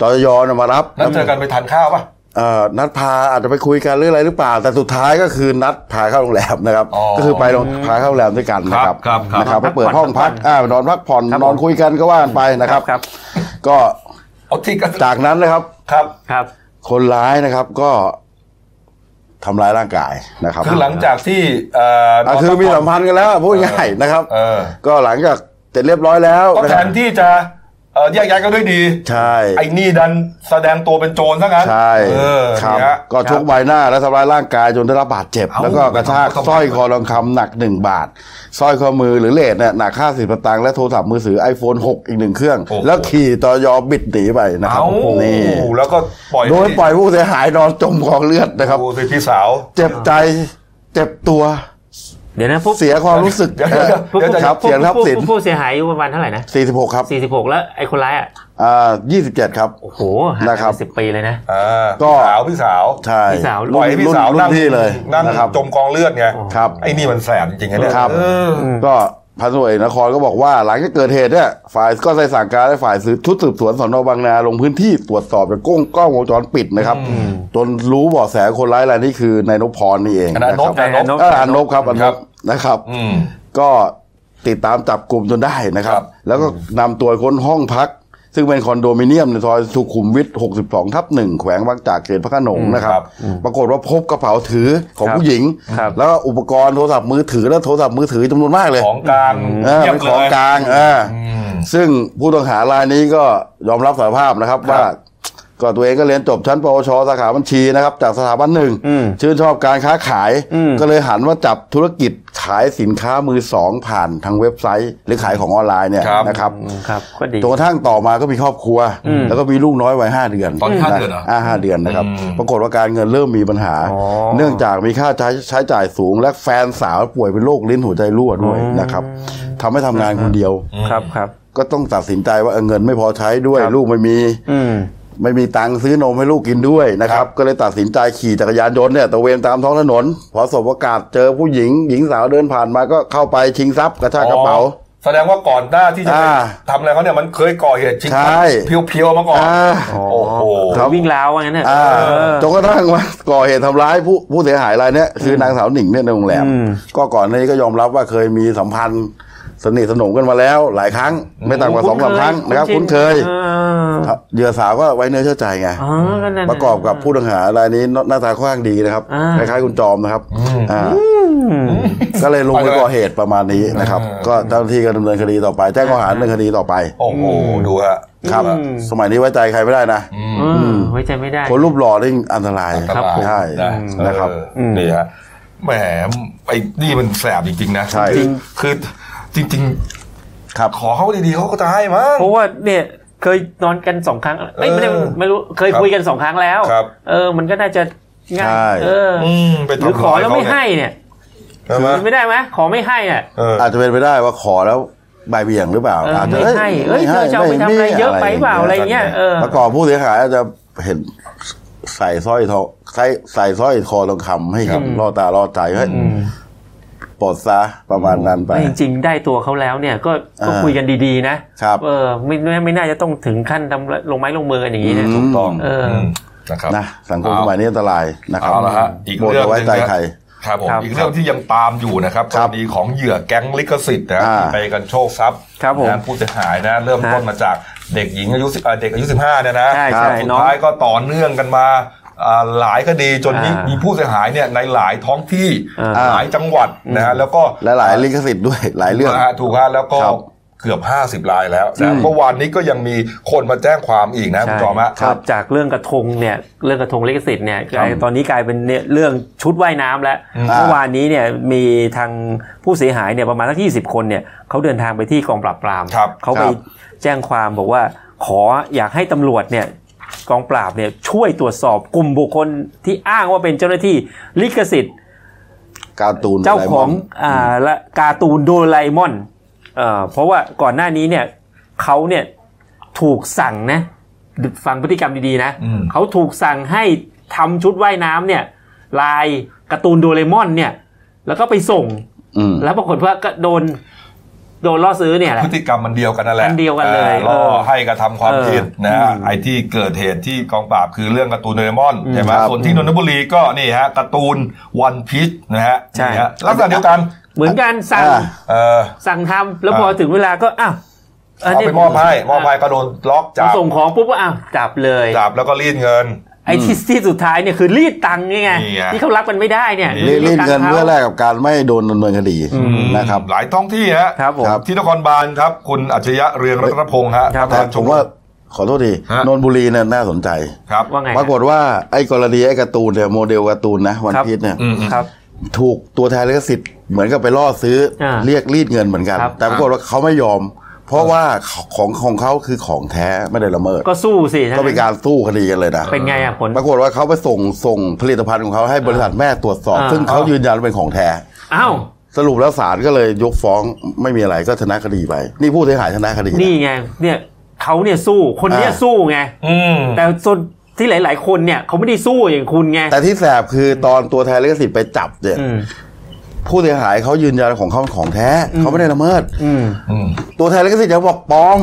Speaker 5: จอยอมารับ
Speaker 3: นั่นเจอกันไปทานข้าวป่ะ
Speaker 5: เอ่อนัดพาอาจจะไปคุยกันหรืออะไรหรือเปล่า แต่สุดท้ายก็คือนัดพาเข้าโรงแรมนะครับ
Speaker 3: อ๋อ
Speaker 5: ก็คือไปโรงพาเข้าโรงแรมด้วยกันนะครับ
Speaker 3: ครับครับ
Speaker 5: นะครับ
Speaker 2: ครับ
Speaker 5: ไปเปิดห้องพักอ่านอนพักผ่อน
Speaker 2: ครับ
Speaker 5: นอน
Speaker 2: ผม
Speaker 5: คุยกันก็ว่ากันไปนะครับ
Speaker 2: ครับ
Speaker 5: ก็
Speaker 3: เอาที่กัน
Speaker 5: จากนั้นนะครับ
Speaker 3: ครับ
Speaker 2: ครับ
Speaker 5: คนร้ายนะครับก็ทำร้ายร่างกายนะครับ
Speaker 3: คือหลังจากที่เอ่อ
Speaker 5: อ่ะคือมีสัมพันธ์กันแล้วพูดง่ายๆนะครับ
Speaker 3: เออ
Speaker 5: ก็หลังจากเสร็จเรียบร้อยแล้ว
Speaker 3: ก็
Speaker 5: นะ
Speaker 3: แท
Speaker 5: ครับ
Speaker 3: นที่จะเอ่อแยกย้ายกันด้วยดี
Speaker 5: ใช่
Speaker 3: ไอ้นี่ดันแสดงตัวเป็นโจรซะงั้น
Speaker 5: ใช่
Speaker 3: เออ
Speaker 5: ครับ
Speaker 3: เนี่ย
Speaker 5: ก็ชกใบหน้าและทำร้ายร่างกายจนได้รับบาดเจ็บ
Speaker 3: เอ้า
Speaker 5: แล้วก็กระชาก
Speaker 3: ไม่ต้อง
Speaker 5: สร้อยคอทองคำหนัก 1 บาทสร้อยข้อมือหรือเลสเนี่ยหนัก 50สตางค์และโทรศัพท์มือถือ iPhone 6 อีกหนึ่งเครื่อง แล้วขี่ตอยอบิดหนีไปนะครับ
Speaker 3: เอา
Speaker 5: นี่
Speaker 3: แล้วก็ปล่อย
Speaker 5: โดยปล่อยผู้เสียหายนอนจมกองเลือดนะครับ
Speaker 3: ดูสิพี่สาว
Speaker 5: เจ็บใจเจ็บตัว
Speaker 2: เดี๋ยวนะผู้
Speaker 5: เสียความรู้สึก
Speaker 3: เดี๋ยวเดี๋ยว
Speaker 2: ผู้ผู้
Speaker 3: เดี๋ยว
Speaker 5: ครับ
Speaker 2: ผู้
Speaker 5: เสียทรัพย์สิน
Speaker 2: ผู้ผู้เสียหายอายุประมาณเท่าไหร่นะ
Speaker 5: 46 ครับ
Speaker 2: 46 แล้วไอ้คนร้ายอ่ะ
Speaker 5: อ่า27 ครับ
Speaker 2: โอ้โหห่าง
Speaker 5: นะครั
Speaker 2: กับ นสิบปีเลยนะ
Speaker 3: อ่า
Speaker 5: ก็
Speaker 3: พี่สาวพี่สาว
Speaker 2: พี่สาว
Speaker 3: ป
Speaker 5: ใช่
Speaker 3: ล่อยให้พี่สาว
Speaker 5: รุ่
Speaker 3: นั่
Speaker 5: น
Speaker 3: ง
Speaker 5: พี่เลย
Speaker 3: นั่ง
Speaker 5: นะครับ
Speaker 3: จมกองเลือดไง
Speaker 5: ครับ
Speaker 3: ไอ้นี่มันแสบจริงๆนะเนี่ย
Speaker 5: ครับ
Speaker 3: เออ
Speaker 5: ก็พันตำรวจเอกนครก็บอกว่าหลังจากเกิดเหตุเนี่ยฝ่ายก็ได้สั่งการให้ฝ่ายสืบชุดสืบสวนสนบางนาลงพื้นที่ตรวจสอบจากกล้องกล้องวงจรปิดนะครับ จนรู้เบาะแสคนร้ายรายนี้คือนายนพพรนี่เอง
Speaker 3: อันนั้น
Speaker 5: นะครั
Speaker 3: น
Speaker 2: น
Speaker 3: พ
Speaker 2: พ
Speaker 5: เอออันนพครับอันน
Speaker 3: ครับ
Speaker 5: พนะครับ
Speaker 3: อืม
Speaker 5: ก็ติดตามจับกลุ่มจนได้นะครั
Speaker 3: ครับ บ
Speaker 5: แล้วก็นำตัวค้นห้องพัก ซึ่งเป็นคอนโดมิเนียมในซอยสุขุมวิท 62 ทับหนึ่งแขวงบางจากเขตพระโขนงนะครับ ปรากฏว่าพบกระเป๋าถือของ
Speaker 2: ครับ
Speaker 5: ผู้หญิง
Speaker 2: ครับ
Speaker 5: แล้วก็อุปกรณ์โทรศัพท์มือถือและโทรศัพท์มือถือจำนวนมากเลย
Speaker 3: ของกลาง
Speaker 5: เออ
Speaker 3: เยี่ยม
Speaker 5: เป็น
Speaker 3: เล
Speaker 5: ของ
Speaker 3: ย
Speaker 5: กลางเอออ
Speaker 3: อืม
Speaker 5: ซึ่งผู้ต้องหารายนี้ก็ยอมรับสารภาพนะครับว่า ก็ตัวเองก็เรียนจบชั้นปวช สาขาบัญชีนะครับ จากสถาบันหนึ่ง
Speaker 2: อืม
Speaker 5: ชื่นชอบการค้าขาย
Speaker 2: อืม
Speaker 5: ก็เลยหันมาจับธุรกิจขายสินค้ามือสองผ่านทางเว็บไซต์ หรือขายของออนไลน์เนี่ย
Speaker 3: ครับ
Speaker 5: นะครับ
Speaker 2: อืมครับก็ดี
Speaker 5: จนกระทั่งต่อมาก็มีครอบครัว แล้วก็มีลูกน้อยวัยห้าเดือน
Speaker 3: ตอนนี้ห้า
Speaker 5: ะ
Speaker 3: เดือนเหรอ
Speaker 5: อ่าห้าเดือนนะครับ
Speaker 3: อืม
Speaker 5: ปรากฏว่าการเงินเริ่มมีปัญหา
Speaker 2: อ๋อ
Speaker 5: เนื่องจากมีค่าใช้ใช้จ่ายสูง และแฟนสาวป่วยเป็นโรคลิ้นหัวใจรั่วด้วยนะครับทำให้ทำงานคนเดียว
Speaker 2: ครับครับ
Speaker 5: ก็ต้องตัดสินใจว่าเออเงินไม่พอใช้ด้วย
Speaker 2: ครับ
Speaker 5: ลูกไม่มี
Speaker 2: อืม
Speaker 5: ไม่มีตังค์ซื้อนมให้ลูกกินด้วยนะครับ ก็เลยตัดสินใจขี่จักรยานยนต์เนี่ยตระเวนตามท้องถนน พอสบโอกาสเจอผู้หญิง หญิงสาวเดินผ่านมาก็เข้าไปชิงทรัพย์กระชากกระเป๋า
Speaker 3: อ๋อแสดงว่าก่อนหน้าที่จะไป
Speaker 5: อ่า
Speaker 3: ทำอะไรเขาเนี่ยมันเคยก่อเหตุชิงทรัพ
Speaker 5: ใช่
Speaker 3: ย์เพียวๆมาก่อน
Speaker 5: อ่า
Speaker 3: โอ้โห
Speaker 5: ครับ
Speaker 2: วิ่งราวว่างั้นเนี่ย
Speaker 5: อ่า
Speaker 2: เออ
Speaker 5: จนกระทั่งว่าก่อเหตุทำร้ายผู้ผู้เสียหายรายเนี้ยคือนางสาวหนิงเนี่ยในโรงแรม
Speaker 2: อืม
Speaker 5: ก็ก่อนหนานี้ก็ยอมรับว่าเคยมีสัมพันธ์สนิทสนมกันมาแล้ว หลายครั้ง ไม่ต่ำกว่าสองสามครั้งนะครับคุ้นเคย
Speaker 2: เออ
Speaker 5: ครับเหยื่อสาวก็ไว้เนื้อเชื่อใจไง
Speaker 2: อ๋อนั่นน่
Speaker 5: ประกอบกับผู้ต้องหารายนี้หน้าตาค่อนข้างดีนะครับ
Speaker 2: อ่า
Speaker 5: คล้ายๆคุณจอมนะครับอ่า
Speaker 2: อืม
Speaker 5: ก็เลยลงไปก่อเหตุประมาณนี้นะครับ
Speaker 3: เออ
Speaker 5: ก็เจ้าหน้าที่ก็ดำเนินคดีต่อไปแจ้งข้อหาดำเนินคดีต่อไป
Speaker 3: โอ้โห ดูฮะ
Speaker 5: ครับ
Speaker 2: อืม
Speaker 5: สมัยนี้ไว้ใจใครไม่ได้นะ
Speaker 2: เออไว้ใจไม่ได้
Speaker 5: คนรูปหล่อนี่อันตราย
Speaker 2: ครับผม
Speaker 5: ใช่นะครับ
Speaker 3: เออนี่ฮะแหมไอ้นี่มันแสบจริง ๆ นะ
Speaker 5: ใช่
Speaker 3: คือคือจริง
Speaker 5: ครับ
Speaker 3: ๆ ขอเขาดีๆเขาก็จะให้มั้ง
Speaker 2: เพราะว่าเนี่ยเคยนอนกันสองครั้งเอ้ยไม่ได้
Speaker 3: เออ
Speaker 2: ไม่รู้เคย
Speaker 3: ครับ
Speaker 2: คุยกันสองครั้งแล้ว
Speaker 3: ครับ
Speaker 2: เออ มันก็น่าจะง่า
Speaker 5: ใช่
Speaker 2: ยเอออ
Speaker 3: อืมไป
Speaker 2: หรือ
Speaker 3: ทำ
Speaker 2: ขอ
Speaker 3: ร้าย
Speaker 2: แล้ว
Speaker 3: เขา
Speaker 2: ไม่
Speaker 3: เนี่ย
Speaker 2: ให้เนี่ย
Speaker 3: ใช่ไหม
Speaker 2: มันไม่ได้ไหมขอไม่ให้อ่ะ
Speaker 3: เออ
Speaker 5: อาจจะเป็นไปได้ว่าขอแล้วบ่ายเบี่ยงหรือเปล่า
Speaker 2: เออ
Speaker 5: อาจจะ
Speaker 2: ไม่ให้เอ้ยเธอจะเอาไปทำอะไรเยอะไปเปล่าอะไรเงี้ยเออ
Speaker 5: ประกอบผู้เสียหายอาจจะเห็นใส่สร้อยทองใส่ใส่สร้อยคอทองคำให้เห็นล่อตาล่อใจให้ปลดซะประมาณนั้นไป
Speaker 2: ไม่จริงๆได้ตัวเขาแล้วเนี่ยก็ก็
Speaker 5: อ่า
Speaker 2: คุยกันดีๆนะครับ เออไม่ไม่ไม่น่าจะต้องถึงขั้นทำลงไม้ลงมือกันอย่างนี้นะ
Speaker 5: ถูกต้อง
Speaker 2: เออ
Speaker 3: มนะครับ
Speaker 5: นะสังคม
Speaker 3: เอา
Speaker 5: สมัยนี้อันตรายนะครับ
Speaker 3: เอาละฮะอีก
Speaker 5: โปรด
Speaker 3: เรื่อง
Speaker 5: ย่า
Speaker 3: ห
Speaker 5: ไว้
Speaker 3: นึ่ง
Speaker 5: ใจ
Speaker 3: นะ
Speaker 5: ใคร
Speaker 3: ครับผม
Speaker 2: ครับ
Speaker 3: อีกเรื่องที่ยังตามอยู่นะครับก
Speaker 5: ครั
Speaker 3: ร
Speaker 5: บ
Speaker 3: ณีของเหยื่อแก๊งลิขสิทธิ์นะ
Speaker 5: อ่า
Speaker 3: ที่ไปกันโชคทรัพย์
Speaker 2: ครับผม
Speaker 3: นะผู้เสียหายนะเริ่ม
Speaker 2: ฮะ
Speaker 3: ต้นมาจากเด็กหญิงอายุ10เอ่อเด็กอายุ 15เนี่ยนะ
Speaker 2: ใช่ใช่
Speaker 3: ครับ
Speaker 2: ใช่
Speaker 3: สุด
Speaker 2: น้อง
Speaker 3: ท้ายก็ต่อเนื่องกันมา อ่าหลายคดีจนมี
Speaker 2: อ่ามี
Speaker 3: มีผู้เสียหายเนี่ยในหลายท้องที่
Speaker 2: อ่า
Speaker 3: หลายจังหวัดนะฮะแล้วก็
Speaker 5: และหลายลิขสิทธิ์ด้วยหลายเรื่อง
Speaker 3: นะฮะถูกฮะแล้วก็
Speaker 5: ครับ
Speaker 3: เกือบ 50 รายแล้ว
Speaker 5: อื
Speaker 3: นะ
Speaker 5: ม
Speaker 3: เมื่อวานนี้ก็ยังมีคนมาแจ้งความอีกนะคุณจอมฮะ
Speaker 2: ครับจากเรื่องกระทงเนี่ยเรื่องกระทงลิขสิทธิ์เนี่ย
Speaker 3: ครับ
Speaker 2: ตอนนี้กลายเป็นเนี่ยเรื่องชุดว่ายน้ำแล้ว
Speaker 3: อืม
Speaker 2: เมื่อวานนี้เนี่ยมีทางผู้เสียหายเนี่ยประมาณสักยี่สิบคนเนี่ยเขาเดินทางไปที่กองปราบปราม
Speaker 3: ครับ
Speaker 2: เขาไป
Speaker 5: ครับ
Speaker 2: แจ้งความบอกว่า ขออยากให้ตำรวจเนี่ยกองปราบเนี่ยช่วยตรวจสอบกลุ่มบุคคลที่อ้างว่าเป็นเจ้าหน้าที่ลิขสิทธิ
Speaker 5: การ์ตูน
Speaker 2: เจ้าของ
Speaker 5: ะไรมั้
Speaker 2: อ่าและการ์ตูนโดราเอมอนเอ่อเพราะว่าก่อนหน้านี้เนี่ยเขาเนี่ยถูกสั่งนะฟังพฤติกรรมดีๆนะ
Speaker 3: อืม
Speaker 2: เขาถูกสั่งให้ทำชุดว่ายน้ำเนี่ยลายการ์ตูนโดราเอมอนเนี่ยแล้วก็ไปส่ง
Speaker 5: อืม
Speaker 2: แล้วปรากฏว่าก็โดนโดนล่อซื้อเนี่ยแหละ
Speaker 3: พฤติกรรมมันเดียวกันนั่นแหละ
Speaker 2: อันเดียวกันเลย
Speaker 3: อ่าล่อ
Speaker 2: เออ
Speaker 3: ให้กระทำความ
Speaker 2: เออ
Speaker 3: ผิดนะ
Speaker 2: อื
Speaker 3: ฮะ
Speaker 2: ม
Speaker 3: ไอ้ที่เกิดเหตุที่กองปราบคือเรื่องการ์ตูนโดเรมอนใช่ไหม
Speaker 5: ครับ
Speaker 3: ส่วนที่นนทบุรีก็นี่ฮะการ์ตูนวันพีชนะฮะ
Speaker 2: ใช่
Speaker 3: นี่ฮะลักษณะเดียวกัน
Speaker 2: เหมือนกันสั่ง
Speaker 5: อ่า
Speaker 3: เออ
Speaker 2: สั่งทำแล้วพอ
Speaker 3: เออ
Speaker 2: ถึงเวลาก็อ้าว
Speaker 3: เอาไปมอบให้มอบให้ก็โดนล็อกจับ
Speaker 2: ส่งของปุ๊บก็อ้าวจับเลย
Speaker 3: จับแล้วก็รีดเงิน
Speaker 2: ไอ้ที่ที่สุดท้ายเนี่ยคือรีดตังค์ไง
Speaker 3: นี่ไง
Speaker 2: ที่เขารับกันไม่ได้เนี่ย
Speaker 5: รีดรีด
Speaker 2: ตัค์
Speaker 5: เงิน
Speaker 2: ขา
Speaker 5: เพื่อแลกกับการไม่โดนดำเนินคดีนะครับ
Speaker 3: หลายท้องที่ฮะ
Speaker 2: ครับผม
Speaker 3: ที่นครบาลครับคุณอัจฉริยะเรืองรัตนพงษ์ฮะ
Speaker 2: ครับ
Speaker 3: ป
Speaker 5: แต่
Speaker 3: ระธนช
Speaker 5: ผม
Speaker 3: ร
Speaker 5: ว่าขอโทษที
Speaker 3: ฮะ
Speaker 5: นนทบุรีเนี่ยน่าสนใจ
Speaker 3: ครับ
Speaker 2: ว่าไง
Speaker 5: ปรากฏว่าไอ้กรณีไอ้การ์ตูนเนี่ยโมเดลการ์ตูนนะวัน
Speaker 2: ครับ
Speaker 5: พีชเนี่ย
Speaker 3: อืม
Speaker 2: ครับ
Speaker 5: ถูกตัวแทนลิขสิทธิ์เหมือนกับไปล่อซื้ออา เรียกรีดเงินเหมือนกัน
Speaker 2: ครับ
Speaker 5: แต่ปรากฏว่าเขาไม่ยอม เพราะว่าของของเขาคือของแท้ไม่ได้ละเมิด
Speaker 2: ก็สู้สิ
Speaker 5: ก็มีการสู้คดีกันเลยนะ
Speaker 2: เป็นไงอ่ะผล
Speaker 5: ปรากฏว่าเขาไปส่งส่งผลิตภัณฑ์ของเขาให้บริษัทแม่ตรวจสอบ
Speaker 2: อ่า
Speaker 5: ซึ่งเขายืนยันว่าเป็นของแท้
Speaker 2: อ้าว
Speaker 5: สรุปแล้วศาลก็เลยยกฟ้องไม่มีอะไรก็ชนะคดีไป นี่ผู้เสียหายชนะคดีนะ
Speaker 2: นี่ไงเนี่ยเขาเนี่ยสู้คนเนี้ย
Speaker 5: อ่า
Speaker 2: สู้ไง
Speaker 3: อืม
Speaker 2: แต่ส่วนที่หลาย ๆ คนเนี่ยเขาไม่ได้สู้อย่างคุณไง
Speaker 5: แต่ที่แสบคือตอนตัวแทนลิขสิทธิ์ไปจับเนี่ย
Speaker 2: อืม
Speaker 5: ผู้เสียหายเขายืนยันของเขาเป็นของแท้เขาไม่ได้ละเมิด
Speaker 2: อืม
Speaker 3: อืม
Speaker 5: ตัวแทนลิขสิทธิ์จะบอกปลอม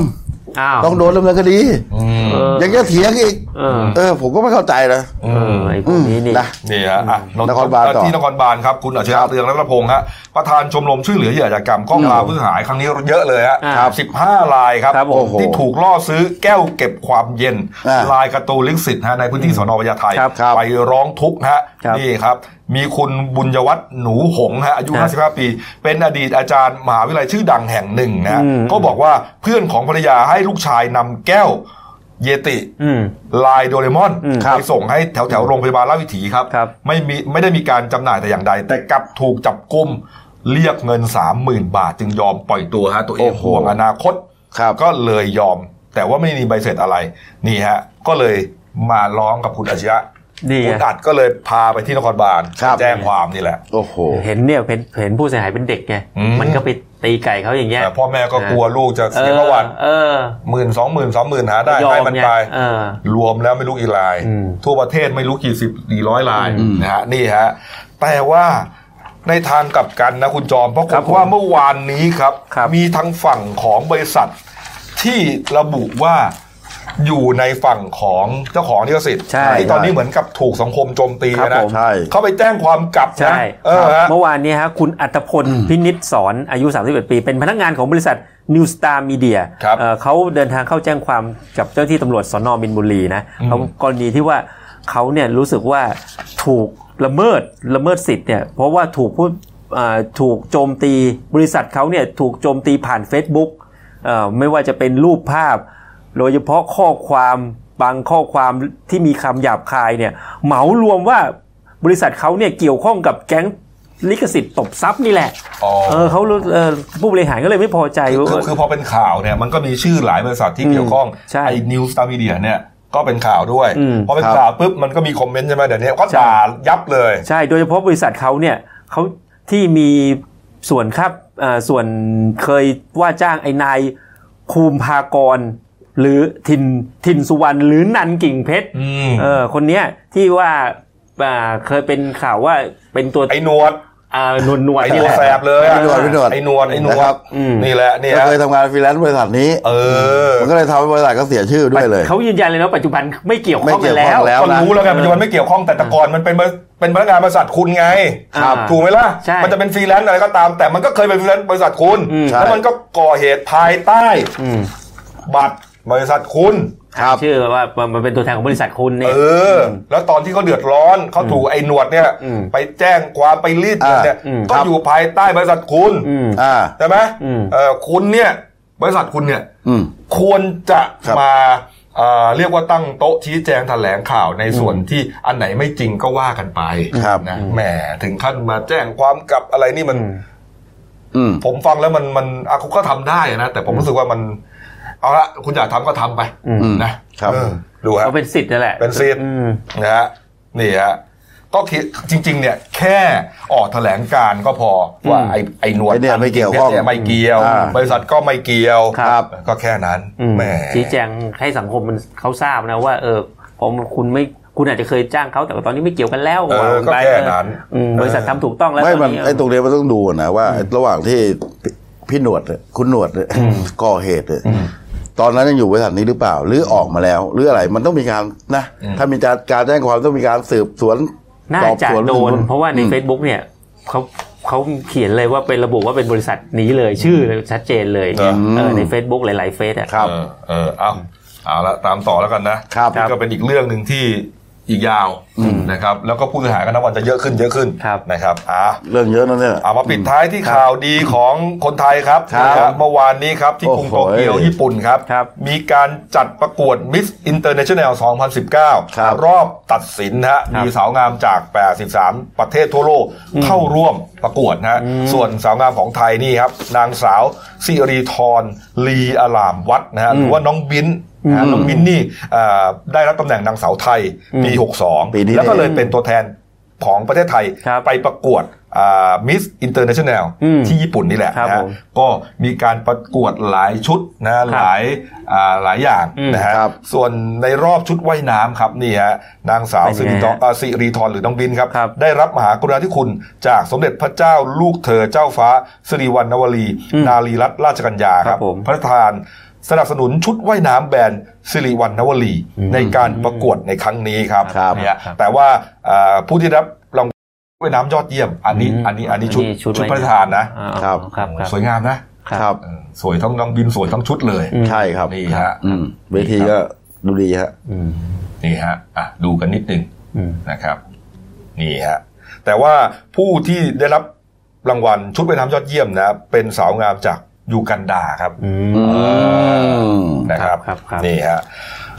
Speaker 2: อ้าว
Speaker 5: ต้องโดนดำเนินคดี
Speaker 3: อืม
Speaker 2: เออ
Speaker 5: ยังจะเถียงอีก
Speaker 2: เออ
Speaker 5: เออ ผมก็ไม่เข้าใจนะ
Speaker 2: เออไอ้พวกนี้นี่
Speaker 5: นะ
Speaker 3: นี่ฮะอ่ะ
Speaker 5: นครบาลต่อ
Speaker 3: ที่นครบาลครับ คุณอัจฉริยะเรืองรัตนพงศ์ฮะประธานชมรมช่วยเหลือเหยื่ออาชญากรรมข้อความผู้เสียหายครั้งนี้เยอะเลยฮะ
Speaker 2: ครับ
Speaker 3: สิบห้ารายครับ
Speaker 2: ครับผม
Speaker 5: โอ้โห
Speaker 3: ที่ถูกล่อซื้อแก้วเก็บความเย็น
Speaker 5: อ่า
Speaker 3: ลายการ์ตูนลิขสิทธิ์ฮะในพื้นที่สนพญาไท
Speaker 5: ครับครับ
Speaker 3: ไปร้องทุกข์ฮะ
Speaker 2: ครับ
Speaker 3: นี่ครับ มีคุณบุญยวัฒน์หนูหงส์ฮะอายุ
Speaker 2: ครับ
Speaker 3: 55 ปี เป็นอดีตอาจารย์มหาวิทยาลัยชื่อดังแห่งหนึ่งนะฮะ
Speaker 2: อืม
Speaker 3: ก็บอกว่าเพื่อนของภรรยาให้ลูกชายนำแก้วเยติ
Speaker 2: อืม
Speaker 3: ลายโดเรมอน
Speaker 2: อืม
Speaker 3: ไปส่งให้แถวแถวๆโรงพยาบาลราชวิถีครับ
Speaker 2: ครับ
Speaker 3: ไม่มีไม่ได้มีการจำหน่ายแต่อย่างใด แต่กลับถูกจับกุมเรียกเงิน 30,000 บาท จึงยอมปล่อยตัวฮะตัวเอง
Speaker 5: โอ้โห
Speaker 3: ห่วงอนาคต
Speaker 5: ครับ
Speaker 3: ก็เลยยอม แต่ว่าไม่มีใบเสร็จอะไร นี่ฮะ ก็เลยมาร้องกับคุณอาชญะ
Speaker 2: นี่
Speaker 3: คุณ
Speaker 2: ไง
Speaker 3: อัดก็เลยพาไปที่นครบาล
Speaker 5: ครับ
Speaker 3: แจ้งความนี่แหละ
Speaker 5: โอ้โห
Speaker 2: เห็นเนี่ยเห็นเห็นผู้เสียหายเป็นเด็กไง
Speaker 3: อืม
Speaker 2: มันก็ไปตีไก่เขาอย่างเงี้ย
Speaker 3: แต่พ่อแม่ก็กลัวลูกจะเสียประวัติ
Speaker 2: เออ
Speaker 3: หมื่นสองหมื่นสามหมื่นหา
Speaker 2: เอ
Speaker 3: ได้
Speaker 2: อยอ
Speaker 3: ให้
Speaker 2: ม
Speaker 3: มัน
Speaker 2: ไง
Speaker 3: ไป
Speaker 2: เออ
Speaker 3: รวมแล้วไม่รู้กี่ลาย
Speaker 2: อืม
Speaker 3: ทั่วประเทศไม่รู้กี่สิบกี่ร้อยลาย
Speaker 5: อืม
Speaker 3: นะฮะนี่ฮะแต่ว่าในทางกลับกันนะคุณจอม เพราะ
Speaker 2: ครับผม
Speaker 3: ว่าเมื่อวานนี้ครับ
Speaker 2: ครับ
Speaker 3: มีทางฝั่งของบริษัทที่ระบุว่าอยู่ในฝั่งของเจ้าของลิขสิทธิ์
Speaker 2: ใช่
Speaker 3: ที่ตอนนี้เหมือนกับถูกสังคมโจมตี
Speaker 2: ครับ
Speaker 3: นะ
Speaker 2: ผม
Speaker 5: ใช่
Speaker 3: เขาไปแจ้งความกลับ
Speaker 2: ใช่
Speaker 3: นะเอ
Speaker 2: ค
Speaker 3: อ
Speaker 2: รับ
Speaker 3: ฮะ
Speaker 2: เมื่อวานเนี้ฮะคุณอัตพลพินิษสอนอายุ 31 ปี เป็นพนักงานของบริษัท New Star Media
Speaker 3: ครับ
Speaker 2: เอ่อเขาเดินทางเข้าแจ้งความกับเจ้าหน้าที่ตำรวจสอนอมินบุรีนะ
Speaker 3: อืม
Speaker 2: เขากรณีที่ว่าเขาเนี่ยรู้สึกว่าถูกละเมิดละเมิดสิทธิ์เนี่ยเพราะว่าถูกผู้เอ่อถูกโจมตีบริษัทเขาเนี่ยถูกโจมตีผ่าน Facebook เอ่อไม่ว่าจะเป็นรูปภาพ โดยเฉพาะข้อความบางข้อความที่มีคำหยาบคายเนี่ยเหมารวมว่าบริษัทเขาเนี่ยเกี่ยวข้องกับแก๊งลิขสิทธิ์ตบทรัพย์นี่แหละ
Speaker 3: อ๋อ
Speaker 2: เออเขารู้เออผู้บริหารก็เลยไม่พอใจว่า
Speaker 3: คือคือพอเป็นข่าวเนี่ยมันก็มีชื่อหลายบริษัทที่เกี่ยวข้อง
Speaker 2: ใช่
Speaker 3: ไอ้นิวสตาร์มีเดียเนี่ยก็เป็นข่าวด้วย
Speaker 2: อืม
Speaker 3: พอเป็น
Speaker 5: ครับ
Speaker 3: ข่าวปุ๊บมันก็มีคอมเมนต์ใช่ไหมเดี๋ยวนี้ก็ด่ายับเลย
Speaker 2: ใช่ โดยเฉพาะบริษัทเขาเนี่ยเขาที่มีส่วนครับเอ่อส่วนเคยว่าจ้างไอ้นายคูมพากร หรือทินทินสุวรรณหรือนันกิ่งเพชร
Speaker 3: อืม
Speaker 2: เออคนเนี้ยที่ว่าอ่าเคยเป็นข่าวว่าเป็นตัว
Speaker 3: ไอ้หนวด
Speaker 2: อ่านวลนวล
Speaker 3: ไอ้
Speaker 2: นี่
Speaker 3: ตั
Speaker 2: แห
Speaker 3: ว
Speaker 2: ละ
Speaker 3: แสบเลยอะ
Speaker 5: ไอ้หนวดไอ้หนวด
Speaker 3: ไอ้หนวดไอ้หนว
Speaker 5: นะครั
Speaker 3: ด
Speaker 5: บ
Speaker 2: อืม
Speaker 3: นี่แหละนี่
Speaker 5: ก็
Speaker 3: ฮะ
Speaker 5: เคยทำงานฟรีแลนซ์บริษัทนี้
Speaker 3: เออ
Speaker 5: มันก็เลยทำให้บริษัทก็เสียชื่อด้วยเลย
Speaker 2: เขายืนยันเลยนะปัจจุบันไม่เกี่ยวข้อง
Speaker 5: ไม่เกี่
Speaker 2: กัน
Speaker 5: ยวข้
Speaker 2: แล้
Speaker 5: อง
Speaker 2: ว
Speaker 5: แล้ว
Speaker 3: ก็รู้แล้วไงปัจจุบันไม่เกี่ยวข้องแต่แต่ก่อนมันเป็นบริเป็นพนักงานบริษัทคุณไง
Speaker 2: ครับ
Speaker 3: ถูกไหมล่ะ
Speaker 2: ใช่
Speaker 3: มันจะเป็นฟรีแลนซ์อะไรก็ตาม แต่มันก็เคยเป็นฟรีแลนซ์บริษัทคุณ
Speaker 2: อืม
Speaker 3: แล้วมันก็ก่อเหตุภายใต้
Speaker 2: อืม
Speaker 3: บัตร บริษัทคุณ
Speaker 5: ครับ
Speaker 2: ชื่อว่ามันมันเป็นตัวแทนของบริษัทคุณเนี่ย
Speaker 3: เออ แล้วตอนที่เขาเดือดร้อนเขาถูกไอ้หนวดเนี่ย
Speaker 2: อืม
Speaker 3: ไปแจ้งความไปรีดเงินเนี่ย
Speaker 2: อ่าอืม
Speaker 3: ก็อยู่ภายใต้บริษัทคุณ
Speaker 2: อืม
Speaker 5: อ่า
Speaker 3: ใช่ไหม
Speaker 2: อืม
Speaker 3: เออคุณเนี่ยบริษัทคุณเนี่ย
Speaker 5: อืม
Speaker 3: ควรจะ
Speaker 5: ครับ
Speaker 3: มาเอ่อเรียกว่าตั้งโต๊ะชี้แจงแถลงข่าวในส่วนที่อันไหนไม่จริงก็ว่ากันไป
Speaker 5: ครับ
Speaker 3: นะแหมถึงขั้นมาแจ้งความกลับอะไรนี่มัน
Speaker 5: อืม
Speaker 3: ผมฟังแล้วมันมันอะคุณก็ทำได้นะแต่ผมรู้สึกว่ามันเอาละคุณอยากทำก็ทำไป
Speaker 2: อืม
Speaker 3: นะครับ เออดูฮะ
Speaker 2: เขาเป็นสิทธิ์นั่นแหละ
Speaker 3: เป็นสิทธิ์
Speaker 2: อืม
Speaker 3: นะฮะนี่ฮะก็คิดจริง ๆ เนี่ย แค่ออกแถลงการณ์ก็พอว่าไอ้ไอ้หนวด
Speaker 5: ไอ้เนี่ยไม่เกี่ยวข้อง
Speaker 3: นี่ไม่เกี่ยว
Speaker 5: อ่า
Speaker 3: บริษัทก็ไม่เกี่ยว
Speaker 2: ครับ
Speaker 3: ก็แค่นั้น
Speaker 2: อืม
Speaker 3: แหม
Speaker 2: ชี้แจงให้สังคมมันเขาทราบนะว่า เออผมคุณไม่คุณอาจจะเคยจ้างเขาแต่ว่าตอนนี้ไม่เกี่ยวกันแล้ว
Speaker 3: เออก็
Speaker 2: ไป
Speaker 3: แค่นั้น
Speaker 2: อืมบริษัททำถูกต้องแล้ว
Speaker 5: ไม่
Speaker 2: ตอ
Speaker 5: มัน
Speaker 2: นนี้
Speaker 5: ไอ้ตรงเนี้ยมันต้องดูก่อนนะว่าระหว่างที่พี่พี่หนวดเนี่ยคุณหนวดเนี่ยก่อเหตุเนี่ยตอนนั้นยังอยู่บริษัทนี้หรือเปล่า หรือออกมาแล้ว หรืออะไรมันต้องมีการนะ ถ้ามีการการแจ้งความต้องมีการสืบสวน
Speaker 2: น่า
Speaker 5: สอบ
Speaker 2: จะ
Speaker 5: สวน
Speaker 2: โดน
Speaker 5: สืบส
Speaker 2: เพราะว่าใน
Speaker 5: อืม
Speaker 2: Facebook เนี่ยเขาเขาเขียนเลยว่าเป็นระบุว่าเป็นบริษัทนี้เลยชื่อเลยชัดเจนเลยเนี่ยเออใน Facebook หลาย ๆเฟซอ่ะ
Speaker 5: ครับ
Speaker 3: เออเออเอาเอาละตามต่อแล้วกันนะครับ นี่ก็เป็นอีกเรื่องหนึ่งที่อีกยาวนะครับ แล้วก็ผู้เสียหายก็นับวันจะเยอะขึ้นเยอะขึ้น
Speaker 2: ครับ
Speaker 3: นะครับอ่า
Speaker 5: เรื่องเยอะนะเนี่ย
Speaker 3: เอามาปิดท้ายที่ข่าวดีของคนไทยครับ
Speaker 5: ครับ
Speaker 3: นะเมื่อวานนี้ครับ ที่กรุงโต
Speaker 5: โอ้โห
Speaker 3: เกียวญี่ปุ่นครับ
Speaker 2: ครับ
Speaker 3: มีการจัดประกวด Miss International
Speaker 5: ครับ
Speaker 3: 2019 รอบตัดสินนะฮะ
Speaker 2: ครับ
Speaker 3: มีสาวงามจาก 83 ประเทศทั่วโลกเข้าร่วมประกวดนะฮะส่วนสาวงามของไทยนี่ครับ นางสาวสิริธรลีอลามวัดนะฮะหรือว่าน้องบิ้นนะฮะน้องบิ้นนี่เอ่อได้รับตำแหน่งนางสาวไทยปี
Speaker 5: ปี
Speaker 3: 62
Speaker 5: นี้
Speaker 3: แล้วก็เลยเป็นตัวแทนของประเทศไทย
Speaker 2: ครับ
Speaker 3: ไปประกวดมิสอินเตอร์เนชั่นแนล
Speaker 2: อืม
Speaker 3: ที่ญี่ปุ่นนี่แหละ
Speaker 2: ครับ
Speaker 3: นะ
Speaker 2: ผ
Speaker 3: ฮะ
Speaker 2: ม
Speaker 3: ก็มีการประกวดหลายชุดนะ
Speaker 2: ค
Speaker 3: ฮะ
Speaker 2: รับ
Speaker 3: หลาย อ่าหลายอย่าง
Speaker 2: อืม
Speaker 3: นะฮะ
Speaker 5: ครับ
Speaker 3: ส่วนในรอบชุดว่ายน้ำครับนี่ฮะนางสาว
Speaker 2: เป็
Speaker 3: สิ
Speaker 2: นไง
Speaker 3: ริธร
Speaker 2: ฮะ
Speaker 3: อ่าสิริธรหรือน้องบินครับ
Speaker 2: ครับ
Speaker 3: ได้รับมหากรุณาธิคุณจากสมเด็จพระเจ้าลูกเธอเจ้าฟ้าสิริวัณณวรี
Speaker 2: อืม
Speaker 3: นารีรัตนราชกัญญาค
Speaker 2: ครั
Speaker 3: รับบ
Speaker 2: ผม
Speaker 3: พระราชทานสนับสนุนชุดว่ายน้ำแบรนด์สิริวัณณวรีในการประกวดในครั้งนี้ครับ
Speaker 5: ครับ
Speaker 3: เนี่ย
Speaker 2: ครับ
Speaker 3: แต่ว่าอ่าผู้ที่ได้รับรางวัลว่ายน้ำยอดเยี่ยม อันนี้
Speaker 2: อืม
Speaker 3: อันนี้อันนี้ชุด
Speaker 2: อันนี้ชุด
Speaker 3: ชุด
Speaker 2: ว่ายน้ำ
Speaker 3: พระราชทานนะ
Speaker 2: อ่า
Speaker 5: ครับ
Speaker 2: ครับค
Speaker 3: สว
Speaker 2: รับ
Speaker 3: ยงามนะครับ
Speaker 5: ครับ
Speaker 3: เออสวยทั้งน้องบินสวยทั้งชุดเลย
Speaker 2: อืม
Speaker 5: ใช่ครับ
Speaker 3: นี่ฮะ
Speaker 5: อืมเวทีก็ดูดีฮะ
Speaker 2: อืม
Speaker 3: นี่ฮะ อ่ะ ดูกันนิดหนึง
Speaker 2: อืม
Speaker 3: นะครับ นี่ฮะ แต่ว่าผู้ที่ได้รับรางวัลชุดว่ายน้ำยอดเยี่ยมนะ เป็นสาวงามจากยูกันดาครับ
Speaker 2: อืม
Speaker 5: ม
Speaker 3: นะครับ
Speaker 2: ครับครับ
Speaker 3: นี่ฮะ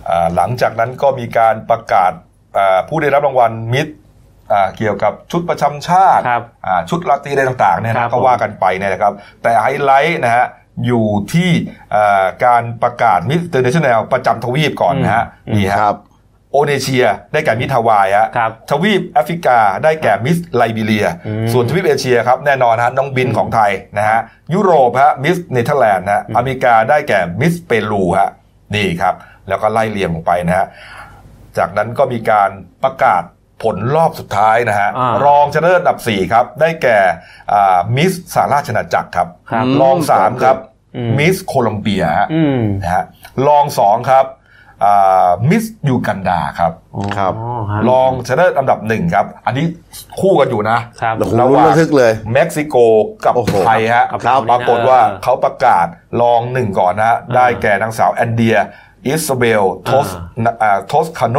Speaker 3: อ่าหลังจากนั้นก็มีการประกาศอ่าผู้ได้รับรางวัลมิตรอ่าเกี่ยวกับชุดประจำชาติ
Speaker 2: ครับ
Speaker 3: อ่าชุดราตรีอะไรต่างๆเนี่ย
Speaker 2: ครั
Speaker 3: นะ
Speaker 2: บ
Speaker 3: ก็ว่ากันไปเนี่ยนะครับ แต่ไฮไลท์นะฮะอยู่ที่อ่าการประกาศมิสเตอร์เนชั่นแนลประจำทวีปก่อนนะฮะ
Speaker 2: อืม
Speaker 3: นี่ฮะ
Speaker 5: ครับ
Speaker 3: โอเนเชียได้แก่มิสฮาวายฮะ
Speaker 2: ครับ
Speaker 3: ทวีปแอฟริกาได้แก่มิสไลบีเรีย
Speaker 2: อืม
Speaker 3: ส่วนทวีปเอเชียครับแน่นอนฮะน้องบินของไทยนะฮะยุโรปฮะมิสเนเธอร์แลนด์นะฮะอเมริกาได้แก่มิสเปรูฮะนี่ครับ แล้วก็ไล่เรียงลงไปนะฮะจากนั้นก็มีการประกาศผลรอบสุดท้ายนะฮะ
Speaker 2: อ่าร
Speaker 3: องชนะเลิศอันดับ 4 ครับ ได้แก่มิสสาราชนาจักรครับ
Speaker 2: ครับ
Speaker 3: รอง 3 ครับ
Speaker 2: อืม
Speaker 3: มิสโคลัมเบียฮะ
Speaker 2: อืม
Speaker 3: นะฮะรอง 2 ครับมิสยูกันดาครับ
Speaker 5: ครับ
Speaker 2: อ๋อฮะ
Speaker 3: รองชนะเลิศอันดับหนึ่งครับ อันนี้คู่กันอยู่นะ
Speaker 2: ครับ
Speaker 5: โอ้โห
Speaker 3: ระห
Speaker 5: ลุ้น
Speaker 3: ว่าง
Speaker 5: ระทึกเลย
Speaker 3: เม็กซิโกกับ
Speaker 5: โอ้โห
Speaker 3: ไทยฮะ
Speaker 2: ครับ
Speaker 3: ปรากฏว่า
Speaker 2: เออ
Speaker 3: เขาประกาศรองหนึ่งก่อนนะฮะได้แก่นางสาวแอนเดีย อิสเบลโทสโทสคาโน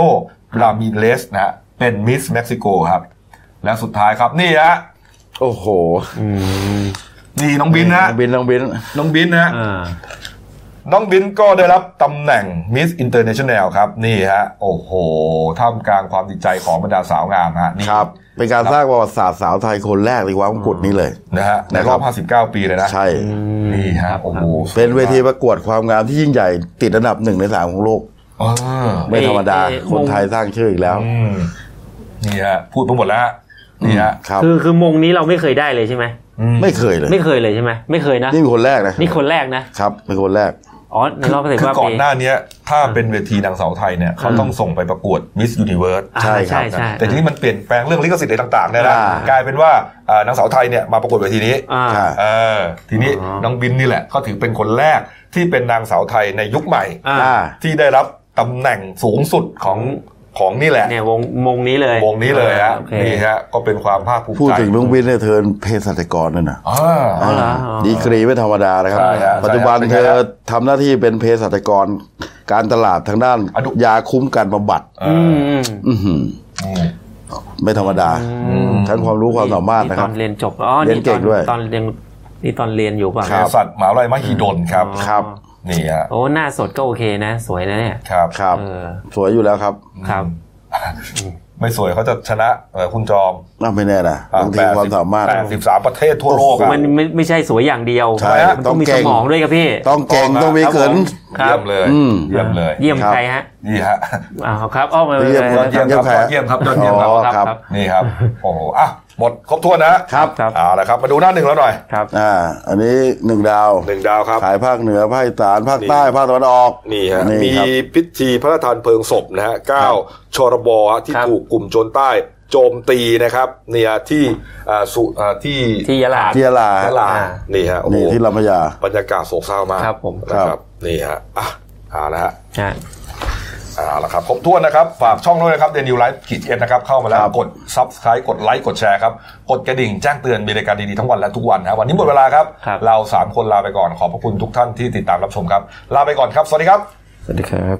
Speaker 3: รามิเลสนะฮะเป็นมิสเม็กซิโกครับ และสุดท้ายครับนี่ฮะ
Speaker 5: โอ้โห
Speaker 3: นี่น้องบินนะ
Speaker 5: องบินน้องบิน
Speaker 3: น้องบินนะ
Speaker 2: า
Speaker 3: น้องบินก็ได้รับตำแหน่งมิสอินเตอร์เนชั่นแนลครับ นี่ฮะ โอ้โหท่ามกลางความดีใจของบรรดาสาวงามฮะนี่
Speaker 5: ครับ เป็นการสร้างประวัติศาสตร์สาวไทยคนแรกเลยว่ามงกุฎนี้เลย
Speaker 3: นะฮะในรอบ 59 ปีเลยนะ
Speaker 5: ใช่
Speaker 3: นี่ฮะ โอ้โห
Speaker 5: เป็นเวทีประกวดความงามที่ยิ่งใหญ่ติดอันดับหนึ่งในสามของโลก
Speaker 3: เออ
Speaker 5: ไม่ธรรมดา
Speaker 2: เอ่อ
Speaker 5: คนไทยสร้างชื่ออีกแล้ว
Speaker 3: อืมนี่ฮะ พูดไปหมดแล้วฮะนี่ฮะ
Speaker 5: ครับ
Speaker 2: คือคือมงนี้เราไม่เคยได้เลยใช่ไหม
Speaker 3: อืม
Speaker 5: ไม่เคยเลย
Speaker 2: ไม่เคยเลยใช่ไหมไม่เคยนะ
Speaker 5: นี่เป็นคนแรกนะ
Speaker 2: นี่คนแรกนะครับ
Speaker 5: เป็นคนแรก
Speaker 2: อ๋อในรอบสิบ
Speaker 3: คือ
Speaker 2: ว่า
Speaker 3: ก่อ
Speaker 2: ปี
Speaker 3: นหน้าเนี้ย ถ้าเป็นเวทีนางสาวไทยเนี่ยเขาต้องส่งไปประกวดมิสยูนิเวิร์ส
Speaker 2: อ่า
Speaker 5: ใช่ครับ
Speaker 2: ใช่
Speaker 3: แต่ทีนี้มันเปลี่ยนแปลงเรื่องลิขสิทธิ์อะไรต่างๆเนี่ยนะ
Speaker 5: อ่าก
Speaker 3: ลายเป็นว่าเอ่อนางสาวไทยเนี่ยมาประกวดเวทีนี้
Speaker 2: อ่า
Speaker 5: ครับ
Speaker 3: เออทีนี้
Speaker 2: อ๋อ
Speaker 3: น้องบินนี่แหละก็ถือเป็นคนแรกที่เป็นนางสาวไทยในยุคใหม่
Speaker 2: อ่า
Speaker 5: อ่า
Speaker 3: ที่ได้รับตำแหน่งสูงสุดของของนี่แหละ
Speaker 2: เนี่ยวงมงนี้เลยว
Speaker 3: งนี้เลยฮะ
Speaker 2: โอเค
Speaker 3: นี่ฮะก็เป็นความภาคภูมิใจ
Speaker 5: พูดถึงน้องบินเนี่ยเธอเป็นเภสัชกรด้วยนะ
Speaker 3: อ่า
Speaker 2: อ๋อเหรอ
Speaker 5: ดีกรีไม่ธรรมดานะครับ
Speaker 3: ใช่ฮะ
Speaker 5: ปัจจุบัน
Speaker 3: ใช่
Speaker 5: เธ
Speaker 3: ฮะ
Speaker 5: อทำหน้าที่เป็นเภสัชกร การตลาดทางด้าน
Speaker 3: อนุ
Speaker 5: ยาคุ้มการบำบัด
Speaker 3: อื
Speaker 2: อืม
Speaker 3: ม
Speaker 5: อื้อหือ
Speaker 3: อืม
Speaker 5: ไม่ธรรมดา
Speaker 3: อืม
Speaker 5: ทั้งความรู้ความสามารถนะครับ
Speaker 2: ตอนเรียนจบอ๋อ
Speaker 5: เรียนเก่ง
Speaker 2: ตอ
Speaker 5: ด้วย
Speaker 2: ตอนเรียนนี่ตอนเรียนอยู่ป่ะ
Speaker 5: ค รับ
Speaker 3: สัตว์หมหาวิทยาลัยมหิดลครับ
Speaker 2: อ๋อ
Speaker 5: ครับ
Speaker 3: นี่ฮะ
Speaker 2: โอ้หน้าสดก็โอเคนะ สวยนะเนี่ย
Speaker 3: ครับ
Speaker 5: ครับ
Speaker 2: เออ
Speaker 5: สวยอยู่แล้วครับ
Speaker 2: ครับ
Speaker 3: ไม่สวยเขาจะชนะเอ่อคุณจอม
Speaker 5: น่าไม่แน่นะบางทีความสามารถ
Speaker 3: แปดสิบสามประเทศทั่วโลกอะ
Speaker 2: มันไม่ไม่ใช่สวยอย่างเดียว
Speaker 5: ใช่
Speaker 2: มัน
Speaker 5: ต้
Speaker 2: ต้อ
Speaker 5: อ
Speaker 2: งงมี
Speaker 5: เก่
Speaker 2: ส
Speaker 5: ง
Speaker 2: มองด้วยครับพี่
Speaker 5: ต้องเก่ง
Speaker 3: มา
Speaker 5: ต้องมี
Speaker 3: ครับ
Speaker 5: เขิ
Speaker 3: ผ
Speaker 5: น
Speaker 3: ม
Speaker 2: ครับ
Speaker 3: เยี่ยมเลย
Speaker 5: อืม
Speaker 3: เยี่ยมเลย
Speaker 2: เยี่ยม
Speaker 5: ครับ
Speaker 2: ใครฮะ
Speaker 3: นี่ฮะ
Speaker 2: อ้าวครับอ้อมมาเลย
Speaker 5: เยี่ยม
Speaker 3: ยอดเยี่ยมครับยอดเยี่ยมครับยอดเยี่ยมครับ
Speaker 5: อ๋อ
Speaker 2: ครับ
Speaker 5: ค
Speaker 2: ค
Speaker 5: รับ
Speaker 2: รับ
Speaker 3: นี่ครับโอ้โหอ่ะหมดครบถ้วนนะครับ
Speaker 2: ครับ
Speaker 3: เอาละครับมาดูหน้าหนึ่งแล้วหน่อย
Speaker 2: ครับ
Speaker 5: อ่า อันนี้หนึ่งดาว
Speaker 3: หนึ่งดาวครับ
Speaker 5: ขายภาคเหนือภาคอีสานภาคใต้ภาคตะวันออก
Speaker 3: นี่ฮะมี
Speaker 5: ครับ
Speaker 3: พิธีพระราชทานเพลิงศพนะฮะเก้าชรบฮะที่
Speaker 2: ครับ
Speaker 3: ถูกกลุ่มโจรใต้โจมตีนะครับเนี่ยที่อ่าสุอ่าที่
Speaker 2: ที่ยะลา
Speaker 5: ที่ยะลา
Speaker 3: ยะลานี่ฮะโอ้โห
Speaker 5: นี่ที่ลำพญา
Speaker 3: บรรยากาศโศกเศร้ามาก
Speaker 2: ครับผม
Speaker 3: นะค
Speaker 5: ครั
Speaker 3: รับบ นี่ฮะอ่ะเอาละฮะ
Speaker 2: ฮะ
Speaker 3: เอาละครับครบถ้วนนะครับ ฝากช่องด้วยนะครับเดนิวไลฟ์กิจเอ็นะครับ เข้ามาแล้ว
Speaker 5: ครับ
Speaker 3: กดซับสไครต์กดไลค์กดแชร์ครับ กดกระดิ่งแจ้งเตือนมีรายการดี ๆ ทั้งวันและทุกวันนะครับวันนี้หมดเวลาครับ
Speaker 2: ครับ
Speaker 3: เรา 3 คนลาไปก่อนขอบพระคุณทุกท่านที่ติดตามรับชมครับ ลาไปก่อนครับ สวัสดีครับ
Speaker 2: สวัสดีครับ